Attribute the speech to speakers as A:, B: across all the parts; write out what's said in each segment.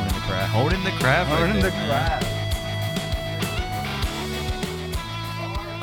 A: honing the craft. right
B: Learning the
A: there, man.
B: craft.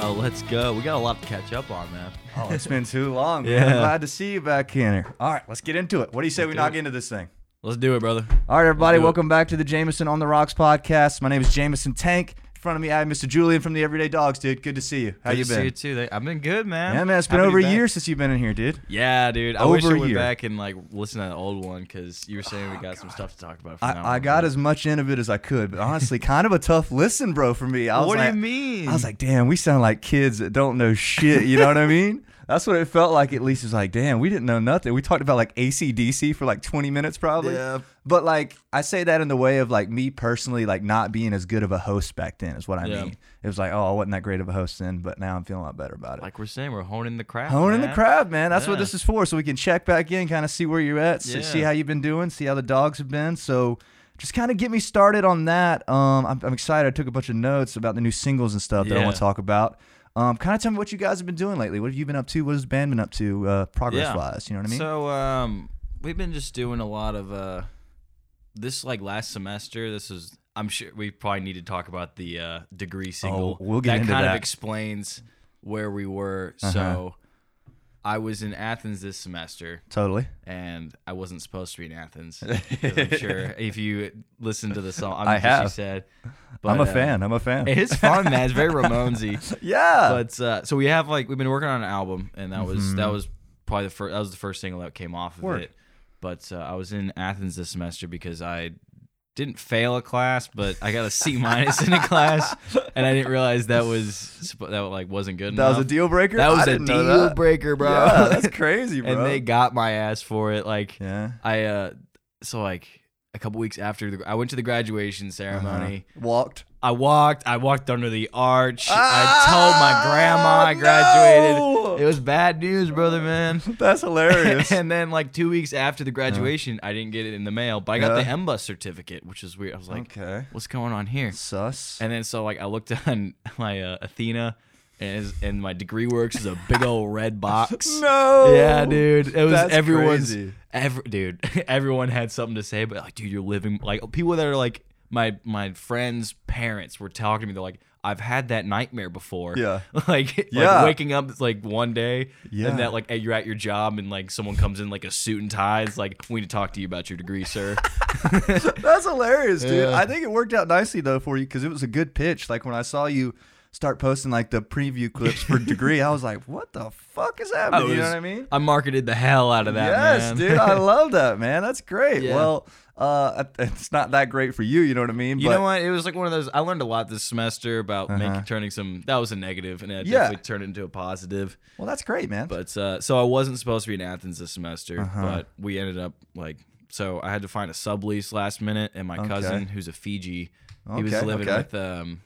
A: Oh, let's go. We got a lot to catch up on, man.
B: Oh, it's been too long. man.
A: Yeah.
B: I'm glad to see you back here. All right, let's get into it. What do you say we
A: do
B: knock
A: it.
B: into this thing?
A: Let's do it, brother.
B: All right, everybody,
A: do it.
B: welcome back to the Jameson on the Rocks podcast. My name is Jameson Tank. In front of me, I have Mr. Julian from the Everyday Dogs, dude. Good to see you. How
A: Good
B: you
A: to
B: been?
A: See you too. They- I've been good, man.
B: Yeah, man, it's been
A: Happy to
B: over a
A: be back.
B: year since you've been in here, dude.
A: Yeah, dude. I wish I
B: Over a
A: went
B: year. Oh,
A: back and like listen to the old one because you were saying we got some stuff to talk about. From that
B: I, I
A: one,
B: got
A: but-
B: as much in of it as I could, but honestly, kind of a tough listen, bro, for me. I was
A: What
B: like,
A: do you mean?
B: I was like, damn, we sound like kids that don't know shit. You know what I mean? That's what it felt like. At least it was like, damn, we didn't know nothing. We talked about like ACDC for like 20 minutes probably.
A: Yeah.
B: But like, I say that in the way of like me personally, like not being as good of a host back then is what I
A: Yeah.
B: mean. It was like, oh, I wasn't that great of a host then, but now I'm feeling a lot better about it.
A: like we're saying, we're honing the craft.
B: Honing the
A: man.
B: crowd, man. That's what
A: Yeah.
B: this is for. So we can check back in, kind of see where you're at, s- see
A: Yeah.
B: how you've been doing, see how the dogs have been. So just kind of get me started on that. Um, I'm, I'm excited. I took a bunch of notes about the new singles and stuff that I
A: Yeah.
B: want to talk about. Um, kind of tell me what you guys have been doing lately. What have you been up to? What has the band been up to, uh, progress wise? You know what I mean?
A: So um, we've been just doing a lot of uh, this like last semester. This is I'm sure we probably need to talk about the uh, degree single.
B: Oh, we'll get
A: that
B: into
A: kind
B: that.
A: of explains where we were.
B: Uh-huh.
A: So I was in Athens this semester.
B: totally.
A: and I wasn't supposed to be in Athens. 'cause I'm sure if you listen to the song, I'm
B: I
A: not sure
B: have.
A: She said,
B: I'm
A: but,
B: a
A: uh,
B: fan. I'm a fan.
A: It is fun, man. It's very Ramonesy.
B: yeah. Mm-hmm.
A: But uh, so we have like we've been working on an album, and that was that was probably the first that was the first single that came off of
B: Word.
A: it. But uh, I was in Athens this semester because I didn't fail a class, but I got a C minus in a class, and I didn't realize that was that like wasn't good
B: that
A: enough.
B: was a deal breaker.
A: That
B: I
A: was a
B: didn't know
A: deal
B: that.
A: breaker, bro.
B: Yeah, that's crazy, bro.
A: and they got my ass for it. Like
B: yeah.
A: I uh so like a couple weeks after the I went to the graduation ceremony.
B: Uh-huh. Walked.
A: I walked, I walked under the arch. I told my
B: Ah,
A: grandma I
B: no!
A: graduated. It was bad news, brother man.
B: That's hilarious.
A: and then like 2 weeks after the graduation, I didn't get it in the mail, but I got
B: Uh-huh. Yeah.
A: the MBUS certificate, which is weird. I was like,
B: okay.
A: what's going on here?
B: Sus.
A: And then so like I looked on my uh, Athena and, it's- and my degree works is a big old red box.
B: No.
A: Yeah, dude. It was
B: Oh, That's
A: everyone's.
B: crazy.
A: Every, dude, everyone had something to say, but like, dude, you're living like people that are like my my friends' parents were talking to me. They're like, I've had that nightmare before.
B: Yeah.
A: like, like
B: Yeah.
A: waking up it's like one day,
B: Yeah.
A: and that like you're at your job and like someone comes in like a suit and tie. It's like we need to talk to you about your degree, sir.
B: That's hilarious, dude.
A: Yeah.
B: I think it worked out nicely though for you because it was a good pitch. Like when I saw you start posting like the preview clips for degree, I was like, "What the fuck is happening?" you know
A: was-
B: what I mean?
A: I marketed the hell out of that.
B: yes,
A: man.
B: dude. I love that, man. That's great.
A: Yeah.
B: Well, uh, it's not that great for you. You know what I mean?
A: You
B: but Uh-huh.
A: know what? It was like one of those. I learned a lot this semester about making turning some. That was a negative, and I
B: Yeah.
A: definitely turned it into a positive.
B: well, that's great, man.
A: But uh, so I wasn't supposed to be in Athens this semester,
B: Uh-huh.
A: but we ended up like so I had to find a sublease last minute, and my cousin who's a Fiji, he was
B: Okay,
A: living
B: okay.
A: with um,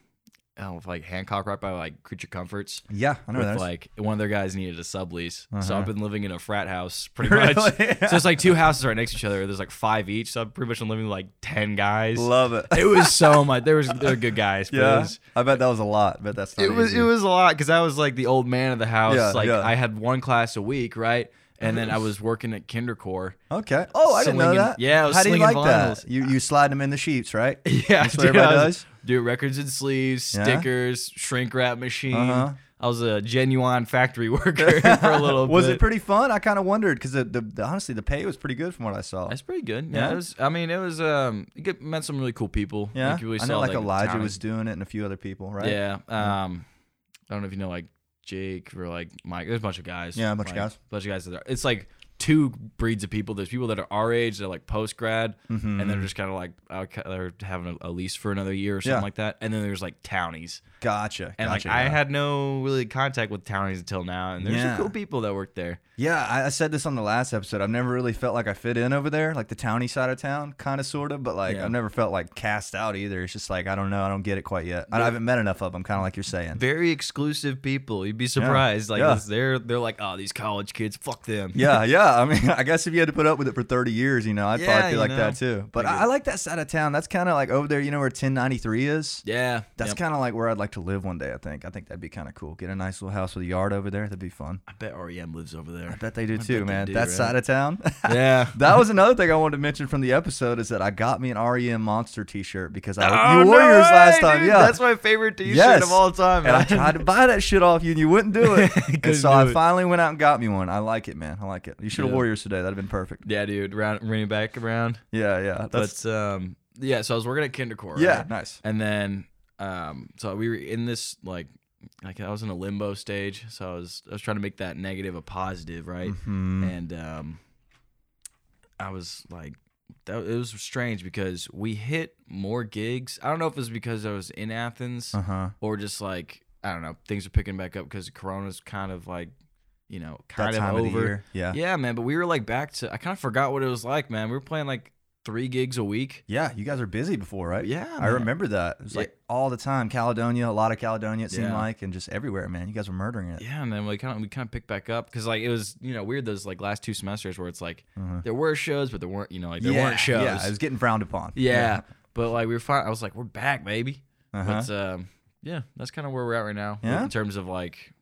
A: I don't know, like Hancock right by like Creature Comforts.
B: yeah, I know
A: With
B: that. is.
A: like one of their guys needed a sublease, so I've been living in a frat house pretty
B: Uh-huh. Really?
A: much. So it's like two houses right next to each other. There's like five each, so I've pretty much been living with like ten guys.
B: love it.
A: It was so much. There was they're good guys. But it
B: yeah,
A: was-
B: I bet that was a lot. But that's not
A: it was
B: easy.
A: it was a lot because I was like the old man of the house.
B: Yeah,
A: like
B: yeah.
A: I had one class a week, right? And then I was working at Kindercore.
B: okay. Oh, I didn't know
A: slinging-
B: that.
A: yeah, I was
B: how do you
A: slinging
B: like
A: vinyls.
B: that? You you slide them in the sheets, right?
A: Yeah,
B: That's what everybody
A: I was-
B: does?
A: Dude, records and sleeves,
B: Yeah.
A: stickers, shrink wrap machine.
B: Uh-huh.
A: I was a genuine factory worker for a little
B: was
A: bit.
B: it pretty fun? I kind of wondered because the, the, the honestly the pay was pretty good from what I saw.
A: That's pretty good. Yeah,
B: Yeah.
A: it was. I mean, it was. Um, you get, met some really cool people.
B: Yeah,
A: Like, you really
B: I
A: saw,
B: know like,
A: the
B: Elijah
A: talent.
B: was doing it and a few other people, right?
A: Yeah. Um, I don't know if you know like Jake or like Mike. There's a bunch of guys.
B: Yeah, a bunch of
A: like,
B: guys.
A: bunch of guys that are. It's like two breeds of people. There's people that are our age. They're like post grad,
B: Mm-hmm.
A: and they're just kind of like okay, they're having a, a lease for another year or something
B: Yeah.
A: like that. And then there's like townies.
B: Gotcha.
A: And
B: gotcha,
A: like I
B: yeah.
A: had no really contact with townies until now. And there's
B: Yeah.
A: some cool people that work there.
B: yeah, I, I said this on the last episode. I've never really felt like I fit in over there, like the towny side of town, kind of, sort of. But like
A: Yeah.
B: I've never felt like cast out either. It's just like I don't know, I don't get it quite yet. I haven't met enough of them, kind of like you're saying.
A: Very exclusive people. You'd be surprised. Like
B: Yeah.
A: they're they're like, oh, these college kids, fuck them.
B: Yeah, yeah. I mean, I guess if you had to put up with it for 30 years, you know, I'd
A: Yeah,
B: probably feel
A: you
B: like
A: know.
B: that too. But
A: I
B: I, I like that side of town. That's kind of like over there, you know, where 1093 is.
A: Yeah,
B: That's
A: yep.
B: kind of like where I'd like to live one day. I think. I think that'd be kind of cool. Get a nice little house with a yard over there. That'd be fun.
A: I bet REM lives over
B: I
A: there.
B: bet they do
A: bet
B: too,
A: they
B: man.
A: do,
B: that
A: right?
B: side of town.
A: yeah.
B: That was another thing I wanted to mention from the episode is that I got me an REM Monster T-shirt because I
A: Oh,
B: you
A: no
B: wore yours
A: way,
B: last time.
A: dude.
B: yeah,
A: That's my favorite T-shirt
B: Yes.
A: of all time.
B: and I
A: man.
B: tried to buy that shit off you, and you wouldn't do it. and
A: Couldn't
B: so I
A: do it.
B: finally went out and got me one. I like it, man. I like it. You should have
A: Yeah.
B: wore yours today. That'd have been perfect.
A: yeah, dude. Round, bring it back around.
B: Yeah, yeah. That's
A: But um, yeah. So I was working at Kindercore. right?
B: yeah, nice.
A: And then um so we were in this like like I was in a limbo stage, so I was I was trying to make that negative a positive, right?
B: Mhm.
A: And um I was like that it was strange because we hit more gigs. I don't know if it was because I was in Athens
B: Uh huh.
A: or just like I don't know, things are picking back up because corona's kind of like, you know,
B: That
A: kind
B: time
A: of
B: of,
A: over.
B: the year. Yeah. yeah.
A: Yeah, man, but we were like back to I kind of forgot what it was like, man. We were playing like 3 gigs a week.
B: you guys are busy before, right?
A: Yeah,
B: Uh, I
A: Oh, man.
B: remember that. It was
A: Yeah.
B: like all the time, Caledonia, a lot of Caledonia. It seemed
A: Yeah.
B: like, and just everywhere, man. You guys were murdering it.
A: Yeah, and then we kind of we kind of picked back up because like it was you know weird those like last two semesters where it's like
B: Mhm.
A: there were shows but there weren't you know like there
B: Yeah,
A: weren't shows.
B: Yeah,
A: Yeah,
B: it was getting frowned upon.
A: but like we were fine. I was like we're back, baby.
B: Yeah. Uh-huh.
A: But um, yeah, that's kind of where we're at right now
B: Yeah?
A: in terms of like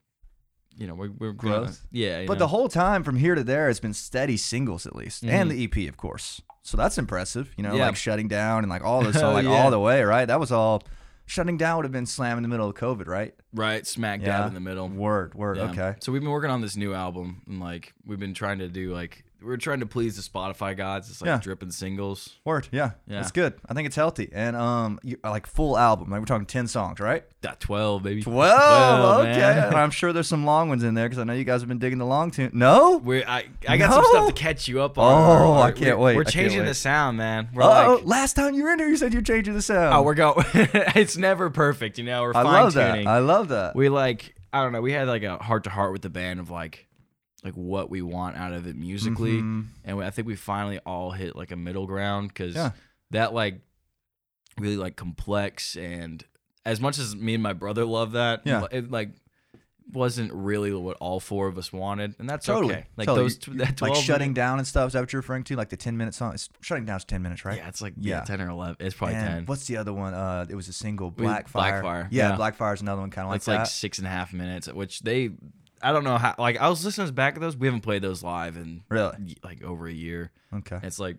A: you know we're, we're gonna-
B: Growth?
A: Yeah, you
B: But
A: know.
B: the whole time from here to there, it's been steady singles at least, and the EP, of course. So that's impressive, you know,
A: Mm-hmm. Yeah.
B: like shutting down and like all this, so
A: Oh,
B: like
A: yeah.
B: all the way, right? That was all shutting down would have been slam in the middle of COVID, right?
A: right smack
B: Yeah.
A: dab in the middle.
B: Word, word,
A: Yeah.
B: okay.
A: So we've been working on this new album and like we've been trying to do like we're trying to please the Spotify gods. It's like
B: Yeah.
A: dripping singles.
B: Word, yeah,
A: Yeah.
B: It's good. I think it's healthy, and um, you, like full album, like we're talking ten songs, right?
A: That twelve baby.
B: Twelve, okay.
A: man.
B: And I'm sure there's some long ones in there because I know you guys have been digging the long tune. No,
A: We're, I, I got some
B: No.
A: stuff to catch you up on.
B: Oh,
A: We're-
B: I can't
A: we're-
B: wait. I
A: We're
B: can't
A: changing
B: wait.
A: the sound, man. We're
B: oh,
A: like,
B: last time you were in here, you said you're changing the sound.
A: oh, we're going. it's never perfect, you know. We're
B: I
A: fine
B: love that.
A: tuning.
B: I love that.
A: We like, I don't know. We had like a heart to heart with the band of like, like what we want out of it musically,
B: Mhm.
A: and we, I think we finally all hit like a middle ground because
B: Yeah.
A: that like really like complex and as much as me and my brother love that,
B: Yeah.
A: it like wasn't really what all four of us wanted, and that's
B: Totally.
A: okay. Like
B: Totally.
A: those, tw- that
B: like
A: 12
B: shutting down and stuff. Is that what you're referring to? Like the 10 minute song? It's, shutting down is 10 minutes, right?
A: Yeah, it's like
B: yeah,
A: yeah, ten or eleven. It's probably
B: And
A: ten.
B: what's the other one? Uh, it was a single,
A: We-
B: Blackfire.
A: Blackfire,
B: Yeah,
A: yeah.
B: Blackfire is another one, kind of like
A: it's like
B: that.
A: six and a half minutes, which they. I don't know how. Like I was listening back to those. We haven't played those live in
B: Really?
A: y- like over a year.
B: okay.
A: It's like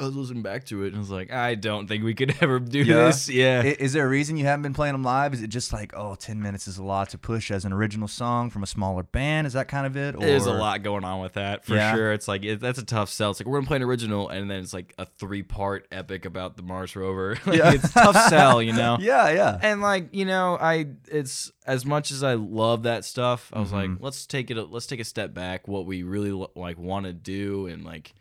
A: I was listening back to it and I was like, I don't think we could ever do
B: Yeah.
A: this. Yeah.
B: I- Is there a reason you haven't been playing them live? Is it just like, oh, 10 minutes is a lot to push as an original song from a smaller band? Is that kind of it? Or...
A: there's a lot going on with that for
B: Yeah.
A: sure. It's like it, that's a tough sell. It's like we're gonna play an original, and then it's like a three-part epic about the Mars rover. like,
B: Yeah.
A: it's a tough sell, you know.
B: Yeah, yeah.
A: and like you know i it's as much as i love that stuff i was like let's take it a, let's take a step back what we really lo- like want to do and like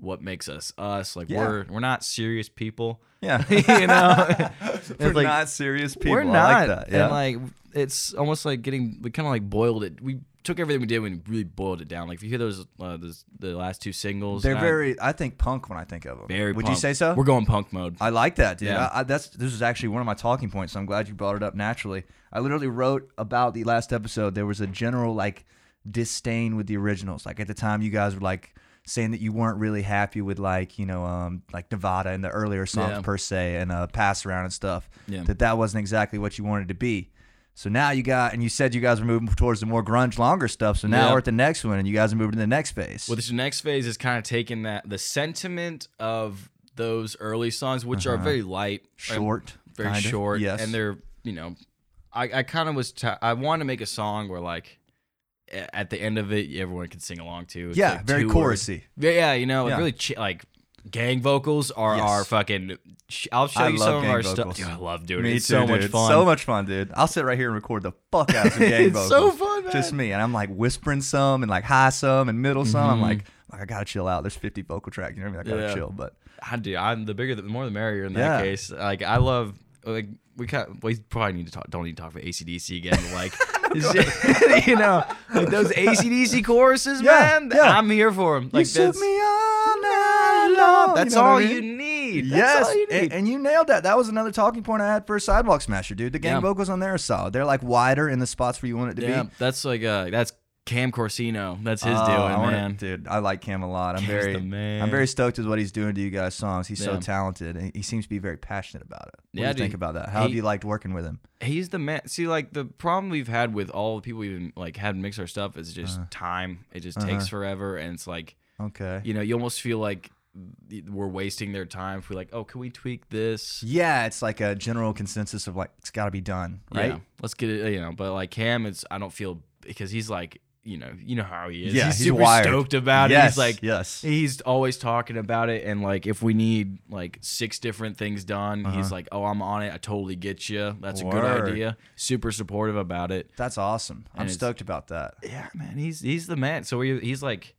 A: what makes us us like
B: Yeah.
A: we're we're not serious people
B: Yeah.
A: You know?
B: We're
A: It's like-
B: not serious people.
A: we're
B: I
A: not
B: like that. Yeah.
A: and like it's almost like getting we kind of like boiled it we took everything we did and really boiled it down like if you hear those uh those, the last two singles
B: They're
A: I-
B: very, I think, punk when I think of them.
A: very
B: Would
A: punk.
B: you say so?
A: we're going punk mode
B: I like that, dude.
A: Yeah.
B: I, I, that's this is actually one of my talking points. So I'm glad you brought it up naturally. I literally wrote about the last episode. There was a general like disdain with the originals. Like at the time, you guys were like saying that you weren't really happy with like you know um like Nevada and the earlier songs
A: Yeah.
B: per se and uh, pass around and stuff.
A: Yeah.
B: That that wasn't exactly what you wanted to be. So now you got, and you said you guys were moving towards the more grunge, longer stuff. So now
A: Yeah.
B: we're at the next one, and you guys are moving to the next phase.
A: Well, this next phase is kind of taking that the sentiment of those early songs, which are very light, right?
B: Uh-huh. short,
A: very
B: kinda.
A: short,
B: Yes.
A: and they're you know, I I kind of was t- I want to make a song where like a- at the end of it everyone can sing along to. It's
B: yeah,
A: like
B: very
A: two words.
B: chorusy.
A: Yeah, yeah, you know, like
B: Yeah.
A: really chi- like. Gang vocals are
B: Yes.
A: our fucking. sh- I'll show
B: I
A: you
B: love
A: some of
B: gang
A: our stuff.
B: vocals.
A: Dude, I love doing
B: Me
A: it. It's
B: too,
A: so
B: dude.
A: much
B: It's
A: fun.
B: So much fun, dude. I'll sit right here and record the fuck out of some gang
A: It's
B: vocals.
A: so fun, man.
B: Just me, and I'm like whispering some and like high some and middle some. I'm like, like I gotta chill out. There's 50 vocal tracks. You know what I mean? I gotta
A: Mm-hmm. Yeah.
B: chill, but
A: I do. I'm the bigger, the more the merrier in
B: Yeah.
A: that case. Like I love, like we kind, we probably need to talk. Don't need to talk about ACDC again. But like,
B: Oh,
A: you know, like those ACDC choruses,
B: Yeah,
A: man.
B: yeah.
A: I'm here for them. Like
B: you took
A: that's,
B: me on and on.
A: that's
B: You know what
A: all
B: I mean?
A: you need. That's
B: Yes,
A: all you
B: and,
A: need.
B: and you nailed that. That was another talking point I had for Sidewalk Smasher, dude. The gang
A: Yeah.
B: vocals on there are solid. They're like wider in the spots where you want it to
A: yeah,
B: be.
A: that's like uh, that's Cam Corsino. That's his
B: Oh,
A: doing,
B: I wanna-
A: man.
B: Dude, I like Cam a lot. I'm
A: Cam's
B: very,
A: the man.
B: I'm very stoked with what he's doing to you guys' songs. He's so
A: Yeah.
B: talented, and he seems to be very passionate about it. What do
A: Yeah,
B: you think
A: dude.
B: about that? How have
A: He-
B: you liked working with him?
A: He's the man. See, like the problem we've had with all the people we've been, like had mix our stuff is
B: Uh-huh.
A: just time. It just takes forever, and it's like
B: Okay.
A: you know you almost feel like we're wasting their time. If we're like, oh, can we tweak this?
B: Yeah, it's like a general consensus of like it's got to be done, right?
A: Yeah, let's get it. You know, but like Cam, it's I don't feel because he's like you know you know how he is.
B: Yeah,
A: he's,
B: he's
A: super
B: wired.
A: stoked about it.
B: yes,
A: He's like
B: yes.
A: he's always talking about it, and like if we need like six different things done, he's like, oh, I'm on it. I totally get you. That's a
B: Uh-huh. Word.
A: good idea. Super supportive about it.
B: That's awesome. I'm
A: it's-
B: stoked about that.
A: yeah, man, he's he's the man. So he, he's like,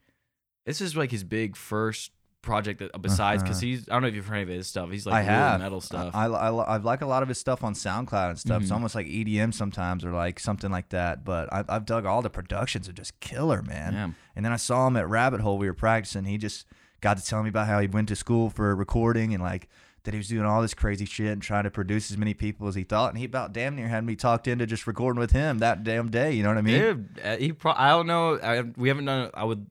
A: this is like his big first project that besides because he's I don't know if you've heard any of his stuff. He's like
B: Uh-huh. I
A: really
B: have
A: metal stuff. Mm-hmm.
B: I, I, I like a lot of his stuff on SoundCloud and stuff. It's almost like EDM sometimes or like something like that. But I've, I've dug all the productions are just killer, man.
A: Yeah.
B: And then I saw him at Rabbit Hole. We were practicing. He just got to tell me about how he went to school for recording and like that he was doing all this crazy shit and trying to produce as many people as he thought. And he about damn near had me talked into just recording with him that damn day. You know what I mean?
A: Dude, uh, he pro- I don't know. I, we haven't done. it. I would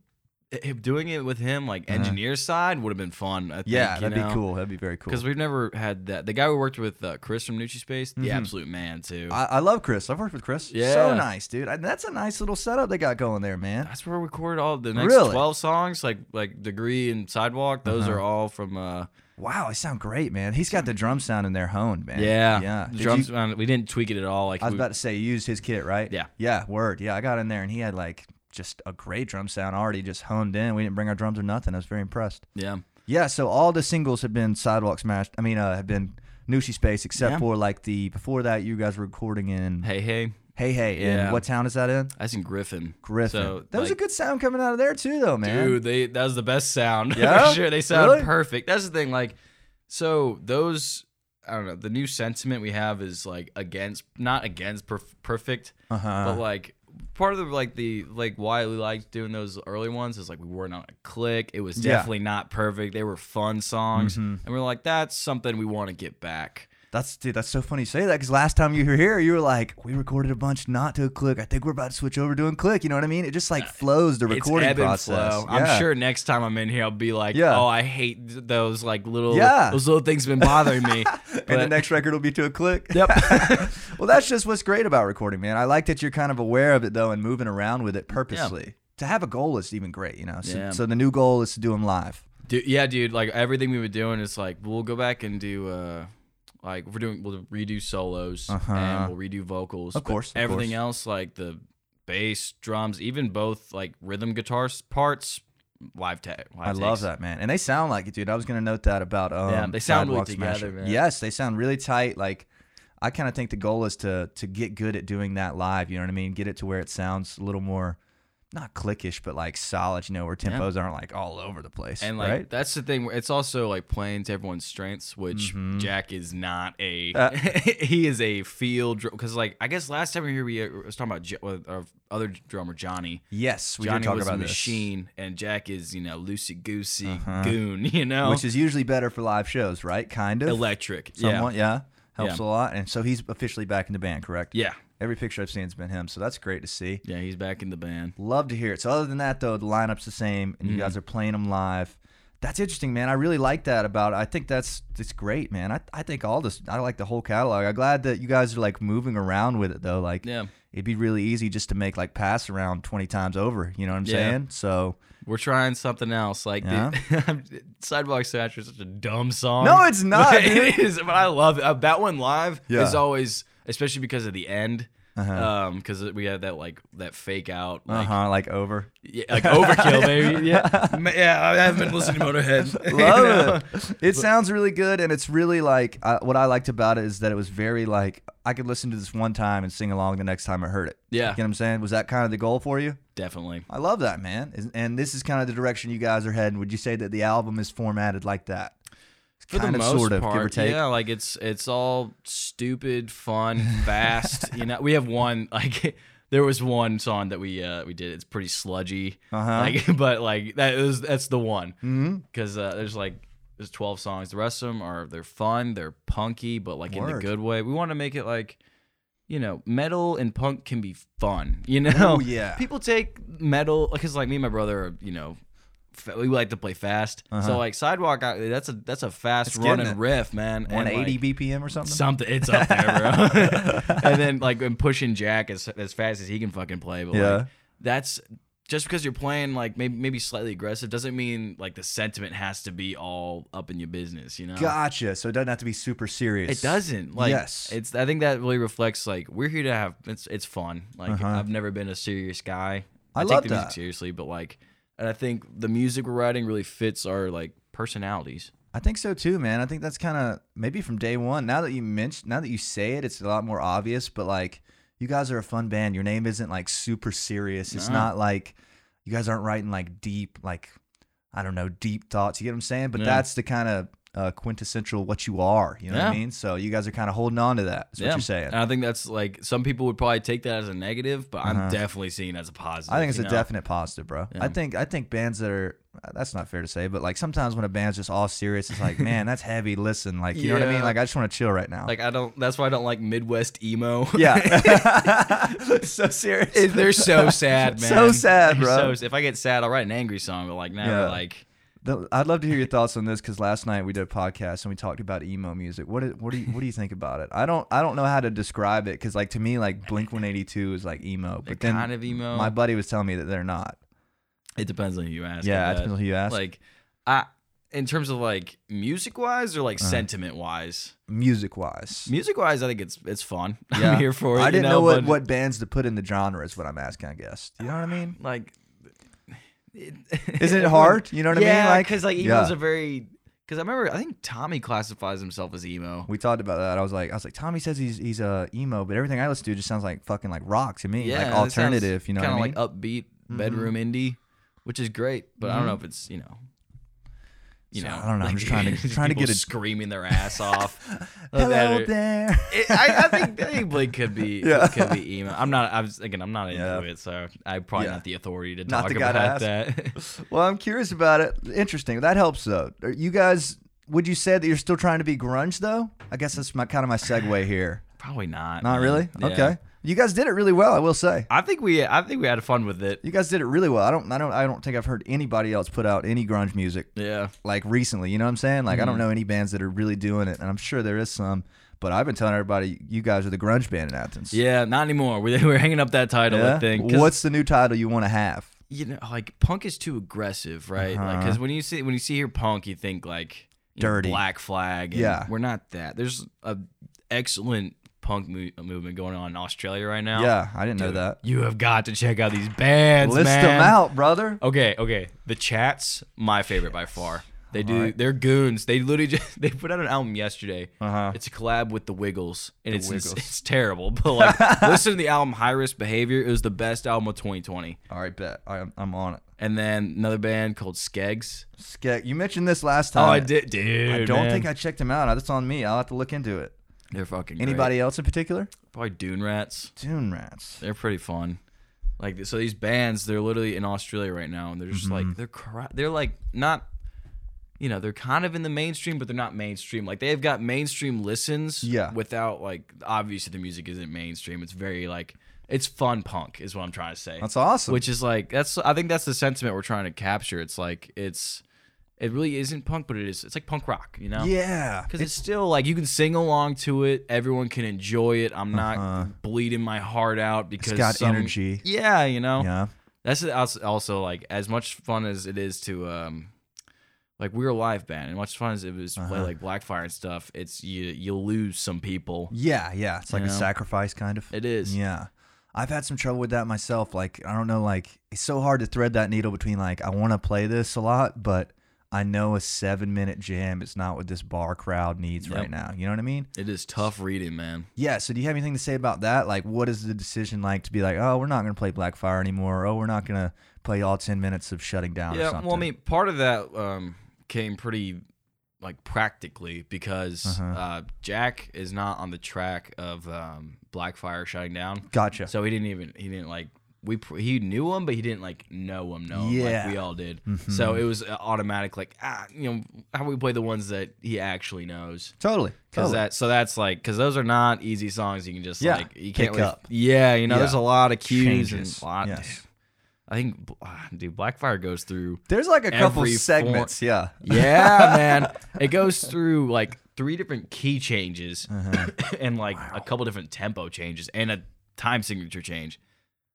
A: eh, doing it with him like engineer side would have been fun. I think,
B: Uh-huh. yeah,
A: you
B: that'd
A: know?
B: be cool. That'd be very cool.
A: Because we've never had that. The guy we worked with, uh, Chris from Nucci Space, the absolute man too.
B: Mm-hmm. I, I love Chris. I've worked with Chris. So
A: Yeah.
B: nice, dude. I, that's a nice little setup they got going there, man.
A: That's where we recorded all the next
B: Really? Uh-huh.
A: twelve songs, like like Degree and Sidewalk. Those are all from. uh
B: Wow, they sound great, man. He's got the drum sound in there honed, man.
A: Yeah,
B: Yeah.
A: The
B: Did
A: drums.
B: you-
A: um, we didn't tweak it at all. Like
B: I was
A: we-
B: about to say, you used his kit, right?
A: Yeah.
B: Yeah, word. Yeah, I got in there and he had like just a great drum sound already just honed in. We didn't bring our drums or nothing. I was very impressed.
A: yeah.
B: Yeah, so all the singles have been Sidewalk Smashed. I mean, uh, have been Nushi Space, except
A: Yeah.
B: for like the, before that, you guys were recording in Hey
A: Hey, hey.
B: Hey.
A: Yeah.
B: And what town is that in?
A: That's in Griffin.
B: Griffin.
A: So,
B: that was a
A: like,
B: good sound coming out of there, too, though, man.
A: Dude, they that was the best sound.
B: Yeah?
A: For sure. They sound
B: Really?
A: perfect. That's the thing. Like, so those I don't know. The new sentiment we have is like against, not against perf- perfect,
B: Uh-huh.
A: but like part of the like the like why we liked doing those early ones is like we weren't on a click. It was
B: Yeah. Mm-hmm.
A: definitely not perfect. They were fun songs, and we are like, that's something we want to get back.
B: That's dude. That's so funny you say that because last time you were here, you were like, "We recorded a bunch not to click. I think we're about to switch over to doing click." You know what I mean? It just like flows the recording
A: it's ebb
B: process.
A: And flow.
B: Yeah.
A: I'm sure next time I'm in here, I'll be like,
B: Yeah.
A: oh, I hate th- those like little
B: Yeah.
A: those little things have been bothering me.
B: And the
A: But-
B: next record will be to a click.
A: Yep.
B: well, that's just what's great about recording, man. I like that you're kind of aware of it though and moving around with it purposely. To have a goal is even great, you know. So,
A: Yeah.
B: so the new goal is to do them live.
A: Dude, yeah, dude. Like everything we were doing is like we'll go back and do uh like we're doing we'll redo solos
B: Uh-huh.
A: and we'll redo vocals.
B: Of
A: but
B: course, of
A: everything
B: course.
A: else like the bass, drums, even both like rhythm guitar s- parts, live tag.
B: I love that, man. And they sound like it, dude. I was gonna note that about um
A: Yeah, they sound really
B: Sidewalk Smasher.
A: together, man.
B: Yes, they sound really tight. Like I kind of think the goal is to to get good at doing that live, you know what I mean? Get it to where it sounds a little more not clickish, but like solid, you know, where tempos aren't like all over the place.
A: And like
B: right?
A: that's the thing. where It's also like playing to everyone's strengths, which Jack is not a.
B: Mm-hmm. Uh.
A: he is a field because like I guess last time we were here we uh, was talking about J- with our other drummer Johnny.
B: Yes, we
A: Johnny
B: did talk
A: was
B: about
A: a
B: this, Uh-huh.
A: machine, and Jack is you know loosey goosey goon. You know,
B: Which is usually better for live shows, right? Kind of.
A: electric.
B: Somewhat, yeah. Helps
A: Yeah.
B: a lot. And so he's officially back in the band, correct?
A: Yeah,
B: Every picture I've seen has been him, so that's great to see.
A: yeah, yeah. He's back in the band.
B: Love to hear it. So other than that, though, the lineup's the same, and
A: Mm-hmm.
B: you guys are playing them live. That's interesting, man. I really like that about it. I think that's it's great, man. I, I think all this I like the whole catalog. I'm glad that you guys are like moving around with it though. Like
A: Yeah.
B: it'd be really easy just to make like pass around twenty times over. You know what I'm
A: Yeah.
B: saying? So
A: We're trying something else. Like
B: Yeah.
A: the, Sidewalk Snatcher is such a dumb song.
B: No, it's not,
A: But
B: dude.
A: it is, but I love it. Uh, that one live
B: Yeah.
A: is always, especially because of the end.
B: Uh-huh.
A: Um, because we had that like that fake out,
B: uh
A: like,
B: huh, like over.
A: yeah, like overkill, baby. Yeah, Ma- yeah. I haven't been listening to Motorhead. You know?
B: Love it. It sounds really good, and it's really like I what I liked about it is that it was very like I could listen to this one time and sing along the next time I heard it.
A: Yeah.
B: you know what I'm saying? Was that kind of the goal for you?
A: Definitely.
B: I love that, man. Is- And this is kind of the direction you guys are heading. Would you say that the album is formatted like that?
A: For
B: kind
A: the
B: of,
A: most
B: sort of,
A: part,
B: give or take.
A: yeah, like it's it's all stupid, fun, fast. you know, we have one like there was one song that we uh we did. It's pretty sludgy,
B: Uh-huh. Mm-hmm.
A: like but like that is that's the one because uh, there's like there's 12 songs. The rest of them are they're fun, they're punky, but like in the
B: Word.
A: good way. We want to make it like you know, metal and punk can be fun. You know,
B: Ooh, yeah.
A: people take metal because like me and my brother, are, you know, fa- we like to play fast. So like sidewalk, I, that's a that's a fast
B: Uh-huh. getting
A: running
B: it.
A: riff, man. And,
B: 180
A: like,
B: BPM or something.
A: Something it's up there, bro. and then like and pushing Jack as as fast as he can fucking play. But
B: Yeah.
A: like, that's just because you're playing like maybe maybe slightly aggressive doesn't mean like the sentiment has to be all up in your business. You know,
B: Gotcha. So it doesn't have to be super serious.
A: it doesn't. Like
B: Yes.
A: it's I think that really reflects like we're here to have it's it's fun. Like
B: Uh-huh.
A: I've never been a serious guy. I,
B: I
A: take
B: love
A: the music
B: that.
A: seriously, but like and I think the music we're writing really fits our like personalities.
B: I think so too, man. I think that's kind of maybe from day one. Now that you mention, now that you say it, it's a lot more obvious. But like, you guys are a fun band. Your name isn't like super serious. It's
A: No.
B: not like you guys aren't writing like deep, like I don't know, deep thoughts. You get what I'm saying? But
A: Yeah.
B: that's the kind of uh, quintessential what you are. You know what I
A: Yeah.
B: mean? So you guys are kind of holding on to that. Is what you're saying.
A: And I think that's like some people would probably take that as a negative, but I'm
B: Uh-huh.
A: definitely seeing it as a positive.
B: I think it's
A: you
B: a
A: know?
B: definite positive, bro.
A: Yeah.
B: I think I think bands that are uh, that's not fair to say, but like sometimes when a band's just all serious, it's like, man, that's heavy. Listen, like you know what I
A: Yeah.
B: mean? Like I just want to chill right now.
A: Like I don't. That's why I don't like Midwest emo.
B: yeah, so serious.
A: They're so sad, man.
B: So sad,
A: They're
B: bro.
A: so- if I get sad, I'll write an angry song. But like now,
B: Yeah.
A: we're like
B: The- I'd love to hear your thoughts on this because last night we did a podcast and we talked about emo music. What do, what do you what do you think about it? I don't I don't know how to describe it because like to me like Blink One Eighty Two is like emo, but then
A: kind of emo.
B: my buddy was telling me that they're not.
A: It depends on who you ask. I
B: yeah,
A: bet.
B: it depends on who you ask.
A: Like, I in terms of like music wise or like sentiment wise.
B: music wise,
A: Music wise, Uh-huh. I think it's it's fun.
B: Yeah.
A: I'm here for it.
B: I
A: you
B: didn't know, what,
A: but,
B: what bands to put in the genre is what I'm asking. I guess. Do you know what I mean?
A: like. It,
B: Isn't it hard? You know what I mean?
A: yeah,
B: Like-
A: because like emo's
B: yeah.
A: a very. Because I remember, I think Tommy classifies himself as emo.
B: We talked about that. I was like, I was like, Tommy says he's he's uh, emo, but everything I listen to just sounds like fucking like rock to me, like alternative. You know what I
A: kind
B: mean? Mm-hmm.
A: of like upbeat bedroom indie, which is great, but I don't know if it's you know. You
B: So,
A: know,
B: I don't know, I'm
A: like,
B: just trying to-
A: just
B: trying to
A: people
B: get a-
A: screaming their ass off.
B: Hello
A: That are-
B: there.
A: it, I, I think I think Blake could be
B: Yeah.
A: could be emo. I'm not. I was again. I'm not into
B: Yeah.
A: it, so I'm probably
B: Yeah.
A: not the authority to
B: Not
A: talk
B: the guy to
A: about that.
B: well, I'm curious about it. Interesting. That helps though. Are you guys, would you say that you're still trying to be grunge though? I guess that's my kind of my segue here.
A: probably not.
B: Not
A: man.
B: really.
A: Yeah.
B: Okay. You guys did it really well. I will say.
A: I think we. I think we had fun with it.
B: You guys did it really well. I don't. I don't. I don't think I've heard anybody else put out any grunge music
A: Yeah.
B: like recently. You know what I'm saying? Like I
A: Mm-hmm.
B: don't know any bands that are really doing it, and I'm sure there is some. But I've been telling everybody you guys are the grunge band in Athens.
A: Yeah. Not anymore. We, we're hanging up that title. I think. 'cause,
B: What's the new title you want to have?
A: you know like punk is too aggressive, right? Like because when you see when you see here punk, you think like you know,
B: Uh-huh. Dirty.
A: black flag. and
B: Yeah.
A: We're not that. There's a excellent punk mo- movement going on in Australia right now.
B: Yeah, I didn't know
A: Dude,
B: that.
A: You have got to check out these bands,
B: List
A: man.
B: them out, brother.
A: Okay, okay. The chats, my favorite by far. They do. They're goons. They literally just they put out an album yesterday.
B: Uh-huh.
A: It's a collab with the Wiggles, and it's,
B: Wiggles.
A: it's terrible. But like, listen to the album High Risk Behavior. It was the best album of 2020.
B: All right, bet. I, I'm on it.
A: And then another band called Skegs.
B: Skeg, you mentioned this last
A: Oh,
B: time.
A: I did, dude.
B: I don't think I checked them out. That's on me. I'll have to look into it.
A: they're fucking. great.
B: Anybody else in particular?
A: Probably Dune Rats.
B: Dune Rats.
A: They're pretty fun. Like so, these bands they're literally in Australia right now, and they're just
B: Mm-hmm.
A: like they're cra- they're like not, you know, they're kind of in the mainstream, but they're not mainstream. Like they've got mainstream listens,
B: Yeah.
A: Without like obviously the music isn't mainstream. It's very like it's fun punk is what I'm trying to say.
B: That's awesome.
A: Which is like that's I think that's the sentiment we're trying to capture. It's like it's it really isn't punk, but it is. It's like punk rock, you know?
B: yeah.
A: Because it's still like you can sing along to it. Everyone can enjoy it. I'm not bleeding my heart out because
B: Uh-huh. got
A: some-
B: energy.
A: Yeah, you know.
B: Yeah.
A: That's also, also like as much fun as it is to um, like we're a live band, and much fun as it was to
B: Uh-huh.
A: play like Blackfire and stuff. It's you you lose some people.
B: Yeah. Yeah. It's like
A: You
B: a
A: know?
B: sacrifice kind of.
A: It is.
B: Yeah. I've had some trouble with that myself. Like, I don't know, like, it's so hard to thread that needle between, like, I want to play this a lot, but I know a seven minute jam is not what this bar crowd needs right now. You know what I mean?
A: It is tough reading, man.
B: Yeah. So, do you have anything to say about that? Like, what is the decision like to be like, oh, we're not going to play Blackfire anymore? Or, oh, we're not going to play all 10 minutes of Shutting Down or
A: Yeah,
B: something?
A: well, I mean, part of that um, came pretty like practically because
B: Uh-huh.
A: uh Jack is not on the track of um, Blackfire shutting down,
B: gotcha.
A: so he didn't even he didn't like we pr- he knew him, but he didn't like know him, know him
B: Yeah. Mm-hmm.
A: like we all did. So it was uh, automatic, like ah, you know, how we play the ones that he actually knows.
B: Totally.
A: Cause
B: totally.
A: that, so that's like, cause those are not easy songs. You can just
B: Yeah,
A: like, you can't
B: pick
A: really-
B: up.
A: Yeah, you know,
B: Yeah.
A: there's a lot of cues
B: Changes,
A: and a lot.
B: yes.
A: I think, bl- ah, dude, Blackfire goes through.
B: There's like a couple
A: every
B: segments. Yeah.
A: Yeah, man, it goes through like three different key changes
B: Uh-huh.
A: and like a couple different tempo changes and a time signature change,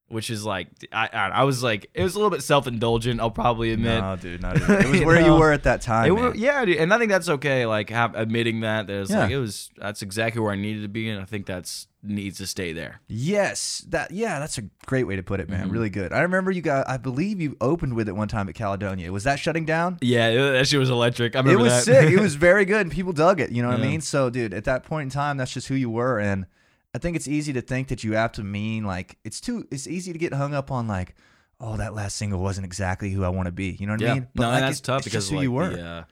A: which is like, I, I, I was like, it was a little bit self indulgent. I'll probably admit.
B: No, dude, not at all. It was
A: You
B: where you
A: know?
B: were at that time.
A: It
B: man.
A: were, yeah, dude, and I think that's okay. Like have, admitting that, there's like
B: Yeah.
A: it was. That's exactly where I needed to be, and I think that's needs to stay there.
B: Yes, that yeah, that's a great way to put it, man.
A: Mm-hmm.
B: Really good. I remember you got. I believe you opened with it one time at Caledonia. Was that shutting down?
A: Yeah, it- that shit was electric. I
B: It
A: remember
B: was
A: that.
B: sick. It was very good, and people dug it. You know what I
A: Yeah.
B: mean? So, dude, at that point in time, that's just who you were, and I think it's easy to think that you have to mean like it's too. It's easy to get hung up on like, oh, that last single wasn't exactly who I want to be. You know what I
A: yeah,
B: mean?
A: no,
B: like,
A: that's
B: it-
A: tough
B: it's
A: because
B: just who
A: like,
B: you were.
A: The, uh,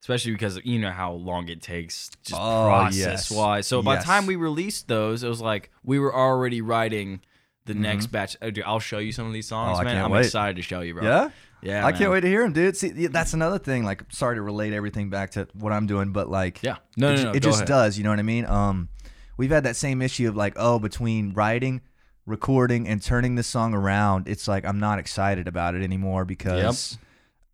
A: especially because you know how long it takes just
B: Oh, yes.
A: process wise. So by
B: Yes.
A: the time we released those, it was like we were already writing the next batch. Oh, dude, I'll show you some of these songs,
B: Mm-hmm. Oh, I
A: man.
B: can't
A: I'm
B: wait.
A: excited to show you, bro.
B: Yeah.
A: yeah.
B: I
A: man.
B: can't wait to hear him, dude. See, yeah, that's another thing. Like, sorry to relate everything back to what I'm doing, but like,
A: Yeah. No,
B: it,
A: no,
B: ju-
A: no,
B: it
A: go
B: just
A: ahead.
B: does. You know what I mean? Um, we've had that same issue of like, oh, between writing, recording, and turning this song around, it's like I'm not excited about it anymore because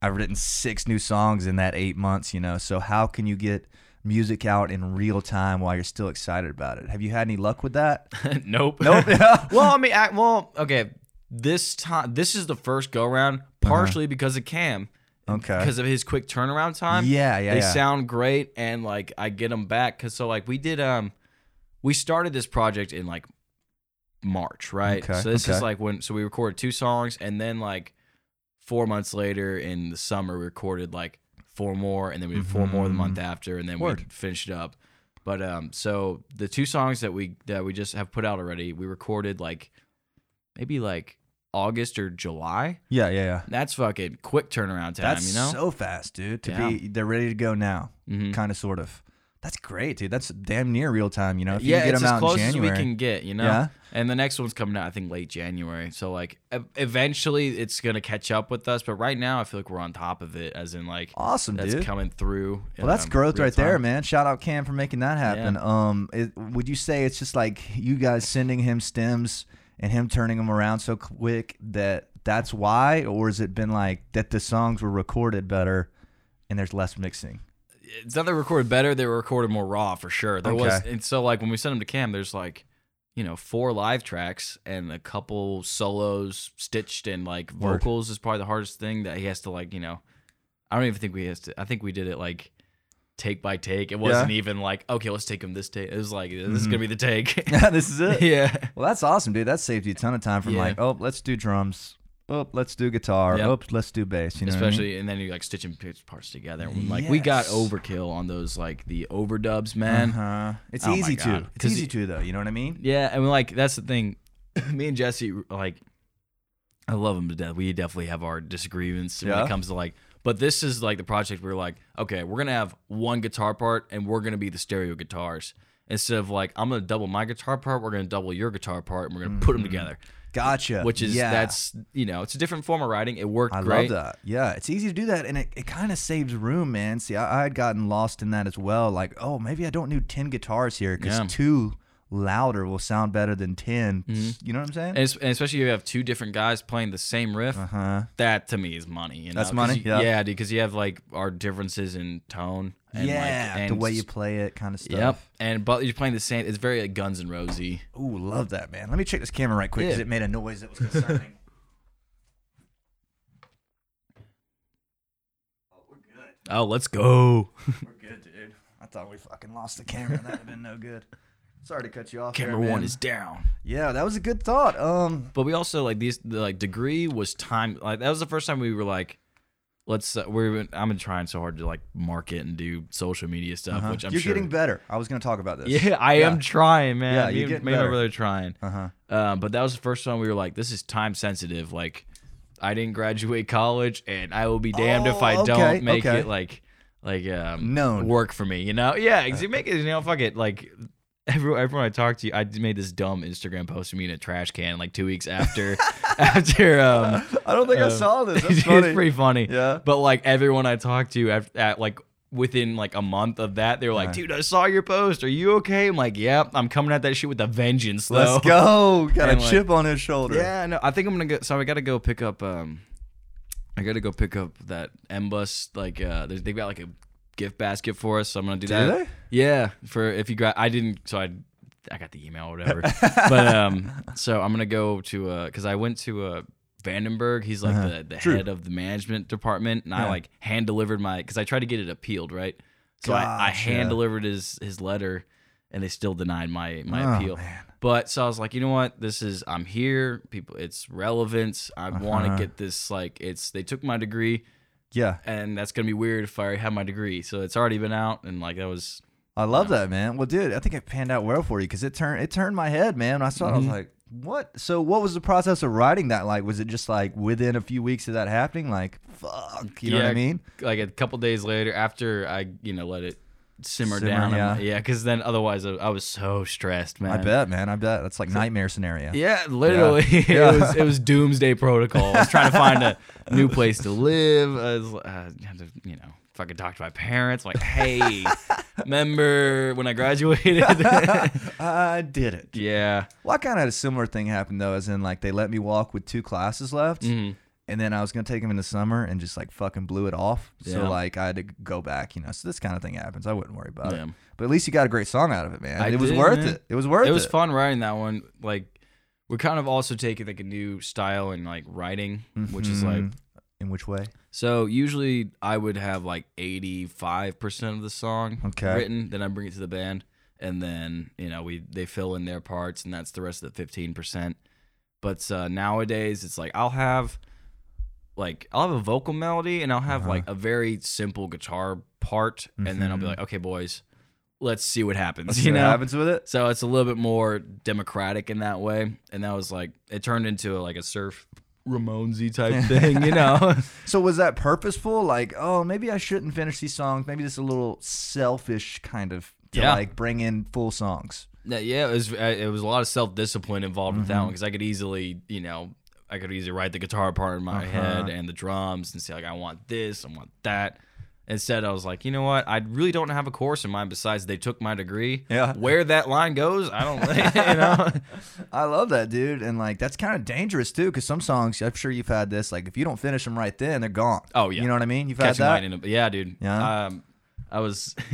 B: I've written six new songs in that eight months. You know, so how can you get music out in real time while you're still excited about it? Have you had any luck with that?
A: nope.
B: Nope.
A: well, I mean, I, well, okay. This time, this is the first go round, partially because of Cam,
B: Uh-huh. okay.
A: because of his quick turnaround time.
B: Yeah, yeah,
A: they
B: yeah.
A: sound great, and like I get them back because so like we did um, we started this project in like March, right?
B: Okay,
A: So this
B: okay.
A: is like when so we recorded two songs, and then like four months later in the summer we recorded like four more, and then we did four more the month after, and then we
B: Mm-hmm. Word.
A: finished it up. But um, so the two songs that we that we just have put out already, we recorded like maybe like August or July.
B: Yeah, yeah, yeah.
A: That's fucking quick turnaround time,
B: That's
A: you know?
B: so fast, dude. To
A: Yeah.
B: be they're ready to go now,
A: Mhm.
B: kind of, sort of. That's great, dude. That's damn near real time. You know, if you
A: yeah,
B: can get
A: it's
B: them
A: as
B: out
A: close
B: in January.
A: as we can get, you know.
B: Yeah.
A: And the next one's coming out, I think, late January. So like, e- eventually, it's gonna catch up with us. But right now, I feel like we're on top of it, as in like
B: awesome,
A: that's
B: dude.
A: coming through.
B: Well, that's
A: um,
B: growth
A: real
B: right there,
A: time.
B: man. Shout out Cam for making that happen. Um, it, would you say it's just like you guys sending him stems and him turning them around so quick that that's why, or has it been like that the songs were recorded better and there's less mixing?
A: It's not that they recorded better; they were recorded more raw for sure. There was,
B: Okay.
A: and so like when we sent them to Cam, there's like, you know, four live tracks and a couple solos stitched, and like
B: Word.
A: vocals is probably the hardest thing that he has to like, you know. I don't even think we has to. I think we did it like take by take. It wasn't even like okay, let's take him this take. It was like this
B: Mm-hmm.
A: is gonna be the take.
B: this is it.
A: yeah.
B: Well, that's awesome, dude. That saved you a ton of time from
A: Yeah.
B: like, oh, let's do drums. Oh, let's do guitar.
A: Yep.
B: Oh, let's do bass. You know, what I mean?
A: Especially, and then you like stitching p- parts together. And, Like we got
B: Yes.
A: overkill on those like the overdubs, man.
B: Uh-huh. It's
A: Oh my
B: easy
A: God.
B: to. It's
A: 'Cause
B: easy
A: y-
B: to though. You know what I mean?
A: Yeah, and like that's the thing. Me and Jesse, like, I love him to death. We definitely have our disagreements when
B: Yeah.
A: it comes to like. But this is like the project where we're like, okay, we're gonna have one guitar part, and we're gonna be the stereo guitars instead of like I'm gonna double my guitar part, we're gonna double your guitar part, and we're gonna put 'em put them together.
B: Gotcha.
A: Which is
B: Mm-hmm. yeah.
A: that's you know it's a different form of writing. It worked
B: I
A: great.
B: love that. Yeah, it's easy to do that, and it, it kind of saves room, man. See, I, I had gotten lost in that as well. Like, oh, maybe I don't need ten guitars here because
A: Yeah.
B: two louder will sound better than 10 You know what I'm
A: Mm-hmm.
B: saying?
A: And, es- and especially if you have two different guys playing the same riff.
B: Uh huh.
A: That to me is money. You know?
B: That's
A: 'Cause
B: money,
A: you-
B: yeah.
A: yeah, because you have like our differences in tone. And
B: yeah,
A: like, and
B: the way you play it, kind of stuff.
A: Yep. And but you're playing the same. It's very like Guns and Rosy.
B: Ooh, love that, man. Let me check this camera right quick because
A: Yeah.
B: it made a noise that was concerning.
A: Oh, let's go.
B: We're good, dude. I thought we fucking lost the camera. That'd have been no good. Sorry to cut you off.
A: Camera
B: there,
A: one
B: man.
A: is down.
B: Yeah, that was a good thought. Um,
A: But we also like these. The, like degree was time. Like that was the first time we were like, let's. Uh, we're. I've been trying so hard to like market and do social media stuff,
B: huh?
A: which I'm
B: you're
A: sure.
B: getting better. I was gonna talk about this.
A: yeah, I
B: Yeah.
A: am trying, man.
B: Yeah,
A: Me
B: you're
A: and-
B: getting
A: me and
B: better.
A: my brother are trying.
B: Uh huh.
A: Um, but that was the first time we were like, this is time sensitive. Like, I didn't graduate college, and I will be damned if I
B: Oh, okay,
A: don't make
B: okay.
A: it like, like um,
B: Known. Uh,
A: work for me. You know? Yeah, 'cause you make it. You know, fuck it. Like, everyone, everyone I talked to, I made this dumb Instagram post of me in a trash can like two weeks after after um,
B: I don't think I
A: Um,
B: saw this. That's
A: it's
B: funny.
A: pretty funny.
B: Yeah.
A: But like everyone I talked to at, at like within like a month of that, they were like,
B: Right.
A: "Dude, I saw your post. Are you okay?" I'm like, "Yep, I'm coming at that shit with a vengeance." though."
B: Let's go. Got
A: And,
B: a
A: like-
B: chip on his shoulder.
A: Yeah, no, I think I'm gonna go. So I gotta go pick up. Um, I gotta go pick up that M bus. Like, uh, there's- they've got like a gift basket for us. So I'm gonna do that.
B: they?
A: Yeah, for if you got. I didn't. So I, I got the email or whatever. but um, so I'm gonna go to uh, cause I went to uh. Vandenberg, he's like the, the
B: Uh-huh. True.
A: head of the management department, and I
B: Yeah.
A: like hand delivered my because I tried to get it appealed, right? So I, I
B: Gotcha.
A: hand delivered his his letter, and they still denied my my
B: Oh,
A: appeal.
B: man.
A: But so I was like, you know what? This is I'm here. People, it's relevant. I want
B: Uh-huh.
A: to get this. Like, it's they took my degree,
B: Yeah.
A: and that's gonna be weird if I already have my degree. So it's already been out, and like that was
B: I love that, man. Well, dude, I think it panned out well for you because it turned it turned my head, man. When I saw it, I
A: Mm-hmm.
B: was like, "What?" So, what was the process of writing that like? Was it just like within a few weeks of that happening? Like, fuck, you know what I
A: Yeah.
B: mean?
A: like a couple days later after I you know let it simmer,
B: Simmer,
A: down.
B: yeah.
A: Yeah, yeah. Because then otherwise I, I was so stressed, man.
B: I bet, man. I bet that's like nightmare scenario.
A: Yeah, literally,
B: Yeah.
A: it was it was doomsday protocol. I was trying to find a new place to live. I was, uh, had to, you know, fucking talk to my parents. Like, hey, remember when I graduated?
B: I did it.
A: yeah,
B: Well, I kind of had a similar thing happen though, as in like they let me walk with two classes left,
A: Mhm.
B: and then I was gonna take them in the summer and just like fucking blew it off. So
A: Yeah.
B: like I had to go back, you know. So this kind of thing happens. I wouldn't worry about
A: Yeah.
B: it. But at least you got a great song out of it, man.
A: I
B: it was
A: did,
B: worth
A: man.
B: it. It was worth it.
A: it was fun writing that one. Like, we're kind of also taking like a new style in like writing, which is like
B: Mhm. in which way?
A: so. Usually, I would have like eighty five percent of the song
B: Okay.
A: written, then I bring it to the band, and then you know we they fill in their parts, and that's the rest of the fifteen percent. But uh, nowadays, it's like I'll have like I'll have a vocal melody, and I'll have
B: Uh-huh.
A: like a very simple guitar part, and then I'll be like, okay, boys, let's see what happens.
B: Mm-hmm. Let's see
A: you
B: what
A: know,
B: happens with it.
A: so it's a little bit more democratic in that way, and that was like it turned into like a surf Ramonesy type thing, you know?
B: So was that purposeful? Like, oh, maybe I shouldn't finish these songs. Maybe this is a little selfish kind of to
A: Yeah.
B: like bring in full songs.
A: Yeah, yeah, it was uh, it was a lot of self discipline involved with that
B: Mm-hmm.
A: one because I could easily, you know, I could easily write the guitar part in
B: Uh-huh.
A: my head and the drums and say like I want this, I want that. Instead, I was like, you know what? I really don't have a course in mind besides they took my degree.
B: Yeah.
A: Where that line goes, I don't, you know.
B: I love that, dude. And like, that's kind of dangerous too, because some songs, I'm sure you've had this. Like, if you don't finish them right then, they're gone.
A: Oh, yeah.
B: you know what I mean. You've
A: Catching
B: had that.
A: lightning in a- yeah, dude.
B: Yeah.
A: Um, I was.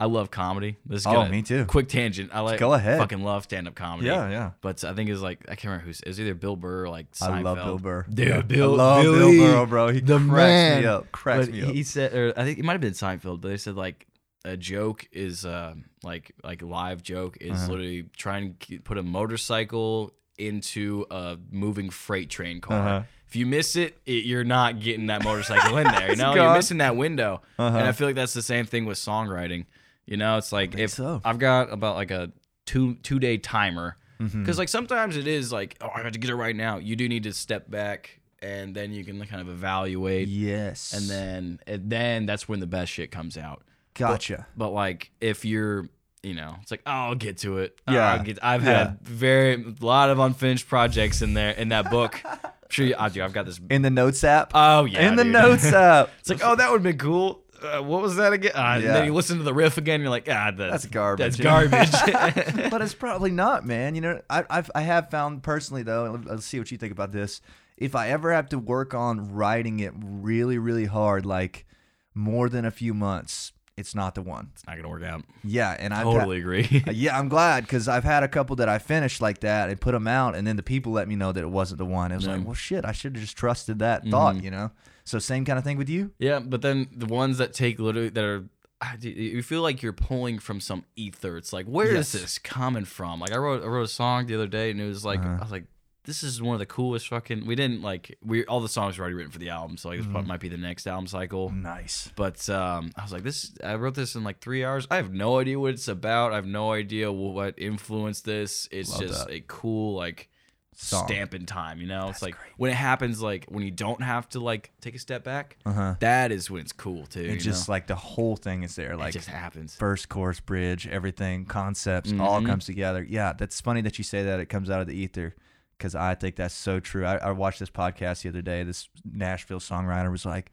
A: I love comedy. This is
B: Oh,
A: gonna-
B: me too.
A: Quick tangent. I like.
B: Go ahead.
A: Fucking love stand up comedy.
B: Yeah, yeah.
A: But I think it was like I can't remember who's. It was either Bill Burr or like Seinfeld.
B: I love Bill Burr.
A: Dude,
B: Yeah.
A: Bill.
B: I love
A: Billy,
B: Bill Burr, bro. He
A: the
B: cracks
A: man.
B: me up. Cracks
A: but
B: me up.
A: He said, or I think it might have been Seinfeld, but they said like a joke is um like like a live joke is
B: Uh-huh.
A: literally trying to k- put a motorcycle into a moving freight train car.
B: Uh-huh.
A: If you miss it, it, you're not getting that motorcycle in there. You know,
B: gone.
A: you're missing that window.
B: Uh-huh.
A: And I feel like that's the same thing with songwriting. You know, it's like if
B: so.
A: I've got about like a two two day timer because
B: Mm-hmm.
A: like sometimes it is like oh I have to get it right now. You do need to step back and then you can kind of evaluate
B: yes.
A: and then and then that's when the best shit comes out.
B: gotcha.
A: But like if you're you know, it's like oh, I'll get to it. Oh,
B: Yeah.
A: I'll get, I've
B: Yeah.
A: had very a lot of unfinished projects in there in that book. I'm sure, you, I do. I've got this.
B: In the notes app.
A: Oh yeah,
B: in the
A: dude.
B: notes uh, app.
A: It's like oh, that would have been cool. Uh, what was that again? Uh, And
B: Yeah.
A: then you listen to the riff again. You're like ah, that's,
B: That's garbage.
A: That's garbage.
B: but it's probably not, man. You know, I, I've I have found personally though. and Let's see what you think about this. If I ever have to work on writing it really, really hard, like more than a few months, it's not the one.
A: it's not gonna work out.
B: Yeah, and I
A: Totally agree.
B: Yeah, I'm glad because I've had a couple that I finished like that and put them out, and then the people let me know that it wasn't the one. It was like, well, shit, I should have just trusted that
A: Mm-hmm.
B: thought, you know. So same kind of thing with you.
A: Yeah, but then the ones that take literally that are I- d- you feel like you're pulling from some ether. It's like where is
B: Yes.
A: this coming from? Like I wrote I wrote a song the other day and it was like
B: Uh-huh.
A: I was like this is one of the coolest fucking we didn't like we all the songs were already written for the album so like this
B: Mm-hmm.
A: might be the next album cycle.
B: Nice.
A: But um, I was like, this. I wrote this in like three hours. I have no idea what it's about. I have no idea wh- what influenced this. It's
B: Love
A: just
B: that.
A: a cool like
B: Song.
A: stamp in time. You know, it's like when it happens, like when you don't have to like take a step back.
B: Uh-huh.
A: that is when it's cool too. you
B: It just
A: know?
B: like the whole thing is there. Like
A: it just happens.
B: first course bridge, everything, concepts,
A: Mm-hmm.
B: all comes together. Yeah, that's funny that you say that. It comes out of the ether because I think that's so true. I, I watched this podcast the other day. This Nashville songwriter was like,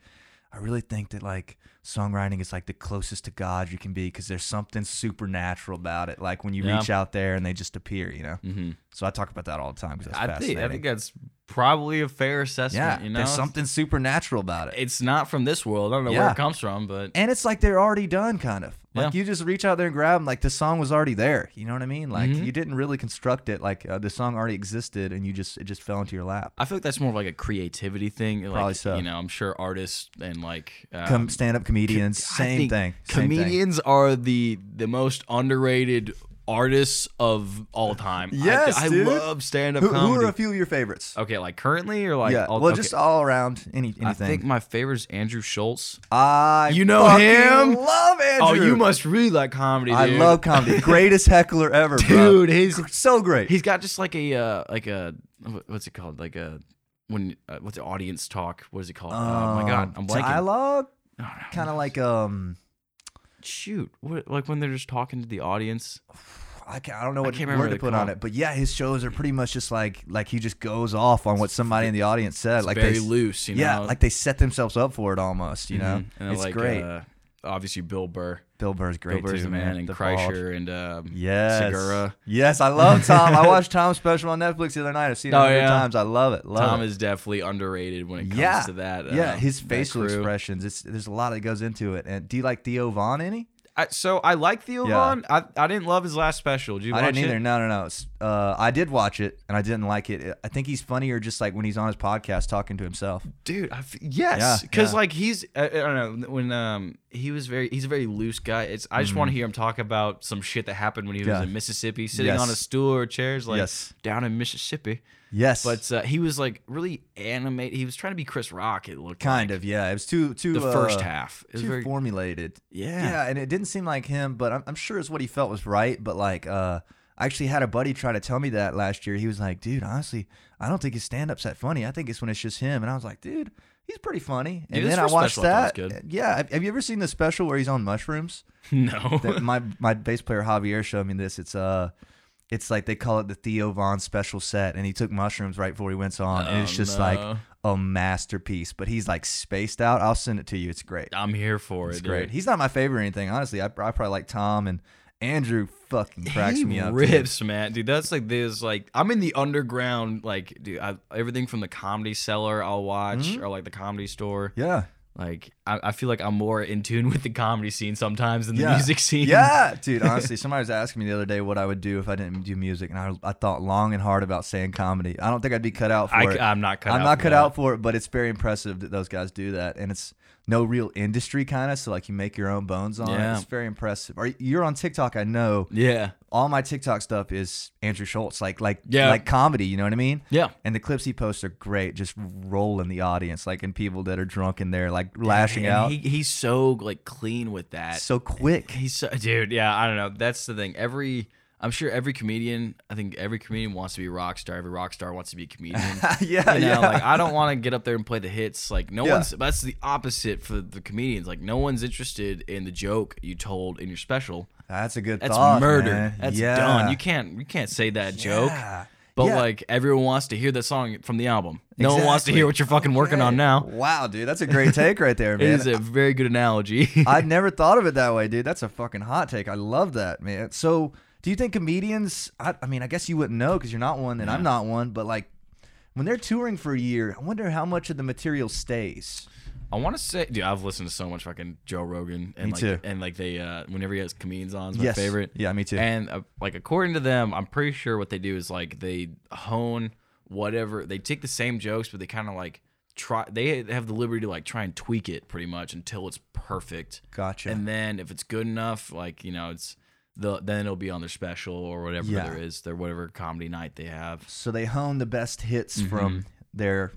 B: I really think that like songwriting is like the closest to God you can be because there's something supernatural about it. Like when you
A: Yeah.
B: reach out there and they just appear, you know.
A: Mhm.
B: So I talk about that all the time because that's
A: I
B: fascinating.
A: think I think that's probably a fair assessment.
B: yeah,
A: you know,
B: there's something supernatural about it.
A: It's not from this world. I don't know where
B: Yeah.
A: it comes from, but
B: and it's like they're already done kind of like
A: Yeah.
B: you just reach out there and grab them like the song was already there you know what i mean like
A: Mhm.
B: you didn't really construct it like uh, the song already existed and you just it just fell into your lap
A: I feel like that's more of like a creativity thing. Like,
B: Probably so.
A: You know, I'm sure artists and like um,
B: come stand-up comedians
A: I
B: same
A: think
B: thing same thing.
A: Comedians are the the most underrated artists of all time. I-
B: Uh, Yes,
A: I,
B: dude.
A: love stand up
B: who, who
A: comedy.
B: are a few of your favorites
A: okay, like currently or like
B: yeah
A: Oh, all,
B: well
A: okay.
B: just all around any anything
A: I think my favorite is Andrew Schultz.
B: I
A: You know
B: fucking
A: him?
B: love andrew
A: Oh, you must really like comedy.
B: i
A: dude.
B: love comedy greatest heckler ever bro.
A: dude. He's
B: so great
A: he's got just like a uh, like a wh- what's it called like a when uh, what's the audience talk? What is it called? oh my god, I'm
B: Um,
A: blanking.
B: dialogue
A: I don't know.
B: kind of like um
A: shoot, what, like when they're just talking to the audience.
B: I, can't, I don't know what
A: can't
B: word
A: remember
B: to
A: the
B: put on
A: call.
B: it, but yeah, his shows are pretty much just like like he just goes off on what somebody in the audience said, like
A: very
B: they,
A: loose, you know.
B: yeah, like they set themselves up for it almost, you know.
A: Mhm. And they're
B: it's
A: like,
B: great.
A: Uh, obviously, Bill Burr.
B: Bill Burr's great
A: Bill Burr's
B: too,
A: the man, and
B: The Fall.
A: Kreischer and um,
B: yes,
A: Segura.
B: Yes, I love Tom. I watched Tom's special on Netflix the other night. I've seen it a
A: Oh,
B: hundred
A: yeah.
B: times. I love it. Love
A: Tom
B: it.
A: is definitely underrated when it comes
B: yeah,
A: to that.
B: yeah,
A: uh,
B: his
A: that
B: facial
A: crew.
B: expressions. It's there's a lot that goes into it. And do you like Theo Vaughn any?
A: I, so I like Theo
B: Yeah.
A: Vaughn. I, I didn't love his last special. Did you
B: I
A: watch
B: didn't
A: it?
B: either. No, no, no. It's- Uh, I did watch it and I didn't like it. I think he's funnier just like when he's on his podcast talking to himself.
A: dude I f- yes
B: Yeah,
A: because
B: yeah.
A: like he's I, I don't know when um he was very he's a very loose guy it's i just want to hear him talk about some shit that happened when he was
B: Mm-hmm. Yeah.
A: in mississippi sitting
B: Yes.
A: on a stool or chairs like
B: Yes.
A: down in mississippi
B: Yes,
A: but uh, he was like really animated he was trying to be chris rock it looked
B: kind
A: like,
B: of yeah. It was too too
A: the
B: uh,
A: first half it was
B: too
A: very
B: formulated.
A: yeah,
B: Yeah. and it didn't seem like him, but I'm, I'm sure it's what he felt was right. But like, uh, I actually had a buddy try to tell me that last year. He was like, "Dude, honestly, I don't think his stand up's that funny. I think it's when it's just him." And I was like, "Dude." He's pretty funny, and
A: Dude, his
B: then I
A: first
B: watched
A: special I
B: that.
A: thought was
B: Yeah, have, have you ever seen the special where he's on mushrooms? that
A: no
B: my my bass player Javier showed me this. It's uh it's like they call it the Theo Vaughn special set, and he took mushrooms right before he went on, and it's
A: Oh,
B: just
A: no.
B: like a masterpiece. But he's like spaced out. I'll send it to you. It's great.
A: i'm here for
B: It's
A: it
B: great.
A: dude.
B: He's not my favorite or anything, honestly. I, I probably like Tom and Andrew. Fucking cracks
A: he
B: me up. dude.
A: rips, man, dude. That's like this, like I'm in the underground, like dude. I, everything from the comedy cellar I'll watch,
B: Mm-hmm.
A: or like the comedy store.
B: Yeah.
A: Like I, I feel like I'm more in tune with the comedy scene sometimes than the
B: Yeah.
A: music scene.
B: Yeah, dude. Honestly, somebody was asking me the other day what I would do if I didn't do music, and I, I thought long and hard about saying comedy. I don't think I'd be cut out for
A: I,
B: it.
A: am not cut.
B: I'm
A: out
B: not
A: for
B: cut
A: that.
B: out for it, but it's very impressive that those guys do that, and it's no real industry kind of. So like you make your own bones on it.
A: Yeah.
B: It's very impressive. Are you- you're on TikTok? I know
A: Yeah,
B: all my TikTok stuff is Andrew Schultz, like like
A: Yeah.
B: like comedy. You know what I mean?
A: yeah.
B: And the clips he posts are great, just rolling the audience, like and people that are drunk in there, like lashing
A: And
B: out
A: He, he's so like clean with that.
B: so quick.
A: He's so, dude. Yeah, I don't know. That's the thing. Every I'm sure every comedian. I think every comedian wants to be a rock star. Every rock star wants to be a comedian.
B: yeah,
A: You know,
B: yeah.
A: like I don't want to get up there and play the hits. Like no
B: Yeah.
A: one's. That's the opposite for the comedians. Like no one's interested in the joke you told in your special.
B: that's a good
A: That's
B: thought.
A: murder.
B: man.
A: That's
B: yeah.
A: done. You can't. You can't say that joke.
B: Yeah.
A: But
B: Yeah.
A: like everyone wants to hear the song from the album. No one wants to
B: Exactly.
A: hear what you're fucking working on now.
B: Wow, dude, that's a great take right there, man.
A: It is a very good analogy.
B: I'd never thought of it that way, dude. That's a fucking hot take. I love that, man. So, do you think comedians? I, I mean, I guess you wouldn't know because you're not one, and I'm not one. But like, when they're touring for a year, I wonder how much of the material stays.
A: I want to say, dude, I've listened to so much fucking Joe Rogan and
B: Me
A: like
B: too.
A: and like they uh whenever he has comedians on, is my
B: Yes.
A: favorite.
B: Yeah, me too.
A: And uh, like according to them, I'm pretty sure what they do is like they hone whatever they take the same jokes, but they kind of like try. They have the liberty to like try and tweak it pretty much until it's perfect.
B: Gotcha.
A: And then if it's good enough, like you know, it's the then it'll be on their special or whatever
B: Yeah.
A: there is their whatever comedy night they have.
B: so they hone the best hits
A: Mm-hmm.
B: from their,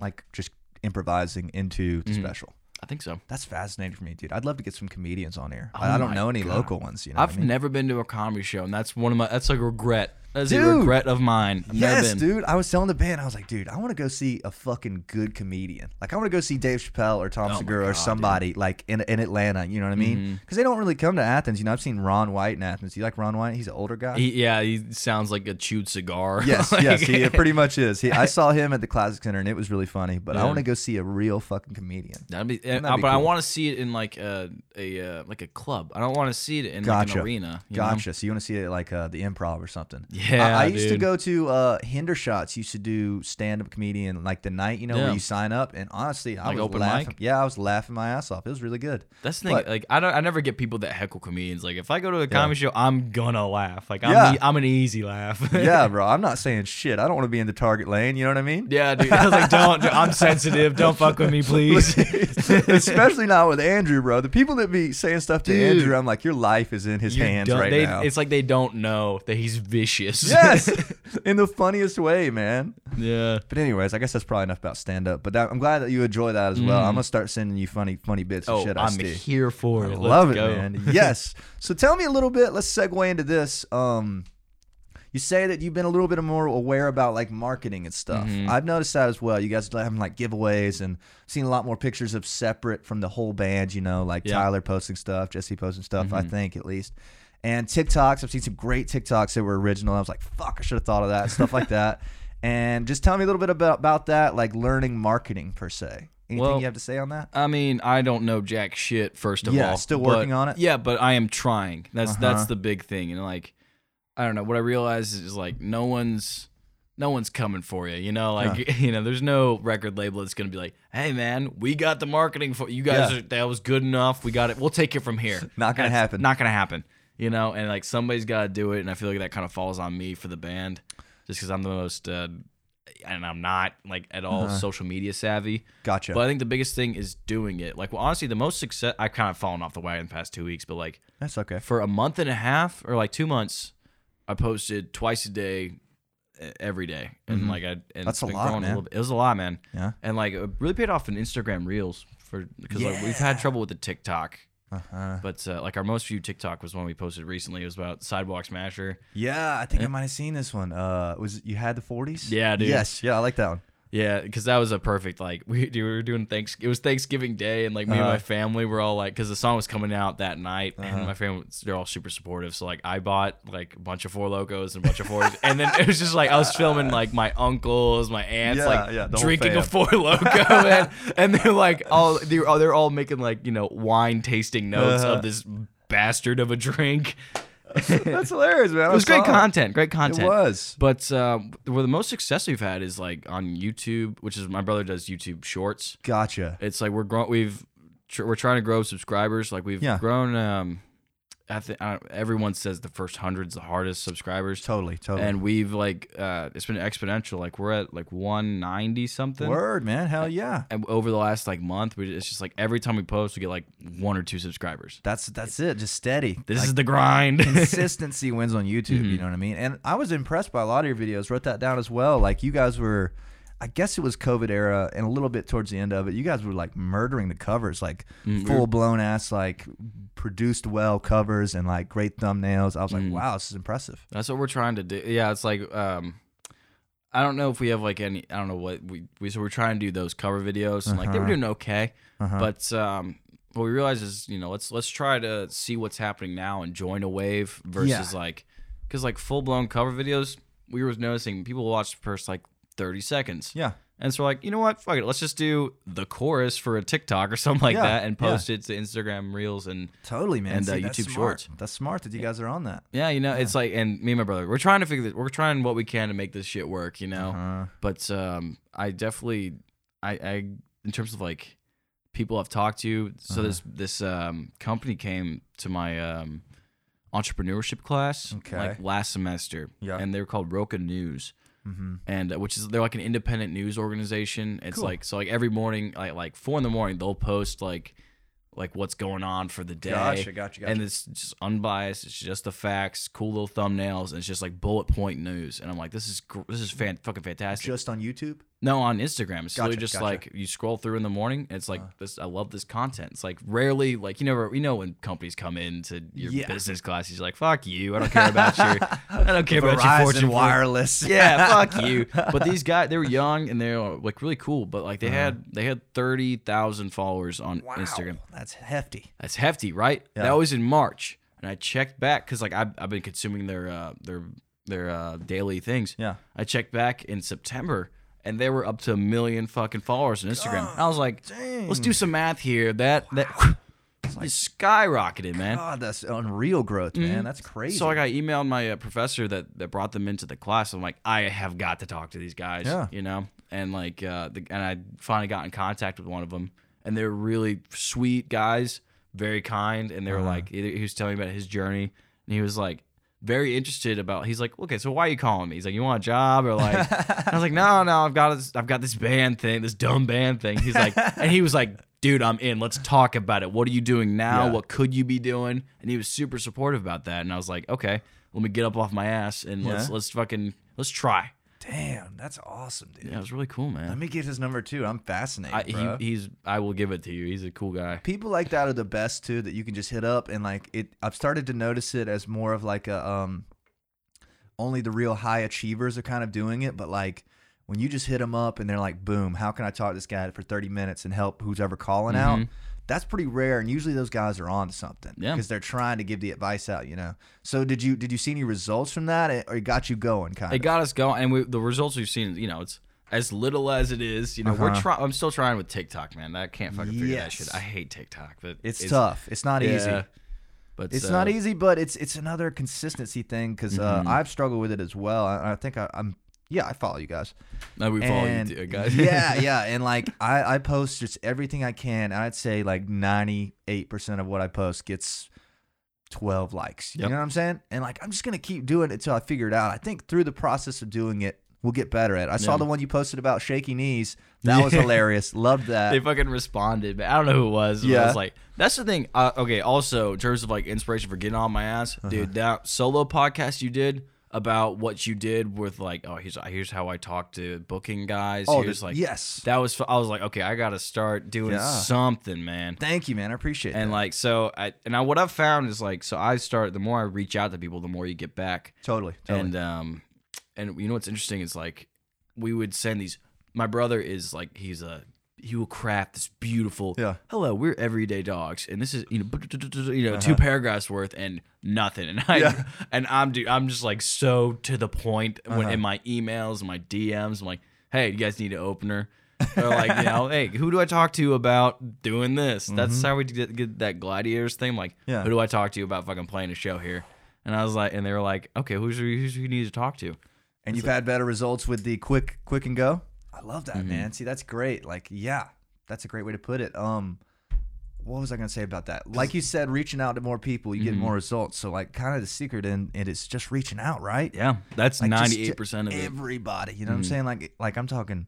B: like, just improvising into
A: Mm-hmm.
B: the special.
A: I think so.
B: That's fascinating for me, dude. I'd love to get some comedians on here. I I
A: Oh
B: don't
A: my
B: know any
A: God.
B: local ones. You know, what
A: I've
B: I mean?
A: never been to a comedy show, and that's one of my. That's like a regret. as a
B: Dude.
A: regret of mine. I've never
B: Yes,
A: been.
B: dude. I was telling the band, I was like, dude, I want to go see a fucking good comedian. Like, I want to go see Dave Chappelle or Tom
A: Oh my
B: Segura or
A: God, Mm-hmm.
B: somebody like in, in Atlanta. You know what I mean? Because they don't really come to Athens. You know, I've seen Ron White in Athens. You like Ron White? He's an older guy.
A: He, yeah, he sounds like a chewed cigar.
B: yes,
A: Like-
B: yes. He pretty much is. He, I saw him at the Classic Center and it was really funny. But I
A: Yeah.
B: want to go see a real fucking comedian.
A: That'd be,
B: Wouldn't that
A: uh,
B: be
A: but I
B: cool?
A: want to see it in like a a uh, like a club. I don't want to see it in like
B: Gotcha.
A: an arena. you know?
B: Gotcha. So you want to see it like uh, the improv or something?
A: Yeah,
B: I, I used to
A: dude.
B: go to uh, Hendershots. Used to do stand up comedian like the night you know where
A: Yeah.
B: you sign up, and honestly, I
A: Like
B: was
A: open
B: laughing.
A: mic?
B: Yeah, I was laughing my ass off. It was really good.
A: That's the thing.
B: But-
A: like I don't, I never get people that heckle comedians. Like if I go to a comedy show, I'm gonna laugh. Like I'm,
B: Yeah.
A: e- I'm an easy laugh.
B: yeah, bro. I'm not saying shit. I don't want to be in the target lane. You know what I mean?
A: yeah, dude. I was like, don't. dude, I'm sensitive. Don't fuck with me, please.
B: Especially not with Andrew, bro. The people that be saying stuff to
A: Dude.
B: Andrew, I'm like, your life is in his
A: You
B: hands
A: don't-
B: right
A: they-
B: now.
A: It's like they don't know that he's vicious.
B: yes, in the funniest way, man.
A: yeah.
B: But anyways, I guess that's probably enough about stand up. But that, I'm glad that you enjoy that as well. I'm gonna start sending you funny, funny bits and
A: Mm. Oh,
B: shit. I
A: I'm
B: see.
A: here for it.
B: I
A: Let's
B: love it,
A: go.
B: man. yes. So tell me a little bit. Let's segue into this. Um, you say that you've been a little bit more aware about like marketing and stuff.
A: Mm-hmm.
B: I've noticed that as well. You guys are having like giveaways and seen a lot more pictures of separate from the whole band. You know, like
A: Yeah. Mm-hmm.
B: Tyler posting stuff, Jesse posting stuff. I think at least. And TikToks, I've seen some great TikToks that were original. I was like, fuck, I should have thought of that. Stuff like that. And just tell me a little bit about, about that, like learning marketing per se. Anything
A: Well,
B: you have to say on that?
A: I mean, I don't know jack shit. First of
B: Yeah,
A: all,
B: still
A: but-
B: working on it?
A: Yeah, but I am trying. That's
B: Uh-huh.
A: that's the big thing. And like, I don't know. What I realize is like no one's no one's coming for you. You know, like you know, there's no record label that's gonna be like, hey man, we got the marketing for you guys.
B: Yeah.
A: Are, that was good enough. We got it. We'll take it from here.
B: Not gonna
A: That's
B: happen.
A: Not gonna happen. You know, and like somebody's got to do it. And I feel like that kind of falls on me for the band, just because I'm the most. Uh, and I'm not like at all
B: Uh-huh.
A: social media savvy.
B: Gotcha.
A: But I think the biggest thing is doing it. Like, well, honestly, the most success I've kind of fallen off the wagon the past two weeks, but like
B: That's okay.
A: for a month and a half or like two months, I posted twice a day, e- every day, and like I and
B: Mm-hmm. That's a
A: been
B: lot,
A: growing
B: man.
A: little bit. It was a lot, man.
B: Yeah.
A: And like it really paid off in Instagram Reels for because like we've had trouble with the TikTok.
B: Uh-huh.
A: But uh, like our most viewed TikTok was one we posted recently. It was about Sidewalk Smasher.
B: Yeah, I think I might have seen this one. Uh, was it you had the forties?
A: Yeah, dude.
B: Yes, yeah, I like that one.
A: Yeah, because that was a perfect like we, dude, we were doing thanks. It was Thanksgiving Day, and like me and
B: Uh-huh.
A: my family were all like, because the song was coming out that night, and my family they're all super supportive. So like I bought like a bunch of four locos and a bunch of fours, and then it was just like I was filming like my uncles, my aunts,
B: Yeah,
A: like
B: yeah, the whole
A: drinking a
B: fam.
A: four loco, and, and they're like all they're all, they're all making like you know wine tasting notes
B: Uh-huh.
A: of this bastard of a drink.
B: That's hilarious, man.
A: It was great content, great content.
B: It was.
A: But uh, where the most success we've had is like on YouTube, which is my brother does YouTube Shorts.
B: Gotcha.
A: It's like we're growing, we've tr- we're trying to grow subscribers. Like we've
B: Yeah.
A: grown. Um, I think I don't- everyone says the first hundred's the hardest subscribers,
B: Totally, totally.
A: and we've like uh, it's been exponential. Like we're at like one ninety something.
B: Word, man. Hell yeah.
A: And over the last like month, we, it's just like every time we post, we get like one or two subscribers.
B: That's that's it. Just steady.
A: This
B: Like,
A: is the grind.
B: consistency wins on YouTube.
A: Mm-hmm.
B: You know what I mean? And I was impressed by a lot of your videos. Wrote that down as well. Like you guys were, I guess it was COVID era, and a little bit towards the end of it, you guys were like murdering the covers, like
A: Mm,
B: full blown ass, like produced well covers and like great thumbnails. I was
A: Mm.
B: like, wow, this is impressive.
A: That's what we're trying to do. Yeah, it's like um I don't know if we have like any I don't know what we, we so we're trying to do those cover videos and like they were
B: Uh-huh.
A: doing okay. But um what we realized is, you know, let's let's try to see what's happening now and join a wave versus like cuz like full-blown cover videos, we were noticing people watch the first like 30 seconds.
B: Yeah.
A: And so we're like, you know what? Fuck it. Let's just do the chorus for a TikTok or something like
B: Yeah,
A: that and
B: yeah.
A: post it to Instagram Reels and
B: Totally, man.
A: And, uh,
B: that's
A: YouTube
B: smart.
A: Shorts.
B: That's smart that you guys are on that.
A: Yeah, you know, it's like, and me and my brother, we're trying to figure this. We're trying what we can to make this shit work, you know.
B: Uh,
A: But um, I definitely, I, I, in terms of like people I've talked to, so
B: Uh-huh.
A: this this um company came to my um entrepreneurship class
B: Okay.
A: like last semester,
B: Yeah. Mm-hmm.
A: and they were called Roca News. And uh, which is they're like an independent news organization. It's
B: Cool.
A: like so like every morning, like like four in the morning, they'll post like like what's going on for the day.
B: Gotcha, gotcha, gotcha.
A: And it's just unbiased. It's just the facts, cool little thumbnails, and it's just like bullet point news. And I'm like, this is gr- this is fan- fucking fantastic.
B: just on YouTube.
A: No, on Instagram. It's literally
B: Gotcha,
A: just
B: gotcha. Uh.
A: like you scroll through in the morning. and It's like this. I love this content. It's like rarely, like you never, you know, when companies come into your
B: Yeah.
A: business class, you're like, "Fuck you! I don't care about your, I don't care about your
B: Verizon
A: fortune wire."
B: Wireless.
A: Yeah, fuck you. But these guys, they were young and they were like really cool. But like
B: Uh-huh.
A: they had they had thirty thousand followers on
B: Wow,
A: Instagram.
B: That's hefty.
A: That's hefty, right?
B: Yeah.
A: That was in March, and I checked back because like I've, I've been consuming their uh, their their uh, daily things.
B: Yeah.
A: I checked back in September, and they were up to a million fucking followers on Instagram. And I was like, let's do some math here. That that it's skyrocketed, man.
B: God, that's unreal growth, man. That's crazy.
A: Mm-hmm. So like I emailed my uh, professor that that brought them into the class. I'm like, I have got to talk to these guys,
B: Yeah.
A: you know. And like, uh, the, and I finally got in contact with one of them, and they're really sweet guys, very kind, and they
B: Uh-huh.
A: were like, he he was telling me about his journey, and he was like. Very interested about. He's like, okay, so why are you calling me? He's like, you want a job or like? I was like, no, no, I've got this, I've got this band thing, this dumb band thing. He's like, and he was like, dude, I'm in. Let's talk about it. What are you doing now?
B: Yeah.
A: What could you be doing? And he was super supportive about that. And I was like, okay, let me get up off my ass and let's
B: Yeah.
A: let's fucking let's try.
B: Damn, that's awesome, dude.
A: Yeah, it was really cool,
B: Let
A: man.
B: me get his number too. I'm fascinated.
A: I,
B: bro.
A: he, he's I will give it to you. He's a cool guy.
B: people like that are the best too that you can just hit up and like it i've started to notice it as more of like a um only the real high achievers are kind of doing it but like when you just hit them up and they're like boom how can i talk to this guy for 30 minutes and help who's ever calling out that's pretty rare and usually those guys are on to something
A: Mm-hmm. Yeah.
B: because they're trying to give the advice out you know so did you did you see any results from that It- or it got you going kind
A: It
B: of
A: got us going, and we, the results we've seen, you know, it's as little as it is. You know, we're
B: Uh-huh.
A: trying. I'm still trying with TikTok, man. I can't fucking figure that
B: Yes.
A: shit. I hate TikTok, but
B: it's, tough it's not easy
A: yeah. But
B: It's
A: uh,
B: not easy, but it's it's another consistency thing because
A: Mm-hmm.
B: uh, I've struggled with it as well. I, I think I, I'm yeah, I follow you guys.
A: No, we follow
B: And-
A: you, too, guys.
B: yeah, yeah, and like I I post just everything I can, and I'd say like ninety eight percent of what I post gets. 12 likes. You
A: Yep.
B: know what I'm saying? And like, I'm just going to keep doing it until I figure it out. I think through the process of doing it, we'll get better at it. I saw
A: Yeah.
B: the one you posted about shaky knees. That was hilarious. Loved that.
A: they fucking responded, but I don't know who it was. Yeah. I
B: Yeah.
A: was like, that's the thing. Uh, okay, also, in terms of like inspiration for getting on my ass,
B: Uh-huh.
A: dude, that solo podcast you did about what you did with like, oh, here's here's how I talk to booking guys.
B: oh,
A: here's like,
B: yes.
A: that was, fu- I was like, okay, I got to start doing
B: Yeah.
A: something, man.
B: Thank you, man. I appreciate
A: And
B: that.
A: like, so I, and I, what I've found is like, so I start, the more I reach out to people, the more you get back.
B: Totally. Totally.
A: And um, and you know what's interesting is like we would send these. My brother is like he's a he will craft this beautiful.
B: Yeah.
A: Hello, we're everyday dogs, and this is you know you know two paragraphs worth and nothing, and I
B: Uh-huh. Yeah.
A: and I'm dude, I'm just like so to the point
B: Uh-huh.
A: when in my emails, my DMs, I'm like, hey, you guys need an opener. or like you know, hey, who do I talk to about doing this?
B: Mm-hmm.
A: That's how we get, get that gladiators thing. Like,
B: Yeah.
A: who do I talk to about fucking playing a show here? And I was like, and they were like, okay, who's who, who's who you need to talk to?
B: and you've had better results with the quick quick and go i love that
A: Mm-hmm.
B: man see that's great like yeah that's a great way to put it um what was i gonna say about that like you said reaching out to more people you
A: Mm-hmm.
B: get more results so like kind of the secret in it is just reaching out right
A: Yeah, that's
B: Like, just
A: ninety
B: to
A: eight percent of it. Mm-hmm.
B: everybody you know what i'm saying like like i'm talking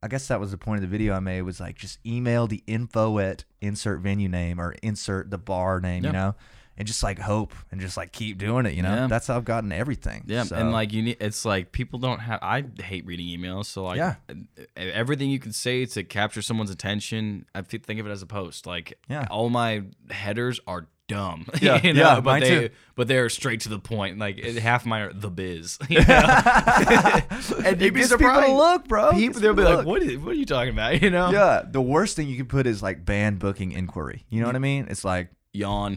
B: i guess that was the point of the video i made was like just email the info at insert venue name or insert the bar name
A: Yeah.
B: you know and just like hope and just like keep doing it you know
A: Yeah.
B: that's how i've gotten everything
A: Yeah,
B: So-
A: and like you need, it's like people don't have. I hate reading emails, so like,
B: Yeah.
A: e- everything you can say to capture someone's attention, I thi- think of it as a post. Like,
B: Yeah.
A: all my headers are dumb.
B: Yeah, yeah,
A: but
B: mine
A: they
B: too.
A: but they are straight to the point. Like it- half mine are the biz. you know? and
B: It gets people to look, bro. It
A: People
B: gets
A: they'll be
B: people to
A: like,
B: look.
A: what is what are you talking about? You know,
B: Yeah, the worst thing you can put is like band booking inquiry. You know what I mean? It's like,
A: yawn,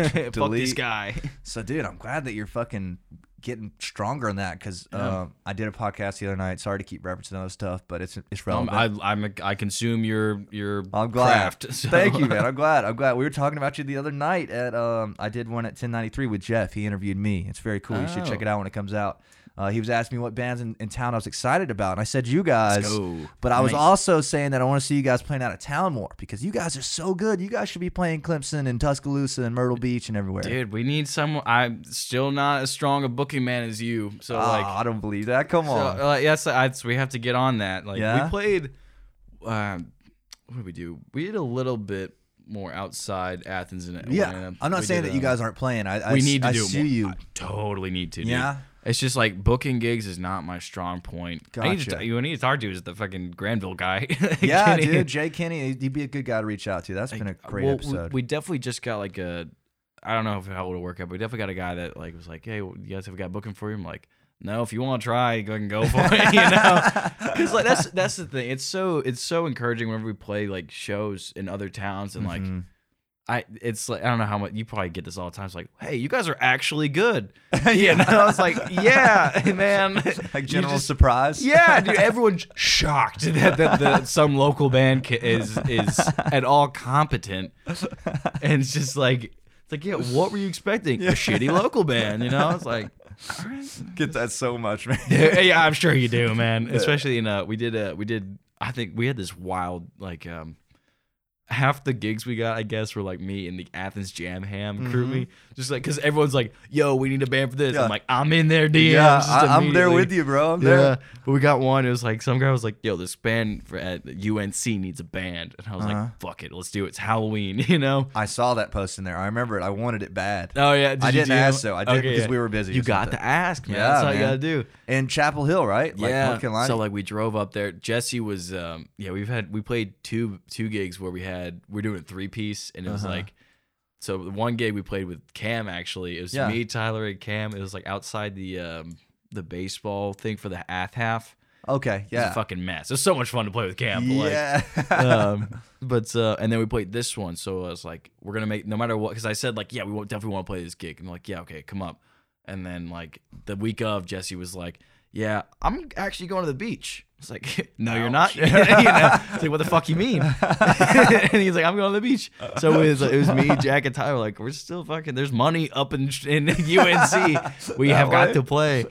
A: fuck this
B: delete.
A: guy.
B: so dude, I'm glad that you're fucking getting stronger on that because um, I did a podcast the other night. Sorry to keep referencing other stuff, but it's it's
A: Um,
B: relevant.
A: I I'm a, I consume your your
B: I'm glad.
A: craft. so-
B: Thank you, man. I'm glad. I'm glad. We were talking about you the other night at um I did one at 1093 with Jeff. He interviewed me. It's very cool. You should check
A: Oh.
B: it out when it comes out. Uh, he was asking me what bands in, in town I was excited about, and I said you guys.
A: go.
B: But I was
A: Nice.
B: also saying that I want to see you guys playing out of town more because you guys are so good. You guys should be playing Clemson and Tuscaloosa and Myrtle Beach and everywhere.
A: Dude, we need someone. I'm still not as strong a booking man as you. So
B: Oh,
A: like,
B: I don't believe that. Come
A: so,
B: on.
A: uh, yes, I, we have to get on that. Like we
B: Yeah?
A: played. Um, what did we do? We did a little bit more outside Athens and
B: yeah,
A: Atlanta.
B: I'm not
A: We
B: saying
A: did,
B: that you
A: um,
B: guys aren't playing. I, I
A: we
B: s-
A: need to
B: I
A: do it
B: see
A: more.
B: you.
A: I totally need to. dude.
B: Yeah?
A: It's just like booking gigs is not my strong point. I need to,
B: Gotcha.
A: t- you need to talk to is the fucking Granville guy.
B: Yeah,
A: Kenny. uh,
B: dude, Jay Kenny, he'd be a good guy to reach out to. That's been a great
A: Well, we-
B: episode.
A: We, definitely just got like a, I don't know if how it'll work out, but we definitely got a guy that like was like, hey, well, you guys have got booking for you. I'm like, no, if you want to try, go and go for it, you know. Because like that's that's the thing. It's so it's so encouraging whenever we play like shows in other towns and like
B: Mhm.
A: I it's like I don't know how much you probably get this all the time. It's like, hey, you guys are actually good.
B: Yeah.
A: You know, I was like, yeah, man.
B: like
A: You
B: general
A: just-
B: surprise.
A: yeah, dude. Everyone's shocked that, that, that some local band ca- is is at all competent, and it's just like it's like, yeah, what were you expecting? A shitty local band, you know? It's like, all right.
B: get that so much, man.
A: yeah, yeah, I'm sure you do, man. Especially in uh, we did uh, we did. I think we had this wild like um, half the gigs we got, I guess, were like me and the Athens Jam Ham crew, me just like because everyone's like, "Yo, we need a band for this."
B: Mm-hmm. Yeah.
A: I'm like, "I'm in there, DMs."
B: Yeah, I, I'm there with you, bro. I'm there.
A: Yeah, but we got one. It was like some guy was like, "Yo, this band for, at UNC needs a band," and I was
B: Uh-huh.
A: like, "Fuck it, let's do it. It's Halloween," you know.
B: I saw that post in there. I remember it. I wanted it bad.
A: Oh yeah, did
B: I
A: you
B: didn't
A: do?
B: ask though. I did because
A: yeah.
B: we were busy or
A: You got
B: something.
A: to ask, man.
B: Yeah,
A: That's all you
B: man.
A: gotta do.
B: In Chapel Hill, right? Like North Carolina.
A: So like we drove up there. Jesse was um yeah, we've had we played two two gigs where we had we're doing a three piece and it was
B: Uh-huh.
A: like so the one gig we played with Cam actually. It was
B: Yeah.
A: me, Tyler, and Cam. It was like outside the um the baseball thing for the ath half.
B: okay,
A: It was
B: yeah.
A: a fucking mess. It was so much fun to play with Cam, but like
B: yeah.
A: um, but uh, and then we played this one, so I was like, we're gonna make no matter what, because I said like, yeah, we won't, definitely want to play this gig, and like, yeah, okay, come up. And then like the week of, Jesse was like, yeah, I'm actually going to the beach. It's like, no, you're not. you know? It's like, what the fuck you mean? and he's like, I'm going to the beach. So it was, it was me, Jack, and Tyler. Like, we're still fucking. There's money up in in UNC. We
B: That
A: have got
B: way?
A: to play.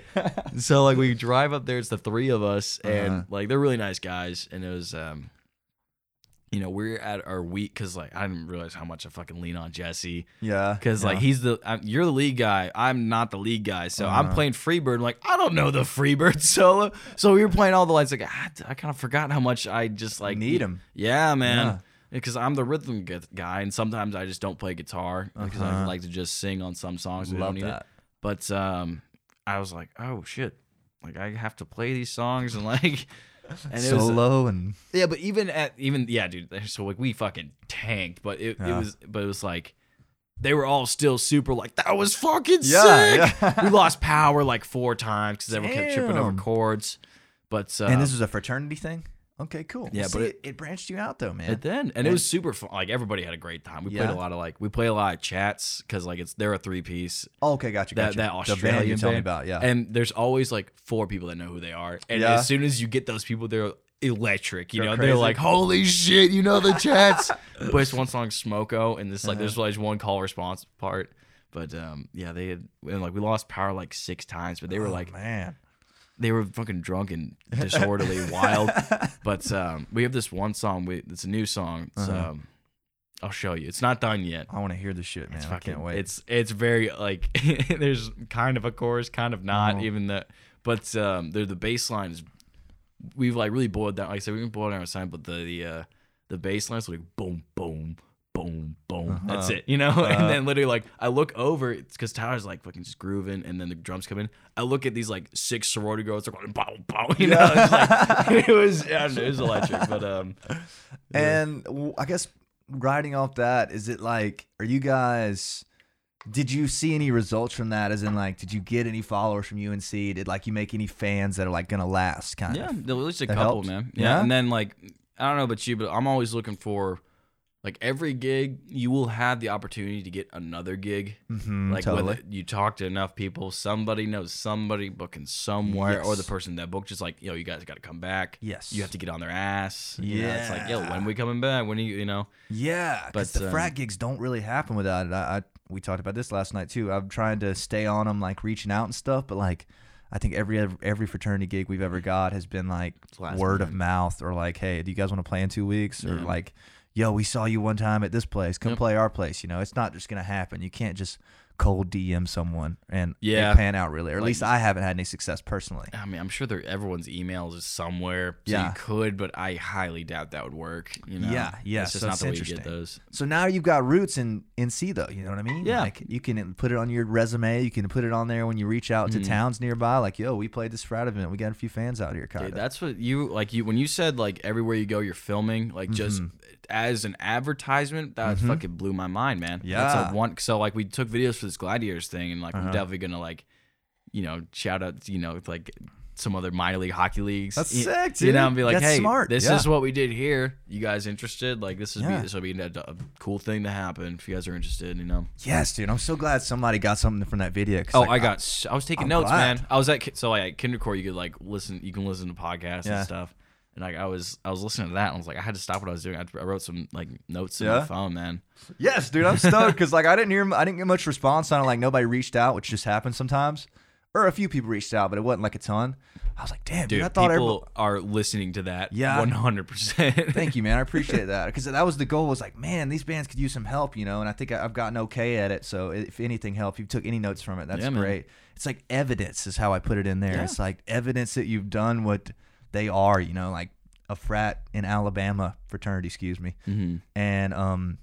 A: So like, we drive up there. It's the three of us, and
B: Uh-huh.
A: like, they're really nice guys. And it was um, you know, we're at our week because like I didn't realize how much I fucking lean on Jesse
B: yeah.
A: because like
B: yeah.
A: he's the I'm, you're the lead guy, I'm not the lead guy, so I'm
B: Uh-huh.
A: playing Freebird. I'm like I don't know the Freebird solo, so we were playing all the lights. Like ah, I kind of forgot how much I just like
B: Need 'em.
A: Yeah, man. Because I'm the rhythm gu- guy, and sometimes I just don't play guitar because I
B: Uh-huh.
A: like to just sing on some songs. we don't
B: love
A: need it.
B: that.
A: But um, I was like, oh shit, like I have to play these songs and like. And it was,
B: Solo and
A: yeah, but even at even yeah, dude. So like we fucking tanked, but it, it
B: Yeah.
A: was but it was like they were all still super like that was fucking
B: Yeah,
A: sick.
B: yeah.
A: we lost power like four times because everyone kept tripping over
B: Damn.
A: chords. But uh,
B: and this was a fraternity thing. Okay, cool.
A: Yeah, but
B: See,
A: it-
B: it, it branched you out though, man.
A: it then and it was super fun. Like everybody had a great time. We played
B: Yeah.
A: a lot of like we play a lot of chats because like it's they're a three piece.
B: oh, okay, gotcha.
A: That,
B: gotcha.
A: that
B: the
A: Australian
B: band you told me
A: band.
B: about, yeah.
A: And there's always like four people that know who they are, and
B: Yeah.
A: as soon as you get those people, they're electric. You
B: They're
A: know,
B: crazy.
A: they're like, "Holy shit, you know the Jets!" but it's one song, "Smoko," and this
B: Uh-huh.
A: like there's like one call response part. But um, yeah, they had and like we lost power like six times, but they were
B: Oh,
A: like
B: man,
A: they were fucking drunk and disorderly, wild. But um, we have this one song. We it's a new song. It's,
B: Uh-huh.
A: um, I'll show you. It's not done yet.
B: I want to hear this shit, man.
A: It's
B: I
A: fucking.
B: can't wait.
A: It's it's very like there's kind of a chorus, kind of not
B: Mhm.
A: even the. But um, the the bass line is we've like really boiled down. Like I said, we can boil down our sound, but the the uh, the bass line is like boom boom boom boom. That's
B: Uh-huh.
A: it, you know. and then literally like I look over, it's because Tyler's like fucking just grooving, and then the drums come in. I look at these like six sorority girls, they're going boom boom. You know, it's like, it was I don't know, it was electric, but um.
B: And w- I guess riding off that, is it like, are you guys? Did you see any results from that? As in, like, did you get any followers from UNC? Did like you make any fans that are like gonna last? Kind
A: Yeah,
B: of.
A: at least a
B: That
A: couple,
B: helps?
A: man. Yeah.
B: Yeah?
A: and then like I don't know about you, but I'm always looking for like every gig you will have the opportunity to get another gig.
B: Mm-hmm,
A: Like
B: totally.
A: whether you talk to enough people, somebody knows somebody booking somewhere, or the
B: Yes.
A: person that booked is like, yo, you guys got to come back.
B: yes.
A: You have to get on their ass. You know, it's like, yo,
B: Yeah.
A: when we coming back? When are you, you know?
B: Yeah, because
A: But, um,
B: the frat gigs don't really happen without it. I, I we talked about this last night too. I'm trying to stay on them, like reaching out and stuff. But like, I think every every fraternity gig we've ever got has been like
A: last
B: word of mouth or like, hey, do you guys want to play in two weeks? Or
A: Yeah.
B: like, yo, we saw you one time at this place. Come
A: Yep.
B: play our place. You know, it's not just gonna happen. You can't just cold DM someone and they
A: Yeah.
B: pan out really. Or at least I haven't had any success personally.
A: I mean, I'm sure there everyone's emails is somewhere. So
B: Yeah.
A: you could, but I highly doubt that would work. You know?
B: Yeah, yeah,
A: It's just
B: so
A: not
B: it's
A: the way you get
B: interesting.
A: those.
B: So now you've got roots in in C though, you know what I mean?
A: Yeah.
B: Like you can put it on your resume, you can put it on there when you reach out to
A: Mm-hmm.
B: towns nearby like, "Yo, we played this Friday event. We got a few fans out here, kind
A: Dude,
B: of."
A: that's what you like. You when you said like everywhere you go, you're filming. Like just
B: Mm-hmm.
A: as an advertisement, that fucking blew my mind, man. That's
B: Yeah. Uh-huh.
A: a one. So like we took videos for this gladiators thing, and like I'm definitely gonna like, you know, shout out, you know, like some other minor league hockey leagues.
B: That's
A: you,
B: sick,
A: You know,
B: dude.
A: and be like,
B: That's
A: hey,
B: smart.
A: this
B: Yeah.
A: is what we did here. You guys interested? Like this is
B: Yeah.
A: be, this will be a, a cool thing to happen if you guys are interested. You know.
B: Yes, dude. I'm so glad somebody got something from that video. 'cause,
A: Oh,
B: like,
A: I got. s- I was taking
B: I'm
A: notes,
B: glad.
A: man. I was at ki- so like at kindercore, you could like listen. You can listen to podcasts
B: Yeah.
A: and stuff. And like I was, I was listening to that, and I was like, I had to stop what I was doing. I, I wrote some like notes in
B: Yeah?
A: my phone, man.
B: Yes, dude, I'm stoked because like I didn't hear, I didn't get much response on it. Like nobody reached out, which just happens sometimes, or a few people reached out, but it wasn't like a ton. I was like, damn, dude,
A: Dude,
B: I thought everyone.
A: people are listening to that.
B: Yeah.
A: one hundred percent.
B: Thank you, man. I appreciate that because that was the goal. Was like, man, these bands could use some help, you know. And I think I- I've gotten okay at it. So if anything helped, you took any notes from it, that's
A: Yeah, man.
B: great. It's like evidence is how I put it in there.
A: Yeah.
B: It's like evidence that you've done what they are, you know, like a frat in Alabama fraternity, excuse me.
A: Mhm.
B: and um,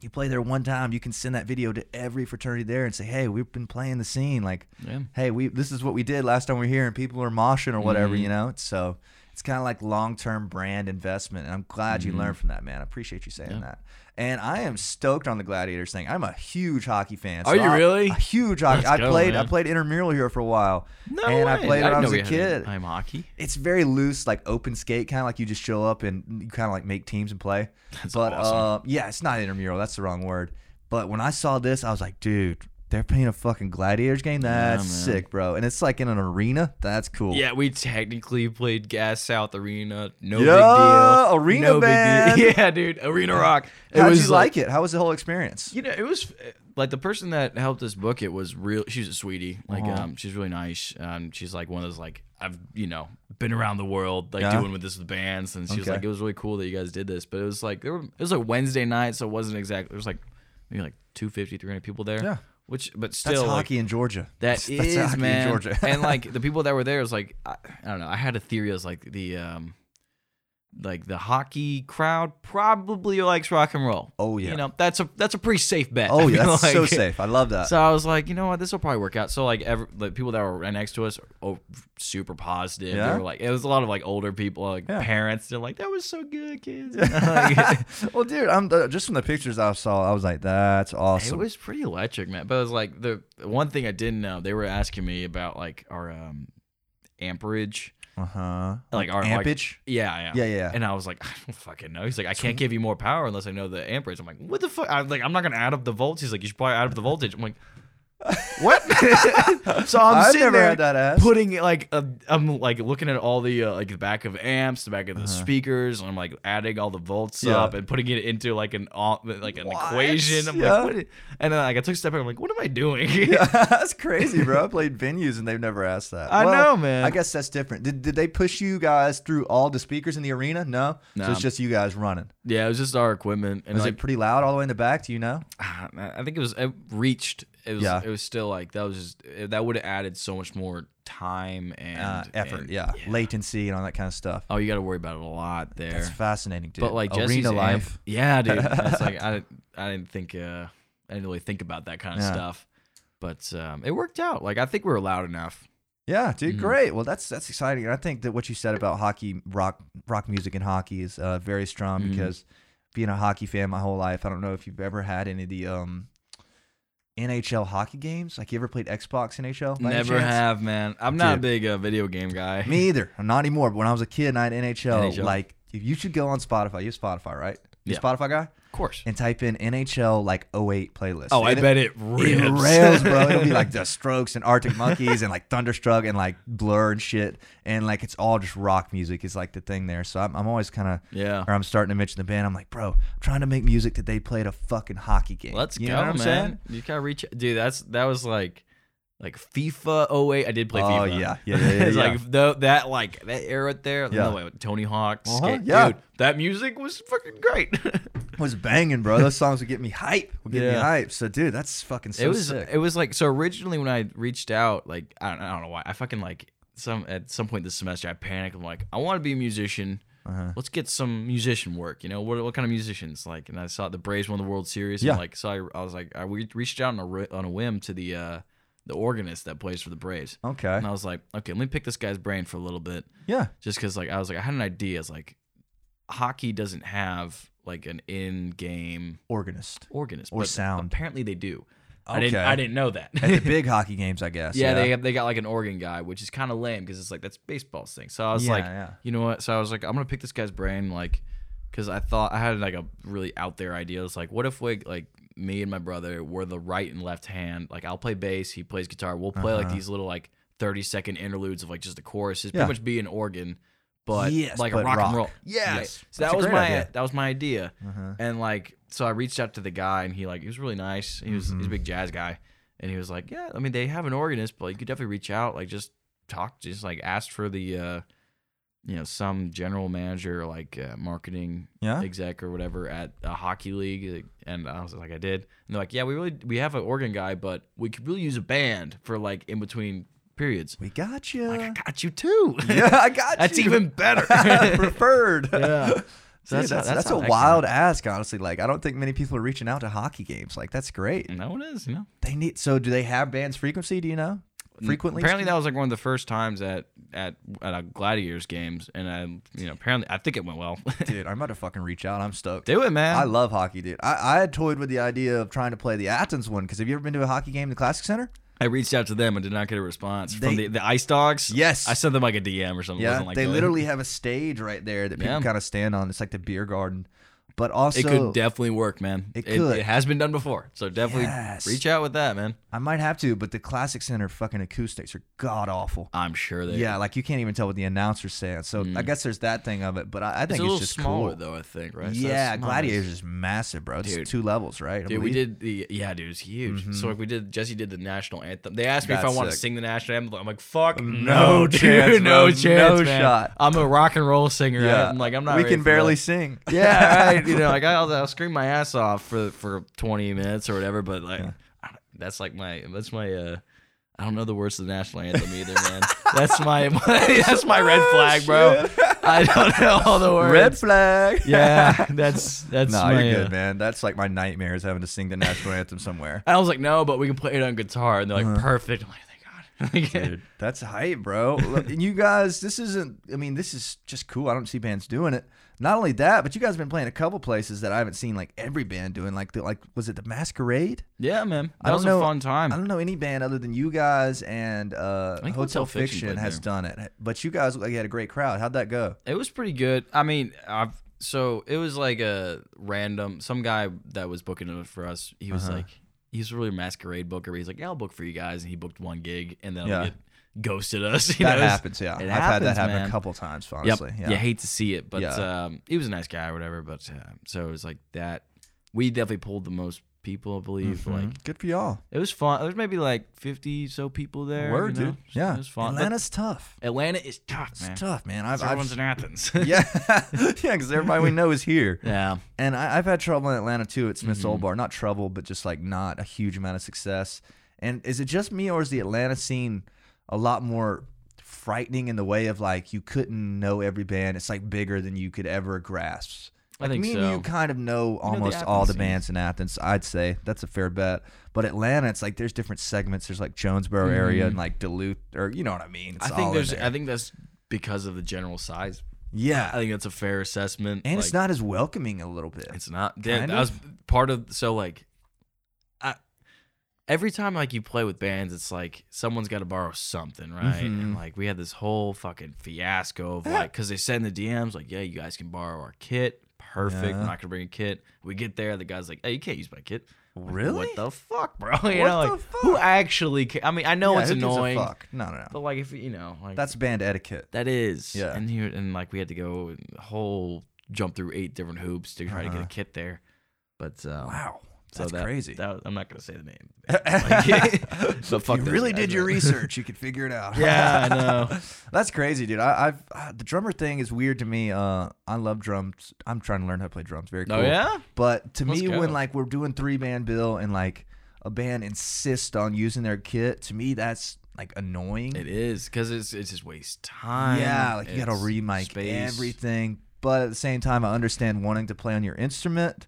B: you play there one time, you can send that video to every fraternity there and say, "Hey, we've been playing the scene. Like,
A: Yeah.
B: hey, we this is what we did last time we were here, and people are moshing or whatever,
A: Mm-hmm.
B: you know." So it's kind of like long term brand investment, and I'm glad you
A: Mm-hmm.
B: learned from that, man. I appreciate you saying that. And I am stoked on the Gladiators thing. I'm a huge hockey fan.
A: Are you
B: I-
A: really?
B: A huge hockey.
A: Let's
B: I
A: go,
B: played. I
A: man.
B: played intramural here for a while,
A: No
B: and I
A: way.
B: played when
A: didn't know
B: I, was
A: we
B: a
A: had an
B: kid
A: I'm hockey.
B: it's very loose, like open skate, kind of like you just show up and you kind of like make teams and play.
A: That's
B: but
A: awesome.
B: uh, yeah, it's not intramural. That's the wrong word. But when I saw this, I was like, dude, they're playing a fucking gladiators game. That's
A: man.
B: sick, bro. And it's like in an arena. That's cool.
A: Yeah, we technically played Gas South Arena. No
B: Yeah,
A: big deal.
B: arena
A: no big deal.
B: band.
A: Yeah, dude, Arena Rock. It
B: How did
A: was
B: you like it? How was the whole experience?
A: You know, it was uh, like the person that helped us book it was real. She's a sweetie. Like,
B: Uh-huh.
A: um, she's really nice. Um, she's like one of those like I've you know been around the world like
B: Yeah.
A: doing with this with bands, and she was
B: Okay.
A: like, it was really cool that you guys did this. But it was like there were it was like Wednesday night, so it wasn't exactly. There was like maybe like 250, 300 people there.
B: Yeah.
A: Which, but still,
B: That's
A: like,
B: hockey in Georgia.
A: that
B: that's
A: is,
B: hockey
A: man.
B: in Georgia.
A: and like the people that were there was like I, I don't know. I had a theory. I was like the um, like the hockey crowd probably likes rock and roll.
B: Oh, yeah.
A: you know that's a that's a pretty safe bet.
B: oh
A: I
B: yeah,
A: feel
B: that's so
A: like.
B: safe. I love that.
A: So I was like, you know what, this will probably work out. So like, every, like people that were right next to us, oh, super positive.
B: Yeah?
A: They were like, it was a lot of like older people, like
B: Yeah.
A: parents. They're like, that was so good, kids. Like,
B: well, dude, I'm just from the pictures I saw, I was like, that's
A: It
B: awesome.
A: was pretty electric, man. But it was like the the one thing I didn't know. They were asking me about like our um amperage,
B: Uh huh.
A: like our like-
B: Ampage.
A: yeah, yeah,
B: Yeah, yeah.
A: And I was like, I don't fucking know. He's like, I can't give you more power unless I know the amperage. I'm like, what the fuck? I'm like, I'm not gonna add up the volts. He's like, you should probably add up the voltage. I'm like, what? so I'm
B: I've
A: sitting
B: never
A: there
B: had that asked.
A: putting like a, I'm like looking at all the uh, like the back of amps, the back of the speakers, and I'm like adding all the volts
B: Uh-huh. Yeah.
A: up and putting it into like an au- like an
B: What?
A: equation. I'm
B: Yeah.
A: like, what? i- And then like I took a step back. I'm like, what am I doing?
B: that's crazy, bro. I played venues and they've never asked that.
A: I know, man.
B: I guess that's different. Did, did they push you guys through all the speakers in the arena? No. So
A: Nah.
B: it's just you guys running.
A: yeah, it was just our equipment, and
B: Was
A: like
B: it pretty loud all the way in the back? Do you know?
A: I I think it was it reached. It was
B: Yeah.
A: it was still like that was just it- that would have added so much more time and
B: Uh, effort,
A: and-
B: yeah. Latency and all that kind of stuff.
A: Oh, you got to worry about it a lot there.
B: That's fascinating, dude.
A: but like
B: arena
A: Jesse's amp-
B: life.
A: yeah, dude. It's like I I didn't think uh I didn't really think about that kind of
B: Yeah.
A: stuff. But um, it worked out. Like I think we were loud enough.
B: Yeah, dude,
A: Mm-hmm.
B: great. Well, that's that's exciting. And I think that what you said about hockey, rock, rock music, and hockey is uh, very strong
A: Mm-hmm.
B: because being a hockey fan my whole life, I don't know if you've ever had any of the um, NHL hockey games. Like, you ever played Xbox NHL? by any
A: Never
B: chance?
A: have, man. I'm not
B: Dude.
A: a big uh, video game guy.
B: Me either. Not anymore. But when I was a kid and I had NHL,
A: NHL.
B: like if you should go on Spotify. You have Spotify, right? You a
A: Yeah.
B: Spotify guy?
A: of course.
B: And type in NHL like 08 playlist.
A: Oh, I
B: And it-
A: bet it
B: It
A: rips.
B: rails, bro. It'll be like the Strokes and Arctic Monkeys and like Thunderstruck and like Blur and shit. And like it's all just rock music is like the thing there. So I'm, I'm always kind of,
A: Yeah.
B: or I'm starting to mention the band. I'm like, bro, I'm trying to make music that they played a fucking hockey game.
A: Let's
B: you
A: go,
B: know what I'm
A: man.
B: saying?
A: You gotta reach, dude. That's that was like like FIFA 08. I did play
B: Oh,
A: FIFA.
B: yeah. Yeah, yeah, yeah,
A: it's
B: yeah.
A: like tho- that like that era there.
B: Yeah.
A: No way, Tony Hawk.
B: Uh-huh,
A: Skate-
B: yeah.
A: Dude, that music was fucking great.
B: was banging, bro. Those songs would get me hype. Would get me
A: Yeah.
B: hype. So, dude, that's fucking so
A: it was
B: sick.
A: it was like so originally when I reached out, like I don't, I don't know why. I fucking like some at some point this semester I panicked. I'm like, I want to be a musician.
B: Uh-huh.
A: Let's get some musician work. You know what? What kind of musicians? Like, and I saw the Braves won the World Series.
B: Yeah.
A: And like, so I, I was like, I re- reached out on a ri- on a whim to the uh, the organist that plays for the Braves,
B: Okay.
A: and I was like, okay, let me pick this guy's brain for a little bit,
B: Yeah.
A: just because like I was like, I had an idea. It's like hockey doesn't have like an in game
B: Organist.
A: organist
B: Or
A: but
B: sound.
A: Apparently they do. I didn't.
B: Okay.
A: I didn't know that.
B: At the big hockey games, I guess.
A: Yeah, they they got like an organ guy, which is kind of lame because it's like that's baseball's thing. So I was
B: Yeah,
A: like,
B: yeah.
A: you know what? So I was like, I'm gonna pick this guy's brain, like, because I thought I had like a really out there idea. It's like, what if we like me and my brother were the right and left hand? Like, I'll play bass, he plays guitar. We'll play like
B: Uh-huh.
A: these little like 30 second interludes of like just the choruses,
B: Yeah.
A: pretty much be an organ, but
B: Yes,
A: like
B: but
A: a rock,
B: rock.
A: and roll.
B: Yes.
A: so
B: That's a
A: that was
B: great
A: my
B: idea.
A: that was my idea.
B: Uh-huh.
A: And like, so I reached out to the guy, and he like, he was really nice. He was he's
B: Mm-hmm.
A: a big jazz guy, and he was like, yeah, I mean, they have an organist, but like, you could definitely reach out, like, just talk, just like, ask for the, uh, you know, some general manager, or, like, uh, marketing
B: Yeah.
A: exec or whatever at a hockey league, and I was like, I did, and they're like, yeah, we really we have an organ guy, but we could really use a band for like in between periods.
B: We got you.
A: Like, I got you too.
B: yeah, I got
A: that's
B: you.
A: even better.
B: preferred.
A: Yeah.
B: Dude,
A: So that's-
B: that's, that's,
A: that's
B: a
A: how-
B: wild ask, honestly. Like, I don't think many people are reaching out to hockey games. Like, that's great.
A: no one is, you know.
B: They need. So, do they have bands frequency? Do you know? Frequently.
A: Mm, Apparently, that was like one of the first times at at at a Gladiators games, and I, you know, apparently, I think it went well.
B: dude, I'm about to fucking reach out. I'm stoked.
A: Do it, man.
B: I love hockey, dude. I, I had toyed with the idea of trying to play the Athens one because have you ever been to a hockey game, in the Classic Center?
A: I reached out to them and did not get a response
B: They-
A: from the, the Ice Dogs.
B: Yes.
A: I sent them like a DM or something. It
B: Yeah,
A: wasn't, like,
B: they
A: good.
B: literally have a stage right there that people
A: Yeah.
B: kind of stand on. It's like the beer garden, but also
A: It could definitely work, man.
B: It could.
A: It, has been done before, so definitely
B: Yes.
A: reach out with that, man.
B: I might have to. But the Classic Center fucking acoustics are god awful.
A: I'm sure they.
B: Yeah, like you can't even tell what the announcer's saying. So I guess there's that thing of it. But I, I
A: Mm. it's
B: think
A: a
B: it's,
A: little
B: just
A: smaller
B: cool.
A: though. I think right. So
B: yeah,
A: that's nice.
B: Gladiators is massive, bro. It's
A: Dude.
B: two levels, right? I
A: Dude, we
B: believe. Mm-hmm.
A: did the yeah, dude, it was huge. So like we did, Jesse did the national anthem. They asked me if I
B: That's
A: wanted to
B: sick.
A: sing the national anthem. I'm like, fuck,
B: No
A: no,
B: chance,
A: dude, no
B: bro.
A: chance,
B: No
A: man.
B: shot.
A: I'm a rock and roll singer.
B: Yeah,
A: I'm like, I'm not.
B: We
A: ready
B: can
A: for
B: barely
A: that.
B: sing.
A: Yeah, right. You know, like I'll, I'll scream my ass off for for 20 minutes or whatever. But like, I don't- that's like my that's my. uh I don't know the words to the national anthem either, man. That's my, that's my red flag, bro. I don't know all the words.
B: Oh, Red flag.
A: yeah, that's that's
B: Nah,
A: my.
B: you're
A: uh,
B: good, man. That's like my nightmare is having to sing the national anthem somewhere.
A: And I was like, no, but we can play it on guitar. And they're like, perfect. I'm like, thank God.
B: Uh-huh. Dude, that's hype, bro. Look, and you guys, this isn't. I mean, this is just cool. I don't see bands doing it. Not only that, but you guys have been playing a couple places that I haven't seen like every band doing. Like, the, like was it the Masquerade?
A: yeah, man.
B: I
A: That was
B: don't
A: a
B: know-
A: fun
B: I
A: time.
B: don't know any band other than you guys and uh, Hotel,
A: think Hotel Fiction
B: Fiction,
A: played
B: has done it. But you guys look like you had a great crowd. How'd that go?
A: It was pretty good. I mean, I've so it was like a random some guy that was booking it for us. He was
B: Uh-huh.
A: like, he's really a masquerade booker. He's like, yeah, I'll book for you guys, and he booked one gig, and then
B: Yeah.
A: it ghosted us. You
B: That
A: know, it's-
B: happens, yeah.
A: it
B: I've had that
A: happens,
B: happen a
A: man.
B: couple times,
A: Yep.
B: honestly.
A: Yeah. You hate to see it, but
B: Yeah.
A: um, he was a nice guy or whatever. But uh, so it was like that. We definitely pulled the most people, I believe. Like
B: Mhm. good for y'all.
A: It was fun. There was maybe like fifty so people there.
B: Word,
A: you know?
B: dude. Yeah,
A: it was fun. But
B: Atlanta's tough.
A: Atlanta is tough,
B: It's
A: man.
B: tough, man. I've, I've
A: Everyone's in Athens.
B: yeah, yeah, because everybody we know is here.
A: yeah,
B: And I, I've had trouble in Atlanta too at Smith's
A: Mm-hmm.
B: Old Bar. Not trouble, but just like not a huge amount of success. And is it just me or is the Atlanta scene a lot more frightening in the way of like you couldn't know every band? It's like bigger than you could ever grasp.
A: I
B: Like,
A: think
B: me
A: so.
B: and you kind of know almost
A: Athens
B: all the
A: scene.
B: bands in Athens. I'd say that's a fair bet. But Atlanta, it's like there's different segments. There's like Jonesboro area and like Duluth, or you know what I mean. It's
A: Mm-hmm. I
B: all
A: think
B: in
A: there's.
B: there.
A: I think that's because of the general size.
B: yeah,
A: I think that's a fair assessment.
B: and
A: Like,
B: it's not as welcoming a little bit.
A: It's not.
B: Kind
A: Damn, that was part of. So like, I every time like you play with bands, it's like someone's got to borrow something, right?
B: Mm-hmm.
A: And like we had this whole fucking fiasco of like because they send the DMs like, yeah, you guys can borrow our kit. Perfect.
B: Yeah.
A: I'm not gonna bring a kit. We get there. The guy's like, hey, you can't use my kit. I'm like,
B: Really?
A: What the fuck, bro? You
B: What
A: know,
B: the
A: like,
B: fuck?
A: who actually? Ca- I mean, I know
B: Yeah,
A: it's
B: who gives a
A: annoying,
B: fuck? No, no, no.
A: but like if you know, like
B: That's band etiquette.
A: that is.
B: Yeah.
A: And you and like we had to go a whole jump through eight different hoops to try to get a kit there. But uh,
B: Uh-huh. Wow.
A: So
B: That's
A: that-
B: crazy.
A: that- I'm not gonna say the name. Like, so fuck.
B: you
A: those
B: really
A: guys,
B: did your
A: but-
B: research. You could figure it out.
A: Yeah, I know.
B: That's crazy, dude. I, I've uh, the drummer thing is weird to me. Uh, I love drums. I'm trying to learn how to play drums. Very cool.
A: Oh yeah.
B: But to
A: Let's
B: me,
A: go.
B: when like we're doing three band bill and like a band insists on using their kit, to me that's like annoying.
A: It is because it's it's just waste time.
B: yeah, like you got to
A: it's
B: remake
A: space.
B: everything. But at the same time, I understand wanting to play on your instrument.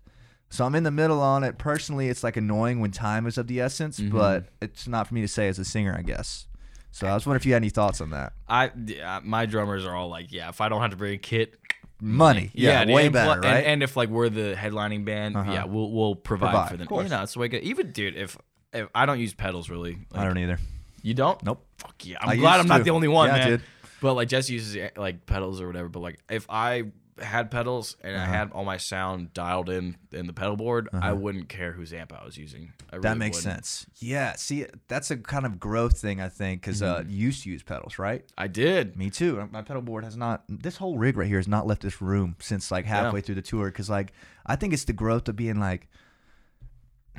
B: So I'm in the middle on it. Personally, it's like annoying when time is of the essence,
A: Mm-hmm.
B: but it's not for me to say as a singer, I guess. So I was wondering if you had any thoughts on that.
A: I yeah, my drummers are all like, yeah, if I don't have to bring a kit,
B: Money, yeah,
A: dude,
B: way
A: and pl-
B: better,
A: and-
B: right?
A: And, if like we're the headlining band,
B: Uh-huh.
A: yeah, we'll we'll provide,
B: Provide,
A: for them.
B: of course.
A: You know, it's the way. Good. Even dude, if, if I don't use pedals really, like,
B: I don't either.
A: You don't?
B: Nope.
A: Fuck yeah. I'm
B: I
A: glad
B: used
A: I'm not
B: to.
A: the only one,
B: Yeah,
A: man.
B: dude.
A: But like Jesse uses like pedals or whatever. But like if I had pedals and I
B: Uh-huh.
A: had all my sound dialed in in the pedal board, I wouldn't care whose amp I was using. I
B: That
A: really
B: makes
A: wouldn't.
B: sense. Yeah. See, that's a kind of growth thing, I think, because uh,
A: Mm-hmm.
B: you used to use pedals, right?
A: I did.
B: Me too. My pedal board has not. This whole rig right here has not left this room since like halfway through the tour. Because like I think it's the growth of being like.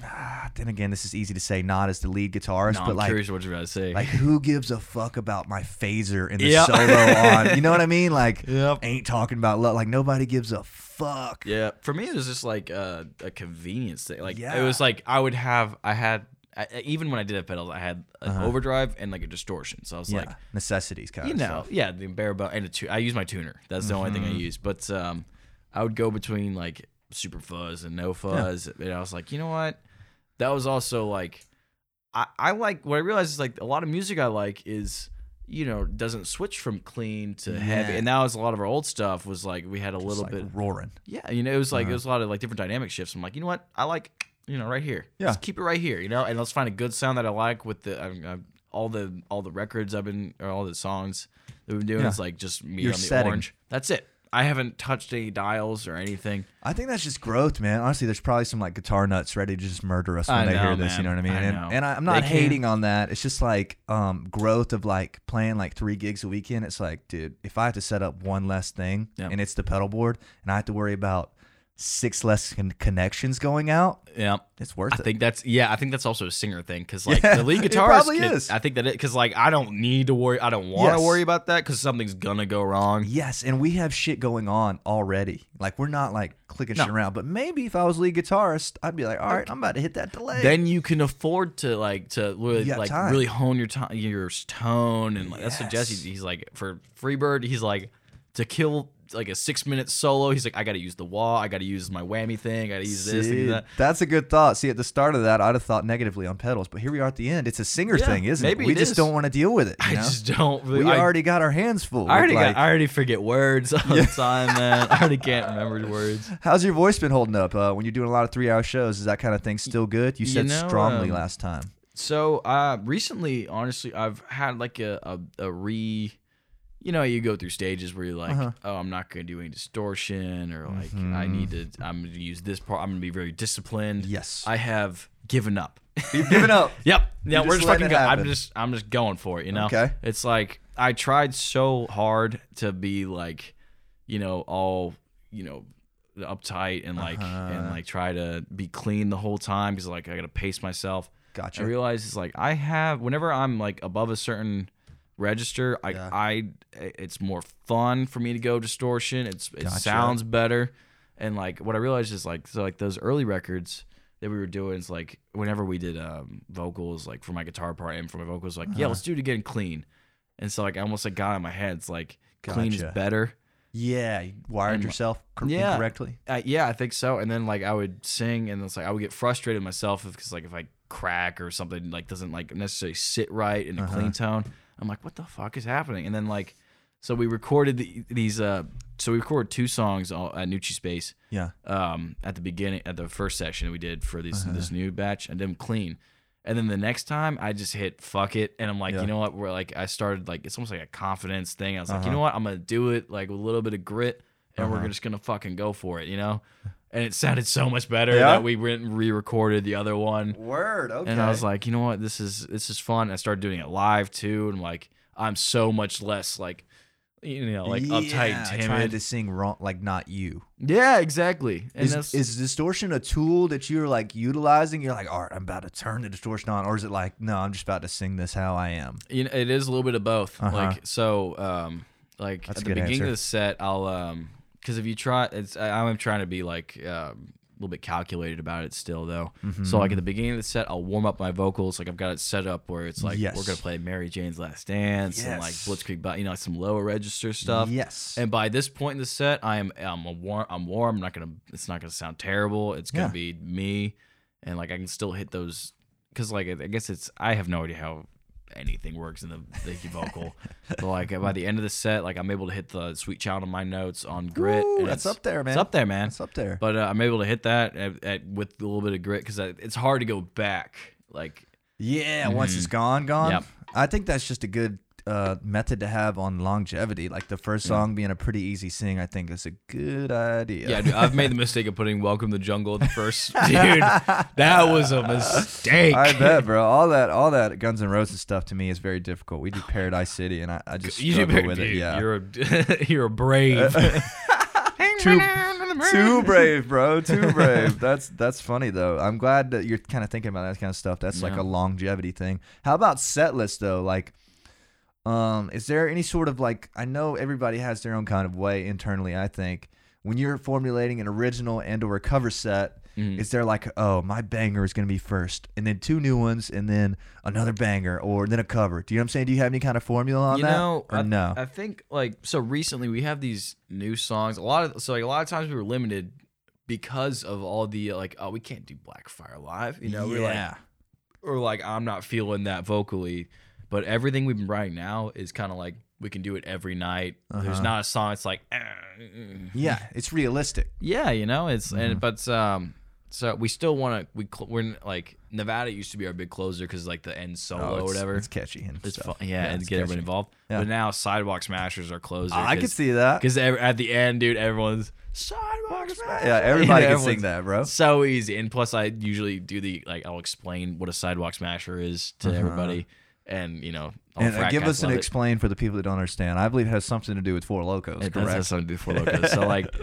B: Ah, then again, this is easy to say, not as the lead guitarist,
A: No,
B: but
A: I'm
B: like,
A: curious what you're about to say.
B: like who gives a fuck about my phaser and the
A: Yeah.
B: solo on? You know what I mean? Like,
A: Yep.
B: ain't talking about love. Like nobody gives a fuck.
A: yeah. For me, it was just like uh, a convenience thing. Like
B: Yeah.
A: it was like I would have I had I, even when I did have pedals, I had an overdrive and like a distortion. So I was
B: Uh-huh. Yeah,
A: like,
B: necessities kind
A: you
B: of
A: know,
B: stuff.
A: yeah, the bare bone and a tu- I use my tuner. That's the only thing I use. But um, I would go between like super fuzz and no fuzz, and I was like, you know what? That was also like, I I like what I realized is like a lot of music I like is you know doesn't switch from clean to heavy,
B: Yeah.
A: and that was a lot of our old stuff was like we had a
B: It's
A: little
B: like
A: bit,
B: roaring.
A: yeah, you know, it was like
B: Uh-huh.
A: it was a lot of like different dynamic shifts. I'm like, you know what? I like you know right here,
B: Yeah.
A: Just keep it right here, you know, and let's find a good sound that I like with the. I'm, I'm, all the all the records I've been or all the songs that we've been doing
B: Yeah.
A: It's like just me
B: Your
A: on the
B: setting.
A: orange. That's it. I haven't touched any dials or anything.
B: I think that's just growth, man. Honestly, there's probably some like guitar nuts ready to just murder us when
A: I
B: they
A: know,
B: hear this.
A: man.
B: You know what I mean?
A: I
B: and
A: know.
B: and I, I'm not
A: They can-
B: hating on that. It's just like um, growth of like playing like three gigs a weekend. It's like, dude, if I have to set up one less thing
A: Yeah.
B: and it's the pedal board, and I have to worry about six less con- connections going out,
A: Yeah,
B: it's worth
A: I
B: it.
A: think that's yeah. I think that's also a singer thing because like
B: Yeah,
A: the lead
B: it
A: guitarist
B: probably
A: can-
B: is.
A: I think that it because like I don't need to worry. I don't want to
B: Yes.
A: worry about that because something's gonna go wrong.
B: Yes, and we have shit going on already. Like we're not like clicking shit
A: No.
B: around. But maybe if I was lead guitarist, I'd be like, all right, I'm about to hit that delay.
A: then you can afford to like to really,
B: got
A: like
B: time.
A: really hone your tone, your tone, and like that's what
B: Yes.
A: Jesse. He's like for Freebird. He's like to kill like a six minute solo. He's like I got to use the wah. I got to use my whammy thing. I got to use this. I gotta
B: See,
A: do that.
B: That's a good thought. See, at the start of that, I'd have thought negatively on pedals, but here we are at the end. It's a singer
A: Yeah,
B: thing, isn't
A: maybe
B: it? We
A: it
B: just
A: is.
B: don't want to deal with it. you
A: I
B: know?
A: just don't.
B: we
A: Really, I,
B: already got our hands full.
A: I already
B: with,
A: got. I already forget words all
B: Yeah.
A: the time, man. I already can't remember words.
B: how's your voice been holding up uh, when you're doing a lot of three-hour shows? Is that kind of thing still good? You
A: you
B: said
A: know,
B: strongly
A: um,
B: last time.
A: So uh recently, honestly, I've had like a a, a re you know, you go through stages where you're like,
B: Uh-huh.
A: oh, I'm not going to do any distortion or like I
B: Mm-hmm.
A: need to I'm going to use this part. I'm going to be very disciplined.
B: Yes.
A: I have given up.
B: You've given up.
A: Yep. Yeah,
B: You're
A: we're
B: just
A: just
B: letting
A: fucking
B: it
A: go. I'm
B: happen.
A: just I'm just going for it, you know?
B: Okay.
A: It's like I tried so hard to be like, you know, all, you know, uptight and like
B: Uh-huh.
A: and like try to be clean the whole time because like I gotta pace myself.
B: Gotcha.
A: I realize it's like I have whenever I'm like above a certain register, I I eh, it's more fun for me to go distortion. It's it sounds better. And like what I realized is like so like those early records that we were doing is like whenever we did um vocals like for my guitar part and for my vocals like
B: Uh-huh.
A: yeah let's do it again clean, and so like I almost like got in my head it's like clean is
B: Gotcha.
A: better.
B: yeah, you wired yourself cor-
A: Yeah.
B: incorrectly.
A: Uh, yeah, I think so. And then like I would sing, and it's like I would get frustrated myself because like if I crack or something like doesn't like necessarily sit right in a clean tone, I'm like, what the fuck is happening? And then like, so we recorded the, these. uh So we recorded two songs all, at Nucci Space
B: Yeah.
A: um, at the beginning at the first session we did for this
B: Uh-huh.
A: this new batch. I did them clean, and then the next time I just hit fuck it, and I'm like,
B: Yeah.
A: you know what? We're like, I started like it's almost like a confidence thing. I was like, you know
B: Uh-huh.
A: what? I'm gonna do it like with a little bit of grit, and we're just gonna fucking go for it, you know. And it sounded so much better
B: Yeah?
A: that we went and re-recorded the other one.
B: Word. Okay.
A: And I was like, you know what, this is this is fun. I started doing it live too, and like I'm so much less like you know, like uptight
B: Yeah,
A: and timid.
B: trying to sing wrong, like not you.
A: Yeah, exactly. And
B: Is,
A: that's
B: is distortion a tool that you're like utilizing? You're like, all right, I'm about to turn the distortion on, or is it like, no, I'm just about to sing this how I am?
A: you know, it is a little bit of both.
B: Uh-huh.
A: Like so, um, like
B: That's a
A: at the
B: good
A: beginning
B: answer.
A: of the set, I'll um, because if you try, it's I, I'm trying to be like um, a little bit calculated about it still though.
B: Mm-hmm.
A: So like at the beginning of the set, I'll warm up my vocals. Like I've got it set up where it's like
B: Yes.
A: we're gonna play Mary Jane's Last Dance and like
B: Yes.
A: Blitzkrieg, Bop- you know, like some lower register stuff.
B: Yes.
A: And by this point in the set, I am I'm a warm. I'm warm. I'm not gonna. It's not gonna sound terrible. It's gonna
B: Yeah.
A: be me, and like I can still hit those. Cause like I I guess it's I have no idea how anything works in the, the vocal. but like by the end of the set, like I'm able to hit the sweet child on my notes on grit.
B: Ooh,
A: and
B: that's
A: it's-
B: up there, man.
A: It's up there, man.
B: That's up there.
A: But uh, I'm able to hit that at, at, with a little bit of grit because it's hard to go back. Like
B: Yeah, once it's gone, gone.
A: Mm-hmm. Yep.
B: I think that's just a good uh, method to have on longevity. Like the first song being a pretty easy sing, I think is a good idea.
A: yeah, dude, I've made the mistake of putting "Welcome to the Jungle" at the first. dude, that was a mistake.
B: I bet, bro. All that, all that Guns N' Roses stuff to me is very difficult. We did Paradise City, and I, I just
A: You
B: struggle
A: did-
B: with it.
A: dude,
B: Yeah, Uh,
A: you're a you're a brave.
B: too brave, bro. Too brave. That's that's funny though. I'm glad that you're kind of thinking about that kind of stuff. That's like
A: Yeah.
B: a longevity thing. How about set list though? Like, um, is there any sort of like? I know everybody has their own kind of way internally. I think when you're formulating an original and or a cover set.
A: Mm-hmm.
B: Is there like oh my banger is gonna be first and then two new ones and then another banger or then a cover? Do you know what I'm saying? Do you have any kind of formula on
A: you
B: that?
A: know,
B: or
A: I,
B: no?
A: I think like so recently we have these new songs. A lot of so like, a lot of times we were limited because of all the like oh we can't do Blackfire live. You know, we're like
B: yeah.
A: or like I'm not feeling that vocally, but everything we've been writing now is kind of like we can do it every night.
B: Uh-huh.
A: There's not a song. It's like "Ah, mm."
B: yeah, it's realistic.
A: Yeah, you know, it's
B: Mm-hmm.
A: and but um, so we still want to we cl- we're in, like Nevada used to be our big closer because like the end
B: Oh,
A: solo or
B: it's-
A: whatever.
B: It's catchy and
A: It's
B: stuff.
A: fun, yeah, and
B: it's
A: get everyone
B: catchy.
A: involved.
B: Yeah.
A: But now sidewalk smashers are closer.
B: I could see that.
A: because at the end, dude, everyone's sidewalk smashers.
B: Yeah, everybody
A: You know,
B: can sing
A: everyone's-
B: that, bro.
A: So easy, and plus I usually do the like I'll explain what a sidewalk smasher is to everybody, and you know, all
B: Uh-huh. And uh,
A: frat
B: give
A: guys
B: us an
A: love it.
B: explain for the people that don't understand. I believe it has something to do with Four Locos,
A: It does have
B: correct?
A: something to do with Four Locos. so like,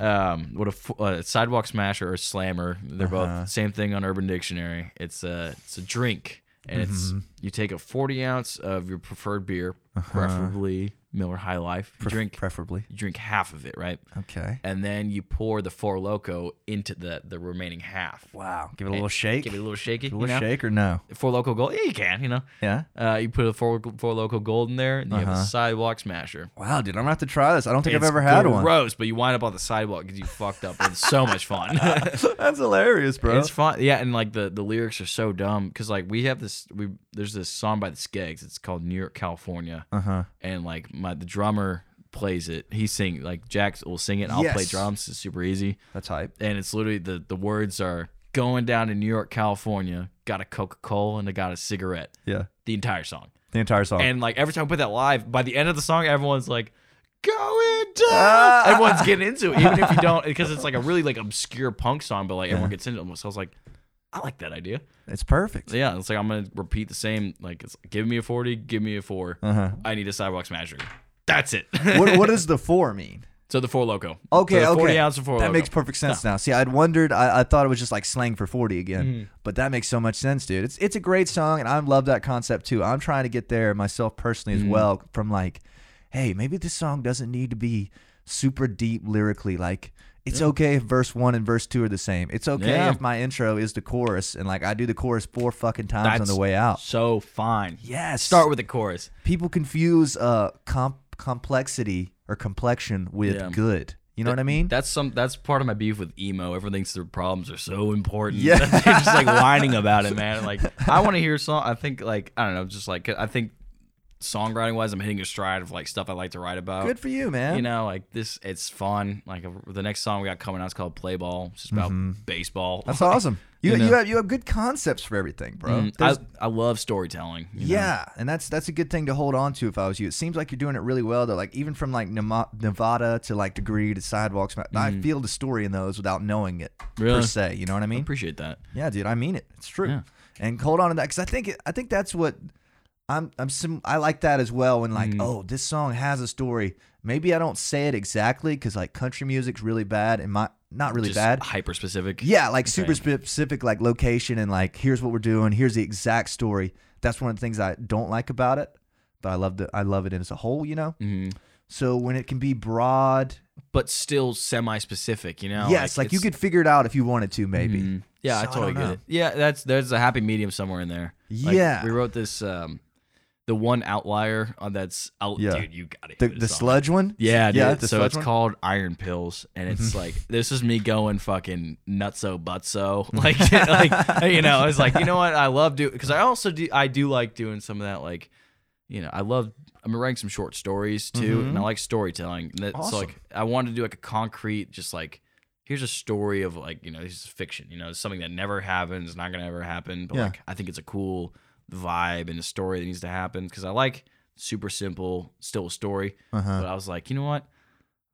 A: um, what a f- uh, sidewalk smasher or slammer. They're
B: Uh-huh.
A: both same thing on Urban Dictionary. It's a it's a drink, and it's
B: Mm-hmm.
A: you take a forty ounce of your preferred beer,
B: Uh-huh.
A: preferably Miller High Life. You drink
B: preferably.
A: you drink half of it, right?
B: Okay.
A: And then you pour the Four Loco into the the remaining half.
B: Wow. Give it a little shake.
A: Eh, Give it a little shaky.
B: a
A: You
B: little
A: know?
B: shake or no?
A: Four Loco Gold. Yeah, you can. You know.
B: Yeah.
A: Uh, you put a four, four loco gold in there, and you
B: Uh-huh.
A: have a sidewalk smasher.
B: Wow, dude, I'm gonna have to try this. I don't think I've
A: It's
B: ever had one.
A: Gross, but you wind up on the sidewalk because you fucked up. It's so much fun.
B: That's hilarious, bro.
A: it's fun, yeah. And like the the lyrics are so dumb because like we have this we there's this song by the Skeggs. It's called New York, California,
B: uh huh.
A: and like my the drummer plays it. He sing like Jack will sing it. and I'll play
B: Yes.
A: drums. It's super easy,
B: That's hype.
A: and it's literally the the words are going down to New York, California. Got a Coca Cola and I got a cigarette.
B: Yeah.
A: The entire song.
B: The entire song.
A: And like every time I put that live, by the end of the song, everyone's like, "Going
B: Ah.
A: down." Everyone's getting into it, even if you don't, because it's like a really like obscure punk song, but like everyone gets into it. So I was like, I like that idea.
B: it's perfect.
A: So yeah, it's like I'm gonna repeat the same. Like, it's give me a forty, give me a four.
B: Uh-huh.
A: I need a sidewalk smasher. That's it.
B: what, what does the four mean?
A: so the four loco.
B: Okay,
A: so the
B: okay.
A: Forty ounce of four
B: that
A: loco.
B: makes perfect sense now. See, I'd wondered. I, I thought it was just like slang for forty again,
A: Mm.
B: but that makes so much sense, dude. It's it's a great song, and I love that concept too. I'm trying to get there myself personally
A: Mm-hmm.
B: as well. From like, hey, maybe this song doesn't need to be super deep lyrically. Like, it's okay if verse one and verse two are the same. It's okay
A: Yeah.
B: if my intro is the chorus, and like I do the chorus four fucking times on
A: That's-
B: the way out.
A: so fine.
B: Yes.
A: Start with the chorus.
B: People confuse uh comp complexity or complexion with
A: Yeah.
B: good. You know what I mean?
A: That's some. That's part of my beef with emo. Everyone thinks their problems are so important.
B: Yeah.
A: Yeah, they're just like whining about it, man. Like I want to hear a song. I think like I don't know. Just like I think songwriting wise, I'm hitting a stride of like stuff I like to write about.
B: Good for you, man.
A: Oh. You know, like this, it's fun. Like uh, the next song we got coming out is called "Play Ball." It's just about baseball.
B: Mm-hmm. That's awesome. You,
A: You know.
B: you have you have good concepts for everything, bro.
A: Mm,
B: There's-
A: I I love storytelling. you know?
B: yeah, and that's that's a good thing to hold on to. If I was you, it seems like you're doing it really well though. Like even from like Nema- Nevada to like Degree to Sidewalks, I feel the story in those without knowing it
A: Mm.
B: per
A: Really?
B: se. You know what I mean?
A: appreciate that.
B: Yeah, dude, I mean it. It's true.
A: Yeah.
B: And hold on to that because I think I think that's what I'm I'm sim- I like that as well. When
A: Mm.
B: like, oh, this song has a story. Maybe I don't say it exactly because like country music's really bad and my not really
A: Just
B: bad.
A: Hyper specific.
B: Yeah, like super specific, like location and like here's what we're doing. Here's the exact story. That's one of the things I don't like about it, but I love the I love it as a whole. You know.
A: Mhm.
B: So when it can be broad,
A: But still semi specific, you know?
B: yes, like, you
A: Oh, it's-
B: could figure it out if you wanted to, maybe.
A: Mhm. Yeah, I
B: So I
A: totally
B: don't
A: get
B: know.
A: it. Yeah, that's there's a happy medium somewhere in there. Like,
B: Yeah.
A: we wrote this um, the one outlier on that's out.
B: Yeah.
A: dude, you got it.
B: The, the sludge one.
A: Yeah,
B: yeah.
A: dude.
B: The
A: so
B: sludge
A: it's
B: one? Mm-hmm.
A: called Iron Pills, and it's like this is me going fucking nutso butso, like like you know, it's like you know what I love do because I also do I do like doing some of that like you know I love I'm writing some short stories too, and I like storytelling. And that's
B: Mm-hmm. Awesome.
A: like I wanted to do like a concrete, just like here's a story of like you know this is fiction, you know, it's something that never happens, not gonna ever happen, but
B: Yeah.
A: like I think it's a cool vibe and a story that needs to happen because I like super simple, still a story.
B: Uh-huh.
A: But I was like, you know what?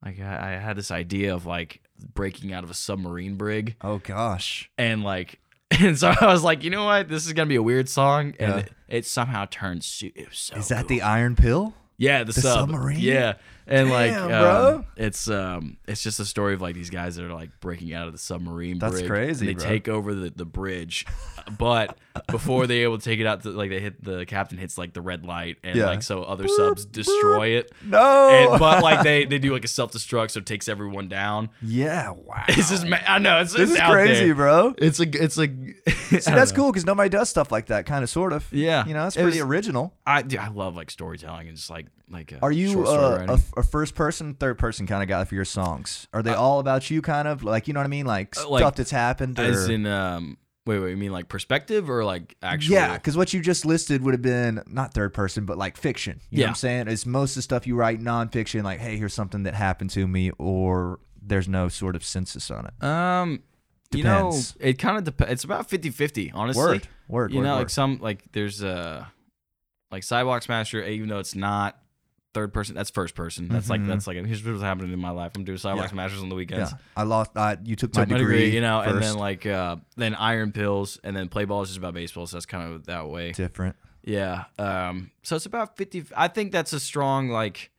A: Like I, I had this idea of like breaking out of a submarine brig
B: Oh gosh.
A: and like and so I was like, you know what? This is gonna be a weird song and
B: Yeah.
A: it, it somehow turns su- it was so
B: Is that
A: cool.
B: the iron pill?
A: Yeah, the,
B: the
A: sub.
B: submarine?
A: Yeah. And like
B: Damn,
A: um,
B: bro.
A: it's um it's just a story of like these guys that are like breaking out of the submarine
B: That's
A: brig.
B: crazy,
A: and they
B: bro.
A: take over the, the bridge. But before they're able to take it out, like they hit the captain hits like the red light and
B: Yeah.
A: like so other subs destroy it.
B: No.
A: And, but like they they do like a self destruct, so it takes everyone down.
B: yeah. Wow.
A: It's just ma- I know it's,
B: this
A: it's
B: is
A: out
B: crazy,
A: there.
B: bro.
A: It's a it's a
B: See, that's cool because nobody does stuff like that, kind of, sort of.
A: Yeah.
B: You know, that's
A: It
B: pretty
A: was-
B: original.
A: I dude, I love like storytelling and just like like uh,
B: Are you
A: short story
B: uh, a,
A: writing.
B: f- a first person, third person kind of guy for your songs? Are they all about you, kind of like you know what I mean, like
A: Uh,
B: stuff
A: like,
B: that's happened? Or,
A: as in um wait wait you mean like perspective or like actual
B: yeah, because what you just listed would have been not third person, but like fiction. You know what
A: Yeah.
B: I'm saying? It's most of the stuff you write nonfiction, like hey, here's something that happened to me, or there's no sort of census on it.
A: um you know
B: Depends.
A: it kind of depends it's about 50-50 honestly
B: Word, word,
A: you
B: word,
A: know like
B: word.
A: some like there's uh like sidewalk smasher even though it's not third person that's first person that's like that's like here's what's happening in my life i'm doing sidewalk
B: Mm-hmm. Yeah.
A: smashers on the
B: Yeah,
A: weekends
B: I lost. I, you took,
A: took
B: my, degree,
A: you know, and
B: first.
A: then like uh, then iron pills, and then play ball is just about baseball, so that's kind of that way.
B: different.
A: Yeah. Um. So it's about fifty. I think that's a strong like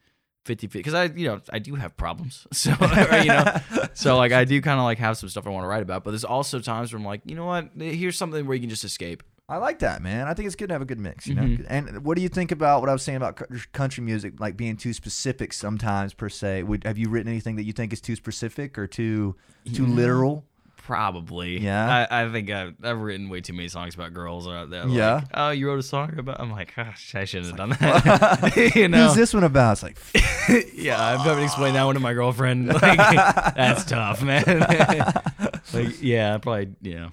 A: fifty because I you know I do have problems, so or, you know, so like I do kind of like have some stuff I want to write about, but there's also times where I'm like, you know what, here's something where you can just escape.
B: I like that, man. I think it's good to have a good mix, you know.
A: Mhm.
B: And what do you think about what I was saying about cou- country music, like being too specific sometimes per se? Would have you written anything that you think is too specific or too too literal?
A: Probably.
B: Yeah.
A: I, I think I've, I've written way too many songs about girls. Or they're like,
B: Yeah.
A: oh, you wrote a song about? I'm like, gosh, I shouldn't have done that. you know.
B: Who's this one about? It's like f-
A: yeah, I've never explained that one to my girlfriend. Like, that's tough, man. like, yeah, probably, yeah.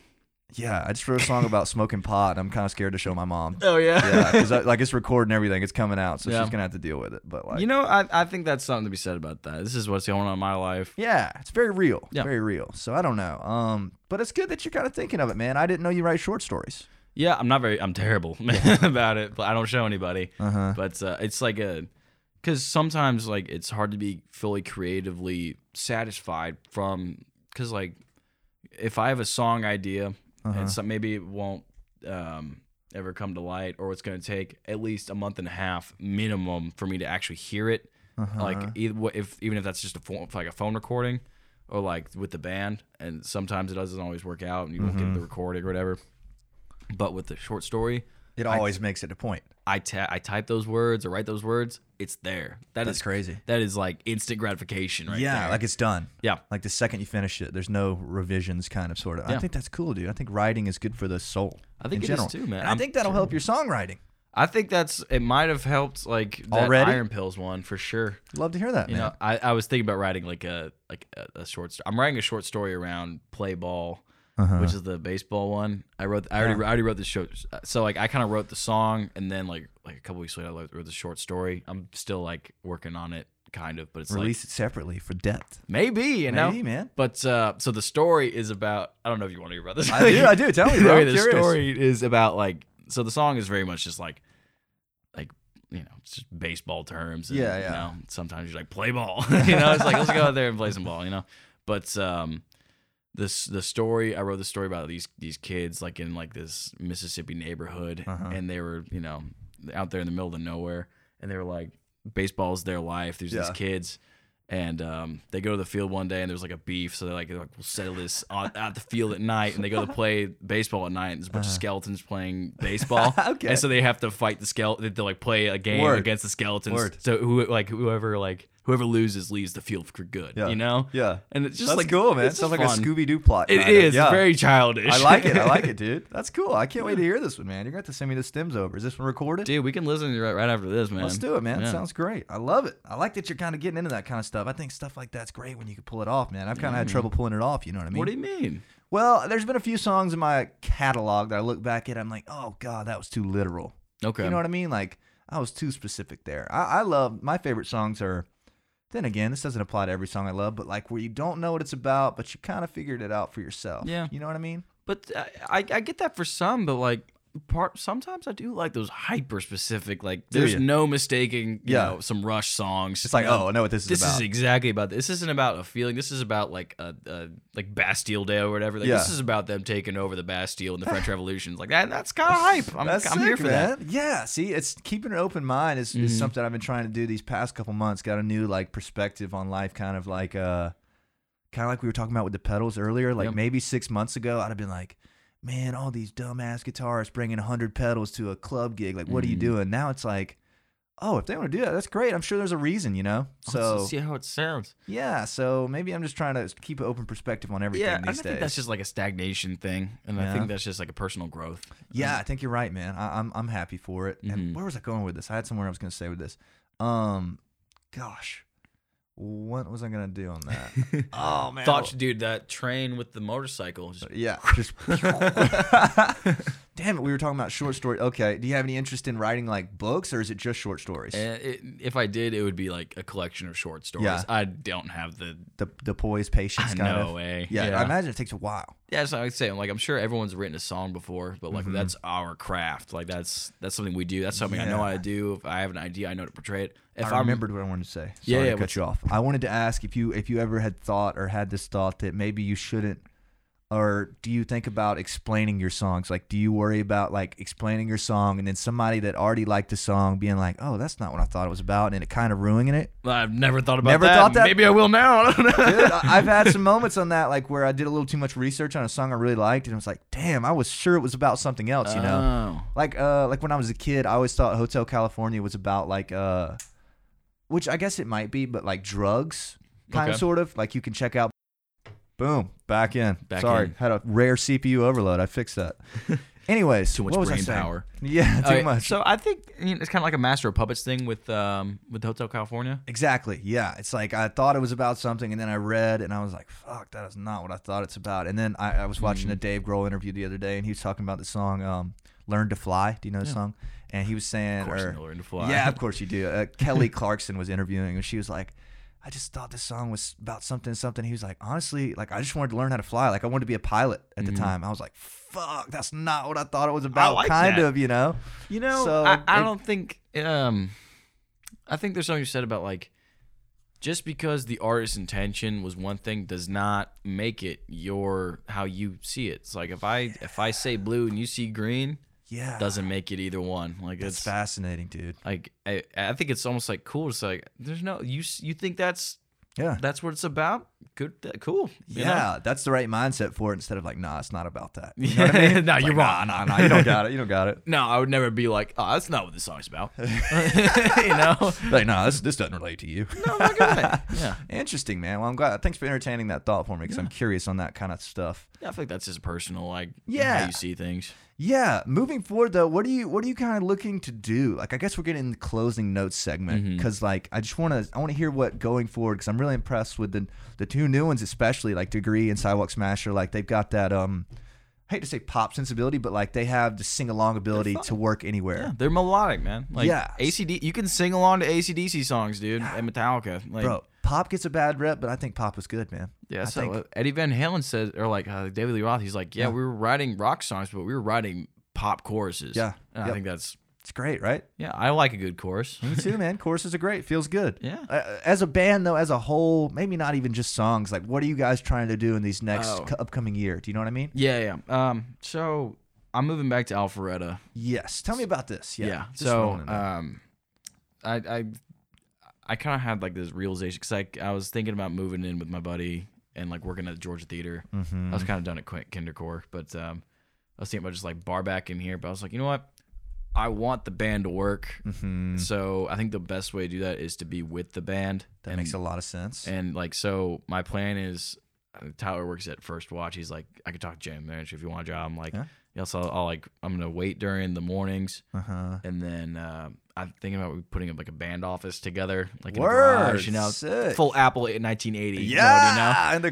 B: yeah, I just wrote a song about smoking pot. And I'm kind of scared to show my mom.
A: Oh
B: Yeah, because like it's recording everything. It's coming out, so
A: Yeah.
B: she's gonna have to deal with it. But like,
A: You know, I, I think that's something to be said about that. This is what's going on in my life.
B: yeah, it's very real. It's
A: Yeah.
B: very real. So I don't know. Um, but it's good that you're kind of thinking of it, man. I didn't know you write short stories.
A: Yeah, I'm not very, I'm terrible about it, but I don't show anybody.
B: Uh huh.
A: But uh, it's like a, because sometimes like it's hard to be fully creatively satisfied from, because like if I have a song idea and some, maybe it won't um, ever come to light or it's going to take at least a month and a half minimum for me to actually hear it. Like either if even if that's just a phone, like a phone recording or like with the band and sometimes it doesn't always work out and you don't get the recording or whatever. But with the short story,
B: It always makes it a point.
A: I ta- I type those words or write those words, it's there. That
B: That's
A: is-
B: crazy.
A: That is like instant gratification right
B: yeah,
A: there.
B: like it's done.
A: yeah.
B: Like the second you finish it, there's no revisions, kind of, sort of. I
A: Yeah.
B: think that's cool, dude. I think writing is good for the soul.
A: I think
B: in
A: it is
B: general.
A: too, man.
B: And I
A: I'm
B: think that'll help your songwriting.
A: I think that's it might have helped like that
B: Already?
A: Iron Pills one for sure.
B: Love to hear that,
A: You
B: man.
A: know, I, I was thinking about writing like a like a, a short story. I'm writing a short story around play ball,
B: Uh-huh.
A: which is the baseball one. I wrote. I already I already wrote the show. So like I kind of wrote the song, and then like like a couple weeks later, I wrote wrote the short story. I'm still like working on it, kind of, but it's
B: Release it separately for depth.
A: like maybe you know.
B: Maybe, man.
A: But uh, so the story is about. I don't know if you want to hear about this.
B: I do, I do. Tell me, bro.
A: Anyway,
B: I'm
A: the
B: curious.
A: story is about like. So the song is very much just like, like you know, it's just baseball terms. And,
B: Yeah,
A: you
B: yeah.
A: know, sometimes you're like play ball. you know, it's like let's go out there and play some ball. You know, but um, this the story I wrote the
B: Uh-huh.
A: story about these these kids like in like this Mississippi neighborhood, and they were you know out there in the middle of the nowhere, and they were like, baseball's their life. There's
B: Yeah.
A: these kids, and um, they go to the field one day, and there's like a beef, so they're like, they're like we'll settle this out at the field at night, and they go to play baseball at night, and there's a bunch of skeletons playing baseball,
B: Uh-huh. Okay.
A: and so they have to fight the skeleton. They like play a game
B: Word.
A: against the skeletons.
B: Word.
A: So who like whoever like whoever loses leaves the field for good.
B: Yeah.
A: You know.
B: Yeah.
A: And it's just
B: That's
A: like
B: cool, man.
A: it's
B: Sounds
A: just
B: like a
A: fun.
B: Scooby Doo plot.
A: It
B: kinda.
A: is
B: Yeah.
A: very childish.
B: I like it. I like it, dude. That's cool. I can't wait to hear this one, man. You're going to have to send me the stems over. Is this one recorded?
A: Dude, we can listen to it right, right after this, man.
B: Let's do it, man.
A: Yeah.
B: Sounds great. I love it. I like that you're kind of getting into that kind of stuff. I think stuff like that's great when you can pull it off, man. I've kind of had trouble pulling it off. You know what I mean?
A: Mm. What do you mean?
B: well, there's been a few songs in my catalog that I look back at. I'm like, oh god, that was too literal.
A: Okay.
B: You know what I mean? Like I was too specific there. I, I love my favorite songs are. Then again, this doesn't apply to every song I love, but like where you don't know what it's about, but you kind of figured it out for yourself.
A: Yeah.
B: You know what I mean?
A: but I, I I get that for some, but like part sometimes I do like those hyper specific. Like
B: Do
A: there's
B: ya?
A: no mistaking. You
B: Yeah.
A: know, some Rush songs.
B: It's like,
A: you know,
B: oh, I know what this is
A: This
B: about.
A: is exactly about this. Isn't about a feeling. This is about like a, a like Bastille Day or whatever. Like,
B: Yeah.
A: This is about them taking over the Bastille and the French Revolution. Like that. That's kind of hype. I'm,
B: That's
A: I'm here
B: sick,
A: for that. Mm-hmm.
B: man. Yeah, see, it's keeping an open mind is, is something I've been trying to do these past couple months. Got a new like perspective on life, kind of like uh, kind of like we were talking about with the pedals earlier. Like
A: Yep.
B: maybe six months ago, I'd have been like, man, all these dumbass guitarists bringing hundred pedals to a club gig. Like, what are you
A: Mhm.
B: doing? Now it's like, oh, if they want to do that, that's great. I'm sure there's a reason, you know. So
A: Let's see how it sounds.
B: yeah, so maybe I'm just trying to keep an open perspective on everything
A: Yeah, and I
B: these
A: think
B: days.
A: that's just like a stagnation thing, and
B: Yeah.
A: I think that's just like a personal growth. Um,
B: Yeah, I think you're right, man. I, I'm I'm happy for it. And
A: Mhm.
B: where was I going with this? I had somewhere I was going to say with this. Um, gosh, what was I going to do on that? oh man,
A: Thought, you- dude, that train with the motorcycle. Just,
B: yeah, just. Damn it, we were talking about short story. Okay, do you have any interest in writing like books, or is it just short stories?
A: eh, it, if I did, it would be like a collection of short stories.
B: Yeah.
A: I don't have the.
B: the the poise, patience,
A: I
B: kind
A: no
B: of.
A: way.
B: Yeah,
A: yeah.
B: I imagine it takes a while.
A: Yeah, that's what I would say. I'm like, I'm sure everyone's written a song before, but like
B: Mm-hmm.
A: that's our craft. Like that's that's something we do. That's something I know how
B: Yeah.
A: to do. If I have an idea, I know how to portray it. If
B: I
A: I'm-
B: remembered what I wanted to say. Sorry
A: Yeah, yeah,
B: to cut
A: what's-
B: you off. I wanted to ask if you if you ever had thought or had this thought that maybe you shouldn't, or do you think about explaining your songs? Like, do you worry about like explaining your song and then somebody that already liked the song being like, "Oh, that's not what I thought it was about," and it kind of ruining it?
A: I've never thought about
B: Never
A: that.
B: thought that-
A: Maybe I will now. I don't know.
B: Dude, I- I've had some moments on that like where I did a little too much research on a song I really liked, and I was like, "Damn, I was sure it was about something else," you know.
A: Oh.
B: like uh like when I was a kid, I always thought Hotel California was about like uh which I guess it might be, but like drugs kind of
A: Okay.
B: sort of like you can check out boom, back in.
A: Back
B: Sorry,
A: in.
B: had a rare CPU overload. I fixed that. Anyways,
A: Too much
B: what was I
A: brain
B: saying?
A: power.
B: Yeah, too
A: Okay,
B: much.
A: So I think you know, it's kind of like a Master of Puppets thing with um with Hotel California.
B: Exactly. Yeah. It's like I thought it was about something, and then I read, and I was like, "Fuck, that is not what I thought it's about." And then I, I was watching
A: Mm.
B: a Dave Grohl interview the other day, and he was talking about the song um, "Learn to Fly." Do you know the song? And he was saying,
A: course
B: or-
A: you know Learn to Fly.
B: Yeah, of course you do. Uh, Kelly Clarkson was interviewing, and she was like, "I just thought this song was about something, something." He was like, "Honestly, like I just wanted to learn how to fly. Like I wanted to be a pilot at the time." I was like, "Fuck, that's not what I thought it was about."
A: Mm-hmm. like
B: kind
A: that.
B: of, you know.
A: You know,
B: So,
A: I, I
B: it-
A: don't think. Um, I think there's something you said about like, just because the artist's intention was one thing does not make it your how you see it. It's like if I if I say blue and you see green,
B: Yeah,
A: doesn't make it either one. Like
B: that's
A: it's
B: fascinating, dude.
A: like I, I think it's almost like cool. It's like there's no you s- you think that's
B: Yeah.
A: that's what it's about. Good, th- cool. you know?
B: Yeah, that's the right mindset for it instead of like, nah, it's not about that. You know
A: Yeah,
B: what I mean?
A: no,
B: It's
A: you're
B: like,
A: wrong.
B: Nah, nah, nah, you don't got it. You don't got it.
A: No, I would never be like, oh, that's not what this song's about. you know?
B: Like, nah, this, this doesn't relate to you.
A: No, my God. Yeah.
B: Interesting, man. Well, I'm glad. Thanks for entertaining that thought for me because I'm curious on that kind of stuff.
A: Yeah, I feel like that's just personal, like
B: Yeah.
A: how you see things.
B: Yeah, moving forward though, what are you what are you kind of looking to do? Like, I guess we're getting in the closing notes segment
A: Mm-hmm.
B: because like I just want to I want to hear what going forward because I'm really impressed with the the two new ones especially like Degree and Sidewalk Smasher. Like they've got that um. I hate to say pop sensibility, but like they have the sing along ability to work anywhere.
A: Yeah, they're melodic, man. Like
B: Yeah.
A: ACD, you can sing along to ACDC songs, dude, and Metallica. Like,
B: Bro, Pop gets a bad rep, but I think Pop was good, man.
A: yeah.
B: I
A: so
B: think
A: uh, Eddie Van Halen says, or like uh, David Lee Roth, he's like, yeah, we were writing rock songs, but we were writing pop choruses.
B: Yeah.
A: and
B: Yep.
A: I think that's
B: it's great, right?
A: yeah, I like a good chorus.
B: Me too, man. Choruses are great. Feels good.
A: Yeah.
B: Uh, as a band, though, as a whole, maybe not even just songs. Like, what are you guys trying to do in these next
A: Oh.
B: cu- upcoming year? Do you know what I mean?
A: yeah, yeah. Um, so I'm moving back to Alpharetta.
B: Yes. Tell me about this. Yeah.
A: Yeah.
B: Just
A: So
B: wanna know.
A: um, I I I kind of had like this realization because I I was thinking about moving in with my buddy and like working at the Georgia Theater.
B: Mm-hmm.
A: I was kind of done at Quint- Kindercore, but um, I was thinking about just like bar back in here. But I was like, you know what? I want the band to work.
B: Mm-hmm.
A: So I think the best way to do that is to be with the band.
B: that
A: and
B: makes a lot of sense.
A: and like, so my plan is uh, Tyler works at First Watch. He's like, I could talk to Jim there if you want a job. I'm like,
B: Yeah.
A: yeah. so I'll, I'll like, I'm gonna wait during the mornings,
B: Uh huh.
A: and then uh, I'm thinking about putting up like a band office together, like in a
B: Word.
A: garage, you know,
B: Sick.
A: full Apple 1980. you know, you know?
B: yeah. In the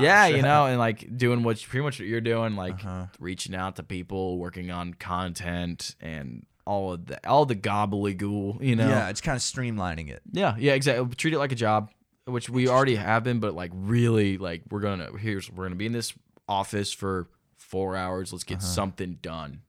A: Yeah, you know, and like doing what pretty much what you're doing, like
B: Uh-huh.
A: reaching out to people, working on content, and all of the all the gobbledygool, you know.
B: Yeah. It's kind of streamlining it.
A: Yeah, yeah, exactly. Treat it like a job, which we already have been, but like really, like we're gonna here's we're gonna be in this office for four hours. Let's get something done.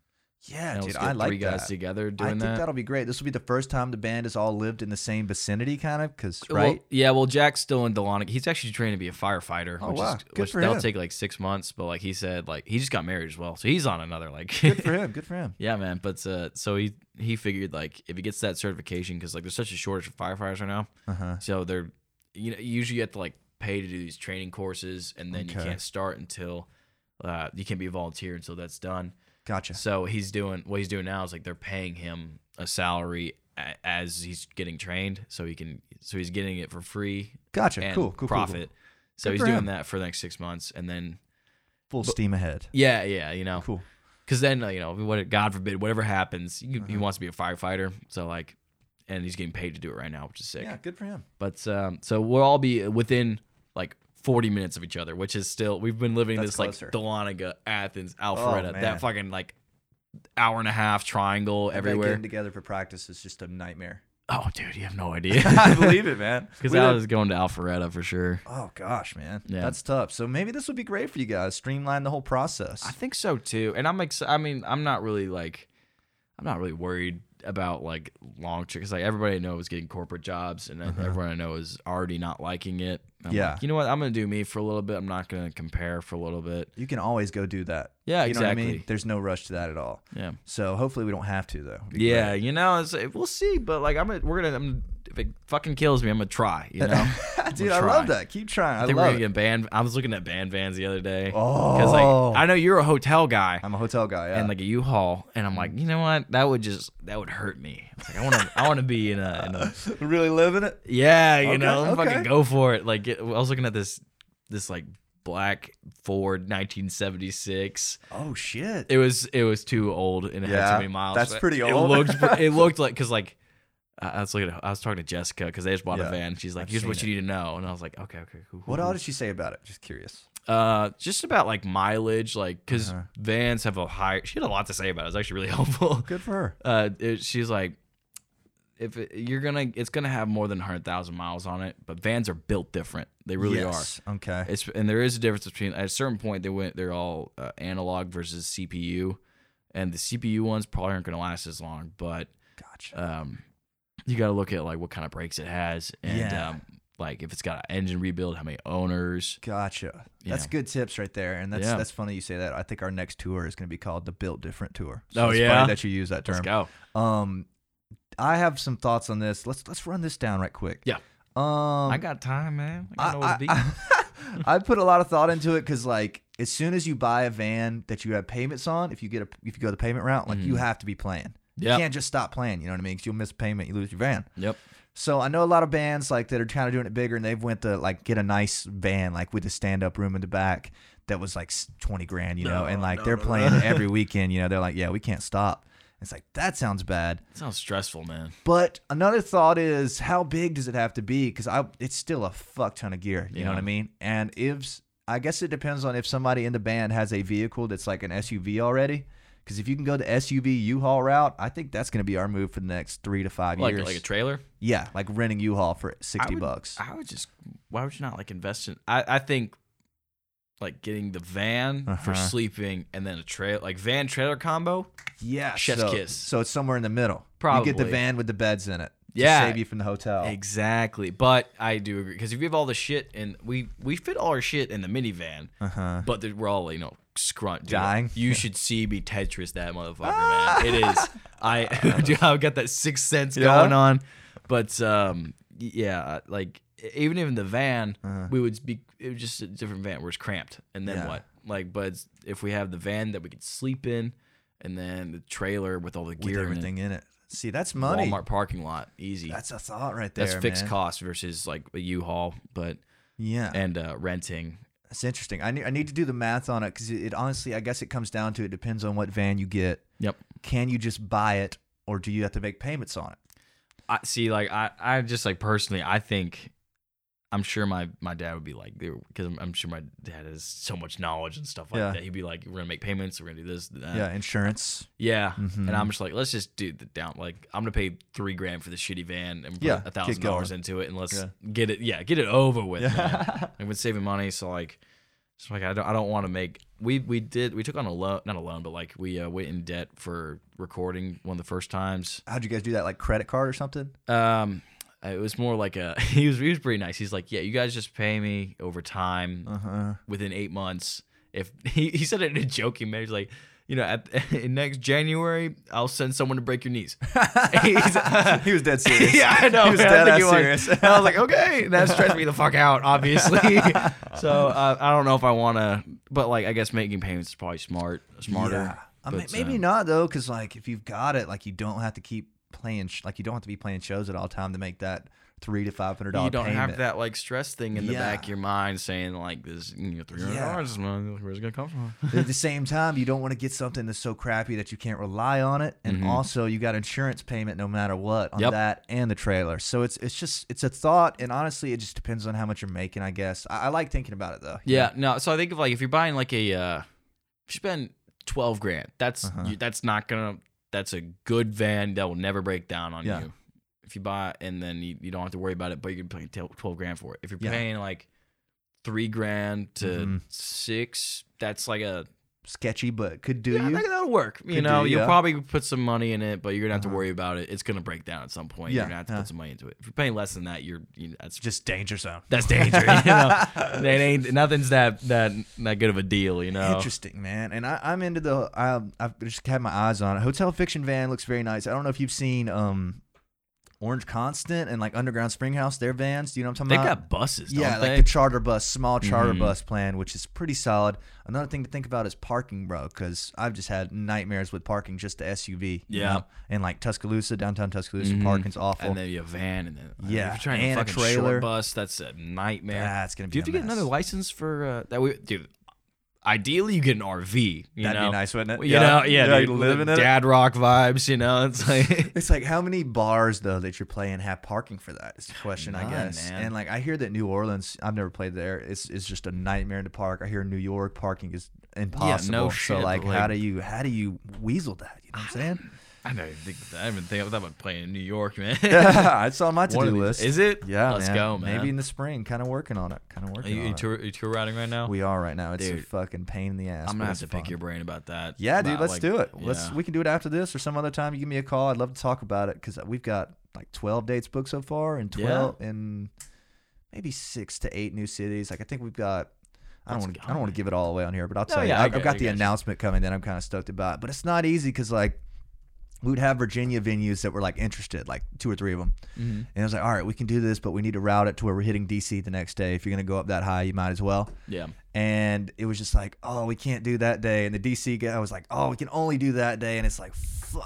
B: Yeah,
A: And
B: Uh-huh. dude.
A: let's get
B: I like
A: three
B: that.
A: guys together
B: I
A: doing
B: think
A: that.
B: that'll be great. This will be the first time the band has all lived in the same vicinity, kind of, because
A: Well,
B: right.
A: yeah. Well, Jack's still in Delonic. He's actually training to be a firefighter,
B: Oh,
A: which
B: wow.
A: is
B: Good
A: which
B: for
A: that'll
B: him.
A: take like six months. But like he said, like he just got married as well, so he's on another like
B: Good for him. Good for him.
A: Yeah, man. But uh, so he he figured like if he gets that certification, because like there's such a shortage of firefighters right now,
B: Uh huh.
A: so they're you know usually you have to like pay to do these training courses, and then you
B: Okay.
A: can't start until uh, you can't be a volunteer until that's done.
B: Gotcha.
A: So he's doing what he's doing now is like they're paying him a salary a- as he's getting trained, so he can so he's getting it for free
B: Gotcha.
A: and
B: Cool. Cool. cool,
A: profit.
B: Cool.
A: So
B: Good
A: he's
B: for
A: doing
B: him.
A: that for the next six months, and then
B: Full steam ahead.
A: yeah, yeah, you know,
B: Cool.
A: because then uh, you know, what God forbid, whatever happens, he,
B: Uh-huh.
A: he wants to be a firefighter. So like, and he's getting paid to do it right now, which is sick.
B: Yeah. Good for him.
A: But um, so we'll all be within like 40 minutes of each other, which is still we've been living
B: That's
A: this
B: closer. Oh,
A: like Dahlonega, Athens, Alpharetta,
B: man.
A: that fucking like hour and a half triangle
B: That
A: everywhere.
B: Getting together for practice is just a nightmare.
A: Oh, dude, you have no idea.
B: I believe it, man.
A: Because
B: We
A: I
B: live-
A: was going to Alpharetta for sure.
B: Oh gosh, man,
A: Yeah.
B: that's tough. So maybe this would be great for you guys. Streamline the whole process.
A: I think so too. And I'm excited. I mean, I'm not really like, I'm not really worried about like long term because like everybody I know is getting corporate jobs, and everyone I know is already not liking it. I'm
B: Yeah.
A: like, you know what? I'm gonna do me for a little bit. I'm not gonna compare for a little bit.
B: you can always go do that.
A: Yeah,
B: you Know what I mean?
A: exactly.
B: There's no rush to that at all.
A: Yeah.
B: So hopefully we don't have to though. It'd be
A: Yeah,
B: great.
A: you know, it's, we'll see. But like, I'm gonna, we're gonna, I'm, if it fucking kills me, I'm gonna try. You know, I'm
B: dude,
A: gonna
B: I
A: try.
B: love that. Keep trying. I,
A: I think we're
B: love
A: gonna
B: it.
A: get a band. I was looking at band vans the other day.
B: Oh.
A: like I know you're a hotel guy.
B: I'm a hotel guy. Yeah. Mm.
A: and like a U-Haul, and I'm like, you know what? That would just that would hurt me. It's like I want to I want to be in a, in a
B: really living it.
A: yeah, you
B: Okay,
A: know,
B: okay.
A: fucking go for it. Like it, I was looking at this this like black Ford 1976.
B: Oh shit.
A: It was it was too old and it had
B: Yeah,
A: too many miles.
B: that's
A: but
B: pretty
A: It
B: old.
A: looked pr- it looked like because like. I I was looking. At, I was talking to Jessica because they just bought
B: Yeah,
A: a van. She's like,
B: I've
A: "Here's what
B: seen
A: you need to know," and I was like, "Okay, okay, cool." cool,
B: What all
A: cool."
B: did she say about it? Just curious.
A: Uh, just about like mileage, like because
B: Uh-huh.
A: vans have a higher. She had a lot to say about it. It was actually really helpful
B: Good for her.
A: uh, it, she's like, if it, you're gonna, it's gonna have more than 100,000 miles on it. But vans are built different. They really
B: yes. are. Okay.
A: are. It's and there is a difference between. At a certain point, they went. They're all uh, analog versus CPU, and the CPU ones probably aren't gonna last as long. But
B: Gotcha.
A: um, you got to look at like what kind of brakes it has, and
B: Yeah.
A: um, like if it's got an engine rebuild, how many owners.
B: Gotcha. That's
A: Yeah.
B: good tips right there, and that's
A: Yeah.
B: that's funny you say that. I think our next tour is going to be called the Built Different Tour.
A: Oh,
B: it's
A: yeah?
B: funny that you use that
A: Let's
B: term.
A: go.
B: Um, I have some thoughts on this. Let's let's run this down right quick.
A: Yeah.
B: Um,
A: I got time, man. I
B: I,
A: got no beat.
B: I- I put a lot of thought into it because like as soon as you buy a van that you have payments on, if you get a if you go the payment route, like you
A: Mm.
B: have to be playing.
A: Yep.
B: You can't just stop playing. You know what I mean? Because you'll miss payment, you lose your van.
A: yep.
B: So I know a lot of bands like that are kind of doing it bigger, and they've went to like get a nice van like with a stand up room in the back that was like s- twenty grand, you know, and like they're playing every weekend. You know, they're like, yeah, we can't stop. It's like that sounds bad.
A: sounds stressful, man.
B: But another thought is how big does it have to be? Because I it's still a fuck ton of gear. You know
A: Yeah.
B: what I mean? And if I guess it depends on if somebody in the band has a vehicle that's like an SUV already. Because if you can go the SUV U-Haul route, I think that's going to be our move for the next three to five
A: Like
B: years.
A: like a trailer.
B: yeah, like renting U-Haul for
A: I
B: sixty
A: would-
B: bucks.
A: I would just. Why would you not like invest in? I, I think like getting the van for
B: Uh-huh.
A: sleeping and then a trail like van trailer combo.
B: yeah,
A: chef's
B: so,
A: kiss.
B: So it's somewhere in the middle. you get
A: Probably.
B: the van with the beds in it.
A: Yeah.
B: save you from the hotel.
A: Exactly. But I do agree because if you have all the shit and we we fit all our shit in the minivan,
B: Uh-huh.
A: but the- we're all you know scrunt dude.
B: Dying. Ah!
A: You should see me Tetris that motherfucker, man. It is. I dude, I've got that sixth sense
B: Yeah.
A: going on, but um, y- yeah, like e- even in the van, we would be it was just a different van. We're just cramped, and then
B: Uh-huh. Yeah.
A: what? Like, but it's- if we have the van that we could sleep in, and then the trailer with all the
B: With
A: gear, and
B: everything in it. See, that's money.
A: Walmart parking lot, easy.
B: That's a thought right there.
A: That's fixed
B: man.
A: cost versus like a U-Haul, but
B: Yeah.
A: and uh, renting.
B: That's interesting. I need, I need to do the math on it because it, it honestly, I guess it comes down to it depends on what van you get.
A: Yep.
B: Can you just buy it or do you have to make payments on it?
A: I see. Like I, I just like personally, I think, I'm sure my my dad would be like, because I'm, I'm sure my dad has so much knowledge and stuff like
B: Yeah.
A: that. He'd be like, we're gonna make payments, we're gonna do this, that.
B: yeah, insurance.
A: yeah.
B: Mhm.
A: And I'm just like, let's just do the down. Like I'm gonna pay three grand for the shitty van and
B: Yeah,
A: put a thousand
B: get going.
A: dollars into it, and let's
B: Yeah.
A: get it. Yeah, get it over with. man.
B: Yeah.
A: I've been saving money, so like, so like I don't, I don't want to make. We we did we took on a loan, not a loan, but like we uh, went in debt for recording one of the first times.
B: How'd you guys do that? Like credit card or something?
A: Um, it was more like a he was he was pretty nice. He's like, yeah, you guys just pay me over time
B: Uh huh.
A: within eight months. If he, he said it in a joking manner, he's like, you know, at, in next January, I'll send someone to break your knees. He's-
B: he was dead serious.
A: yeah, I know.
B: He was
A: man. I
B: dead
A: think
B: ass
A: he was.
B: serious.
A: And I was like, okay, And that stressed me the fuck out, obviously. so uh, I don't know if I want to, but like I guess making payments is probably smart, smarter.
B: Yeah. I mean,
A: But,
B: maybe
A: uh,
B: not though, because like if you've got it, like you don't have to keep playing, sh- like you don't have to be playing shows at all time to make that three to five hundred dollar
A: You don't
B: payment.
A: have that like stress thing in the
B: Yeah.
A: back of your mind saying like this, you know, three hundred
B: Yeah.
A: dollars this month. Where's it gonna come from?
B: But at the same time, you don't want to get something that's so crappy that you can't rely on it, and also you got insurance payment no matter what on
A: Mm-hmm. Yep.
B: that and the trailer. So it's it's just it's a thought, and honestly, it just depends on how much you're making. I guess I, I like thinking about it though.
A: Yeah, no. So I think of like if you're buying like a, uh, if you spend twelve grand, that's
B: Uh-huh.
A: you, that's not gonna. That's a good van that will never break down on
B: Yeah.
A: you. If you buy it and then you, you don't have to worry about it, but you're paying tel- twelve grand for it. If you're
B: Yeah.
A: paying like three grand to
B: Mhm.
A: six, that's like a.
B: Sketchy, but could do
A: yeah, I
B: you.
A: think that'll work. You
B: Could
A: know,
B: do,
A: you'll
B: yeah.
A: probably put some money in it, but you're gonna have to
B: Uh-huh.
A: worry about it. It's gonna break down at some point.
B: Yeah,
A: You're gonna have to
B: yeah.
A: put some money into it. If you're paying less than that, you're you, that's
B: Just danger zone.
A: that's danger. You know, it ain't nothing's that that that good of a deal. You know,
B: Interesting, man. And I, I'm into the. I, I've just had my eyes on it. Hotel Fiction van looks very nice. I don't know if you've seen um, Orange Constant and like Underground Springhouse. Their vans. Do you know what I'm
A: they
B: talking about?
A: got buses. Don't
B: yeah,
A: they?
B: like the charter bus, small charter
A: Mhm.
B: bus plan, which is pretty solid. Another thing to think about is parking, bro, because I've just had nightmares with parking just the SUV. you
A: Yeah.
B: know? and like Tuscaloosa, downtown Tuscaloosa,
A: Mhm.
B: parking's awful.
A: and then you have a van, and then if
B: Yeah,
A: you're trying
B: and
A: to
B: a
A: fucking short
B: trailer.
A: bus. That's a nightmare.
B: ah, it's gonna be.
A: Do you have to
B: a
A: get another
B: mess.
A: license for uh, that? We dude. Ideally, you get an RV. You
B: That'd
A: know?
B: be nice, wouldn't it?
A: You know, yeah, dude,
B: you live in it.
A: Dad rock vibes. You know, it's like
B: It's like how many bars though that you're playing have parking for that? It's the question, I
A: None,
B: guess.
A: man.
B: And like I hear that New Orleans, I've never played there. It's it's just a nightmare to park. I hear New York parking is impossible.
A: shit,
B: so
A: but,
B: like, how
A: like-
B: do you how do you weasel that? You know what I'm saying?
A: I don't even think I haven't think about playing in New York, man.
B: it's on my to
A: One
B: do
A: of these-
B: list.
A: Is it?
B: Yeah,
A: let's
B: man.
A: go, man.
B: Maybe in the spring. Kind of working on it. Kind of
A: Are
B: working
A: you,
B: on
A: you
B: it.
A: tour, you tour riding right now?
B: We are right now. It's a
A: Dude.
B: fucking pain in the ass.
A: I'm
B: but
A: gonna have
B: it's
A: to
B: fun.
A: pick your brain about that.
B: Yeah, dude.
A: About,
B: Let's
A: like-
B: do it. Let's
A: yeah.
B: we can do it after this or some other time. You give me a call. I'd love to talk about it because we've got like 12 dates booked so far and
A: Yeah.
B: 12 and maybe six to eight new cities. Like I think we've got. I don't
A: Let's
B: want to.
A: go,
B: I don't want
A: man.
B: to give it all away on here, but I'll
A: No,
B: tell you.
A: yeah, I
B: I've,
A: got-
B: I've got
A: I
B: the
A: got you.
B: announcement coming that I'm kind of stoked about, but it's not easy because like we would have Virginia venues that were like interested, like two or three of them.
A: Mm-hmm.
B: And I was like, all right, we can do this, but we need to route it to where we're hitting DC the next day. If you're going to go up that high, you might as well.
A: Yeah.
B: And it was just like, oh, we can't do that day. And the DC guy was like, oh, we can only do that day. And it's like, fuck.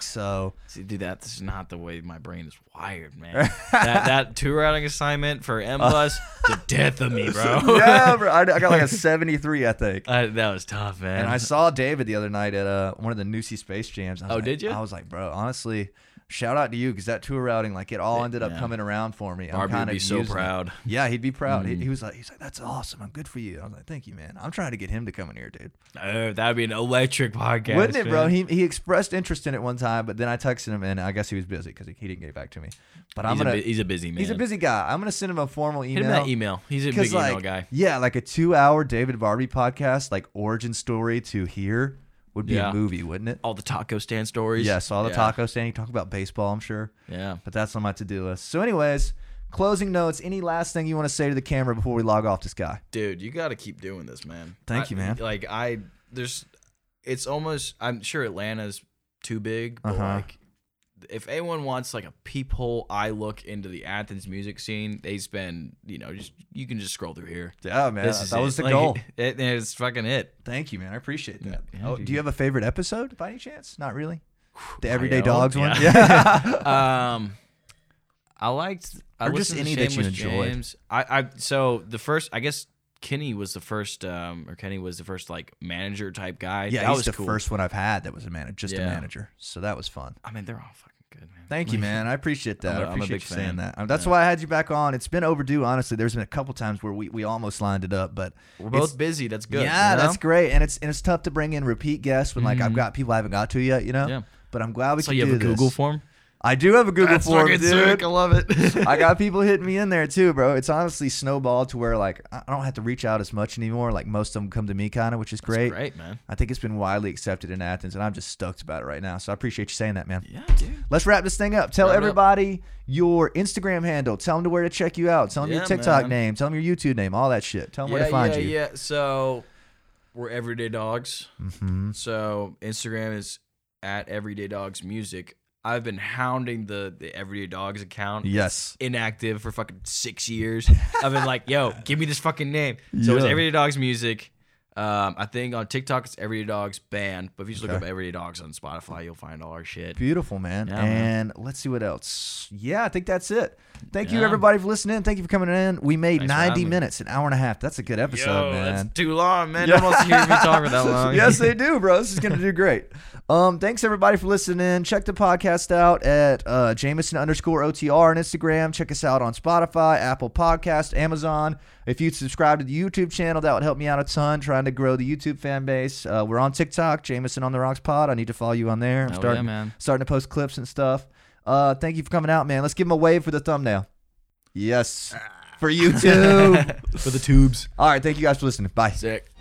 B: So,
A: See, dude, that's not the way my brain is wired, man. that that tour routing assignment for M bus, the death of me, bro.
B: Uh. yeah, bro, I, I got like a 73, I think.
A: I- that was tough, man.
B: And I saw David the other night at uh, one of the Noosey Space Jams. I was
A: Oh,
B: like-
A: did you?
B: I was like, bro, honestly, shout out to you because that tour routing, like, it all ended up
A: yeah.
B: coming around for me. I'm
A: Barbie would
B: kind of
A: be so
B: using it.
A: proud. Mm.
B: Yeah, he'd be proud. He, he was like, he's like, that's awesome. I'm good for you. I was like, thank you, man. I'm trying to get him to come in here, dude.
A: Oh, that would be an electric podcast,
B: Wouldn't it, bro?
A: man.
B: He, he expressed interest in it one time, but then I texted him, and I guess he was busy because he, he didn't get back to me. But I'm
A: he's,
B: gonna
A: a, bu- he's a busy man.
B: he's a busy guy. I'm gonna send him a formal
A: Hit him
B: email.
A: that email. He's a big
B: 'cause,
A: email
B: like,
A: guy.
B: yeah, like a two hour David Barbie podcast, like origin story to here would be
A: Yeah.
B: a movie, wouldn't it?
A: All the taco stand stories.
B: Yes, all the
A: Yeah.
B: taco stand. You talk about baseball, I'm sure,
A: Yeah.
B: but that's on my to do list. So, anyways, closing notes. Any last thing you want to say to the camera before we log off this guy?
A: dude you got to keep doing this man I-
B: Thank you, man.
A: like i there's it's almost i'm sure atlanta's too big but
B: Uh-huh.
A: like if anyone wants like a peephole eye look into the athens music scene they spend you know just you can just scroll through here
B: Yeah, man,
A: This is
B: that
A: it.
B: was the
A: Like,
B: goal.
A: it, it's fucking it
B: Thank you, man. I appreciate that.
A: Yeah,
B: oh,
A: dude.
B: do you have a favorite episode by any chance? Not really. The Everyday
A: Coyote?
B: Dogs one.
A: Yeah.
B: Yeah.
A: um i liked i
B: Or just
A: listened to
B: any that you
A: Shameless
B: enjoyed.
A: James. i i so the first i guess kenny was the first um or kenny was the first like manager type guy
B: Yeah,
A: that
B: he's
A: was
B: the
A: cool
B: first one I've had that was a manager, just a
A: Yeah.
B: manager. So that was fun.
A: i mean they're all fucking good man
B: Thank you, man. I appreciate that.
A: I'm
B: i
A: a- I'm a
B: appreciate
A: big
B: you saying
A: fan.
B: that. Um, That's why I had you back on. It's been overdue, honestly. There's been a couple times where we, we almost lined it up, but
A: We're
B: it's-
A: both busy. That's good.
B: yeah,
A: you know? Mm-hmm.
B: that's great. And it's and it's tough to bring in repeat guests when like I've got people I haven't got to yet, you know.
A: Yeah.
B: But I'm glad we
A: So
B: can
A: you have
B: do
A: a Google
B: this.
A: form?
B: I do have a Google form, dude.
A: I love it.
B: I got people hitting me in there too, bro. It's honestly snowballed to where like I I don't have to reach out as much anymore. Like most of them come to me, kind of, which is great.
A: Great, man.
B: I think it's been widely accepted in Athens, and I'm just stoked about it right now. So I appreciate you saying that, man.
A: Yeah, dude.
B: Let's wrap this thing up. Tell
A: Wrap it up.
B: everybody your Instagram handle. Tell them to where to check you out. Tell them your
A: Yeah,
B: TikTok
A: man.
B: name. Tell them your YouTube name. All that shit. Tell them where
A: Yeah,
B: to find
A: yeah,
B: you.
A: yeah. So we're everyday dogs.
B: Mhm.
A: So Instagram is at everyday dogs music. I've been hounding the the everyday dogs account.
B: Yes.
A: Inactive for fucking six years. I've been like, yo, give me this fucking name. So it's
B: Yeah.
A: Everyday Dogs Music. Um, I think on TikTok it's Everyday Dogs Band, but if you just look
B: Okay.
A: up Everyday Dogs on Spotify, you'll find all our shit.
B: Beautiful, man.
A: Yeah,
B: and
A: man.
B: let's see what else. Yeah, I think that's it. Thank you,
A: Yeah.
B: everybody, for listening. Thank you for coming in. We made
A: Thanks for
B: 90
A: having me.
B: minutes, an hour and a half. That's a good episode,
A: Yo,
B: man.
A: That's too long, man. No one wants to hear me talk for that long.
B: yes, they do, bro. This is gonna do great. Um, thanks everybody for listening. Check the podcast out at uh, Jameson underscore OTR on Instagram. Check us out on Spotify, Apple Podcast, Amazon. If you subscribe to the YouTube channel, that would help me out a ton. Trying to grow the YouTube fan base. Uh, we're on TikTok, Jameson on the Rocks Pod. I need to follow you on there. I'm
A: Hell yeah,
B: starting,
A: man.
B: starting to post clips and stuff. Uh, thank you for coming out, man. Let's give him a wave for the thumbnail. Yes, for you too.
A: Ah. For the tubes.
B: All right, thank you guys for listening. Bye.
A: Sick.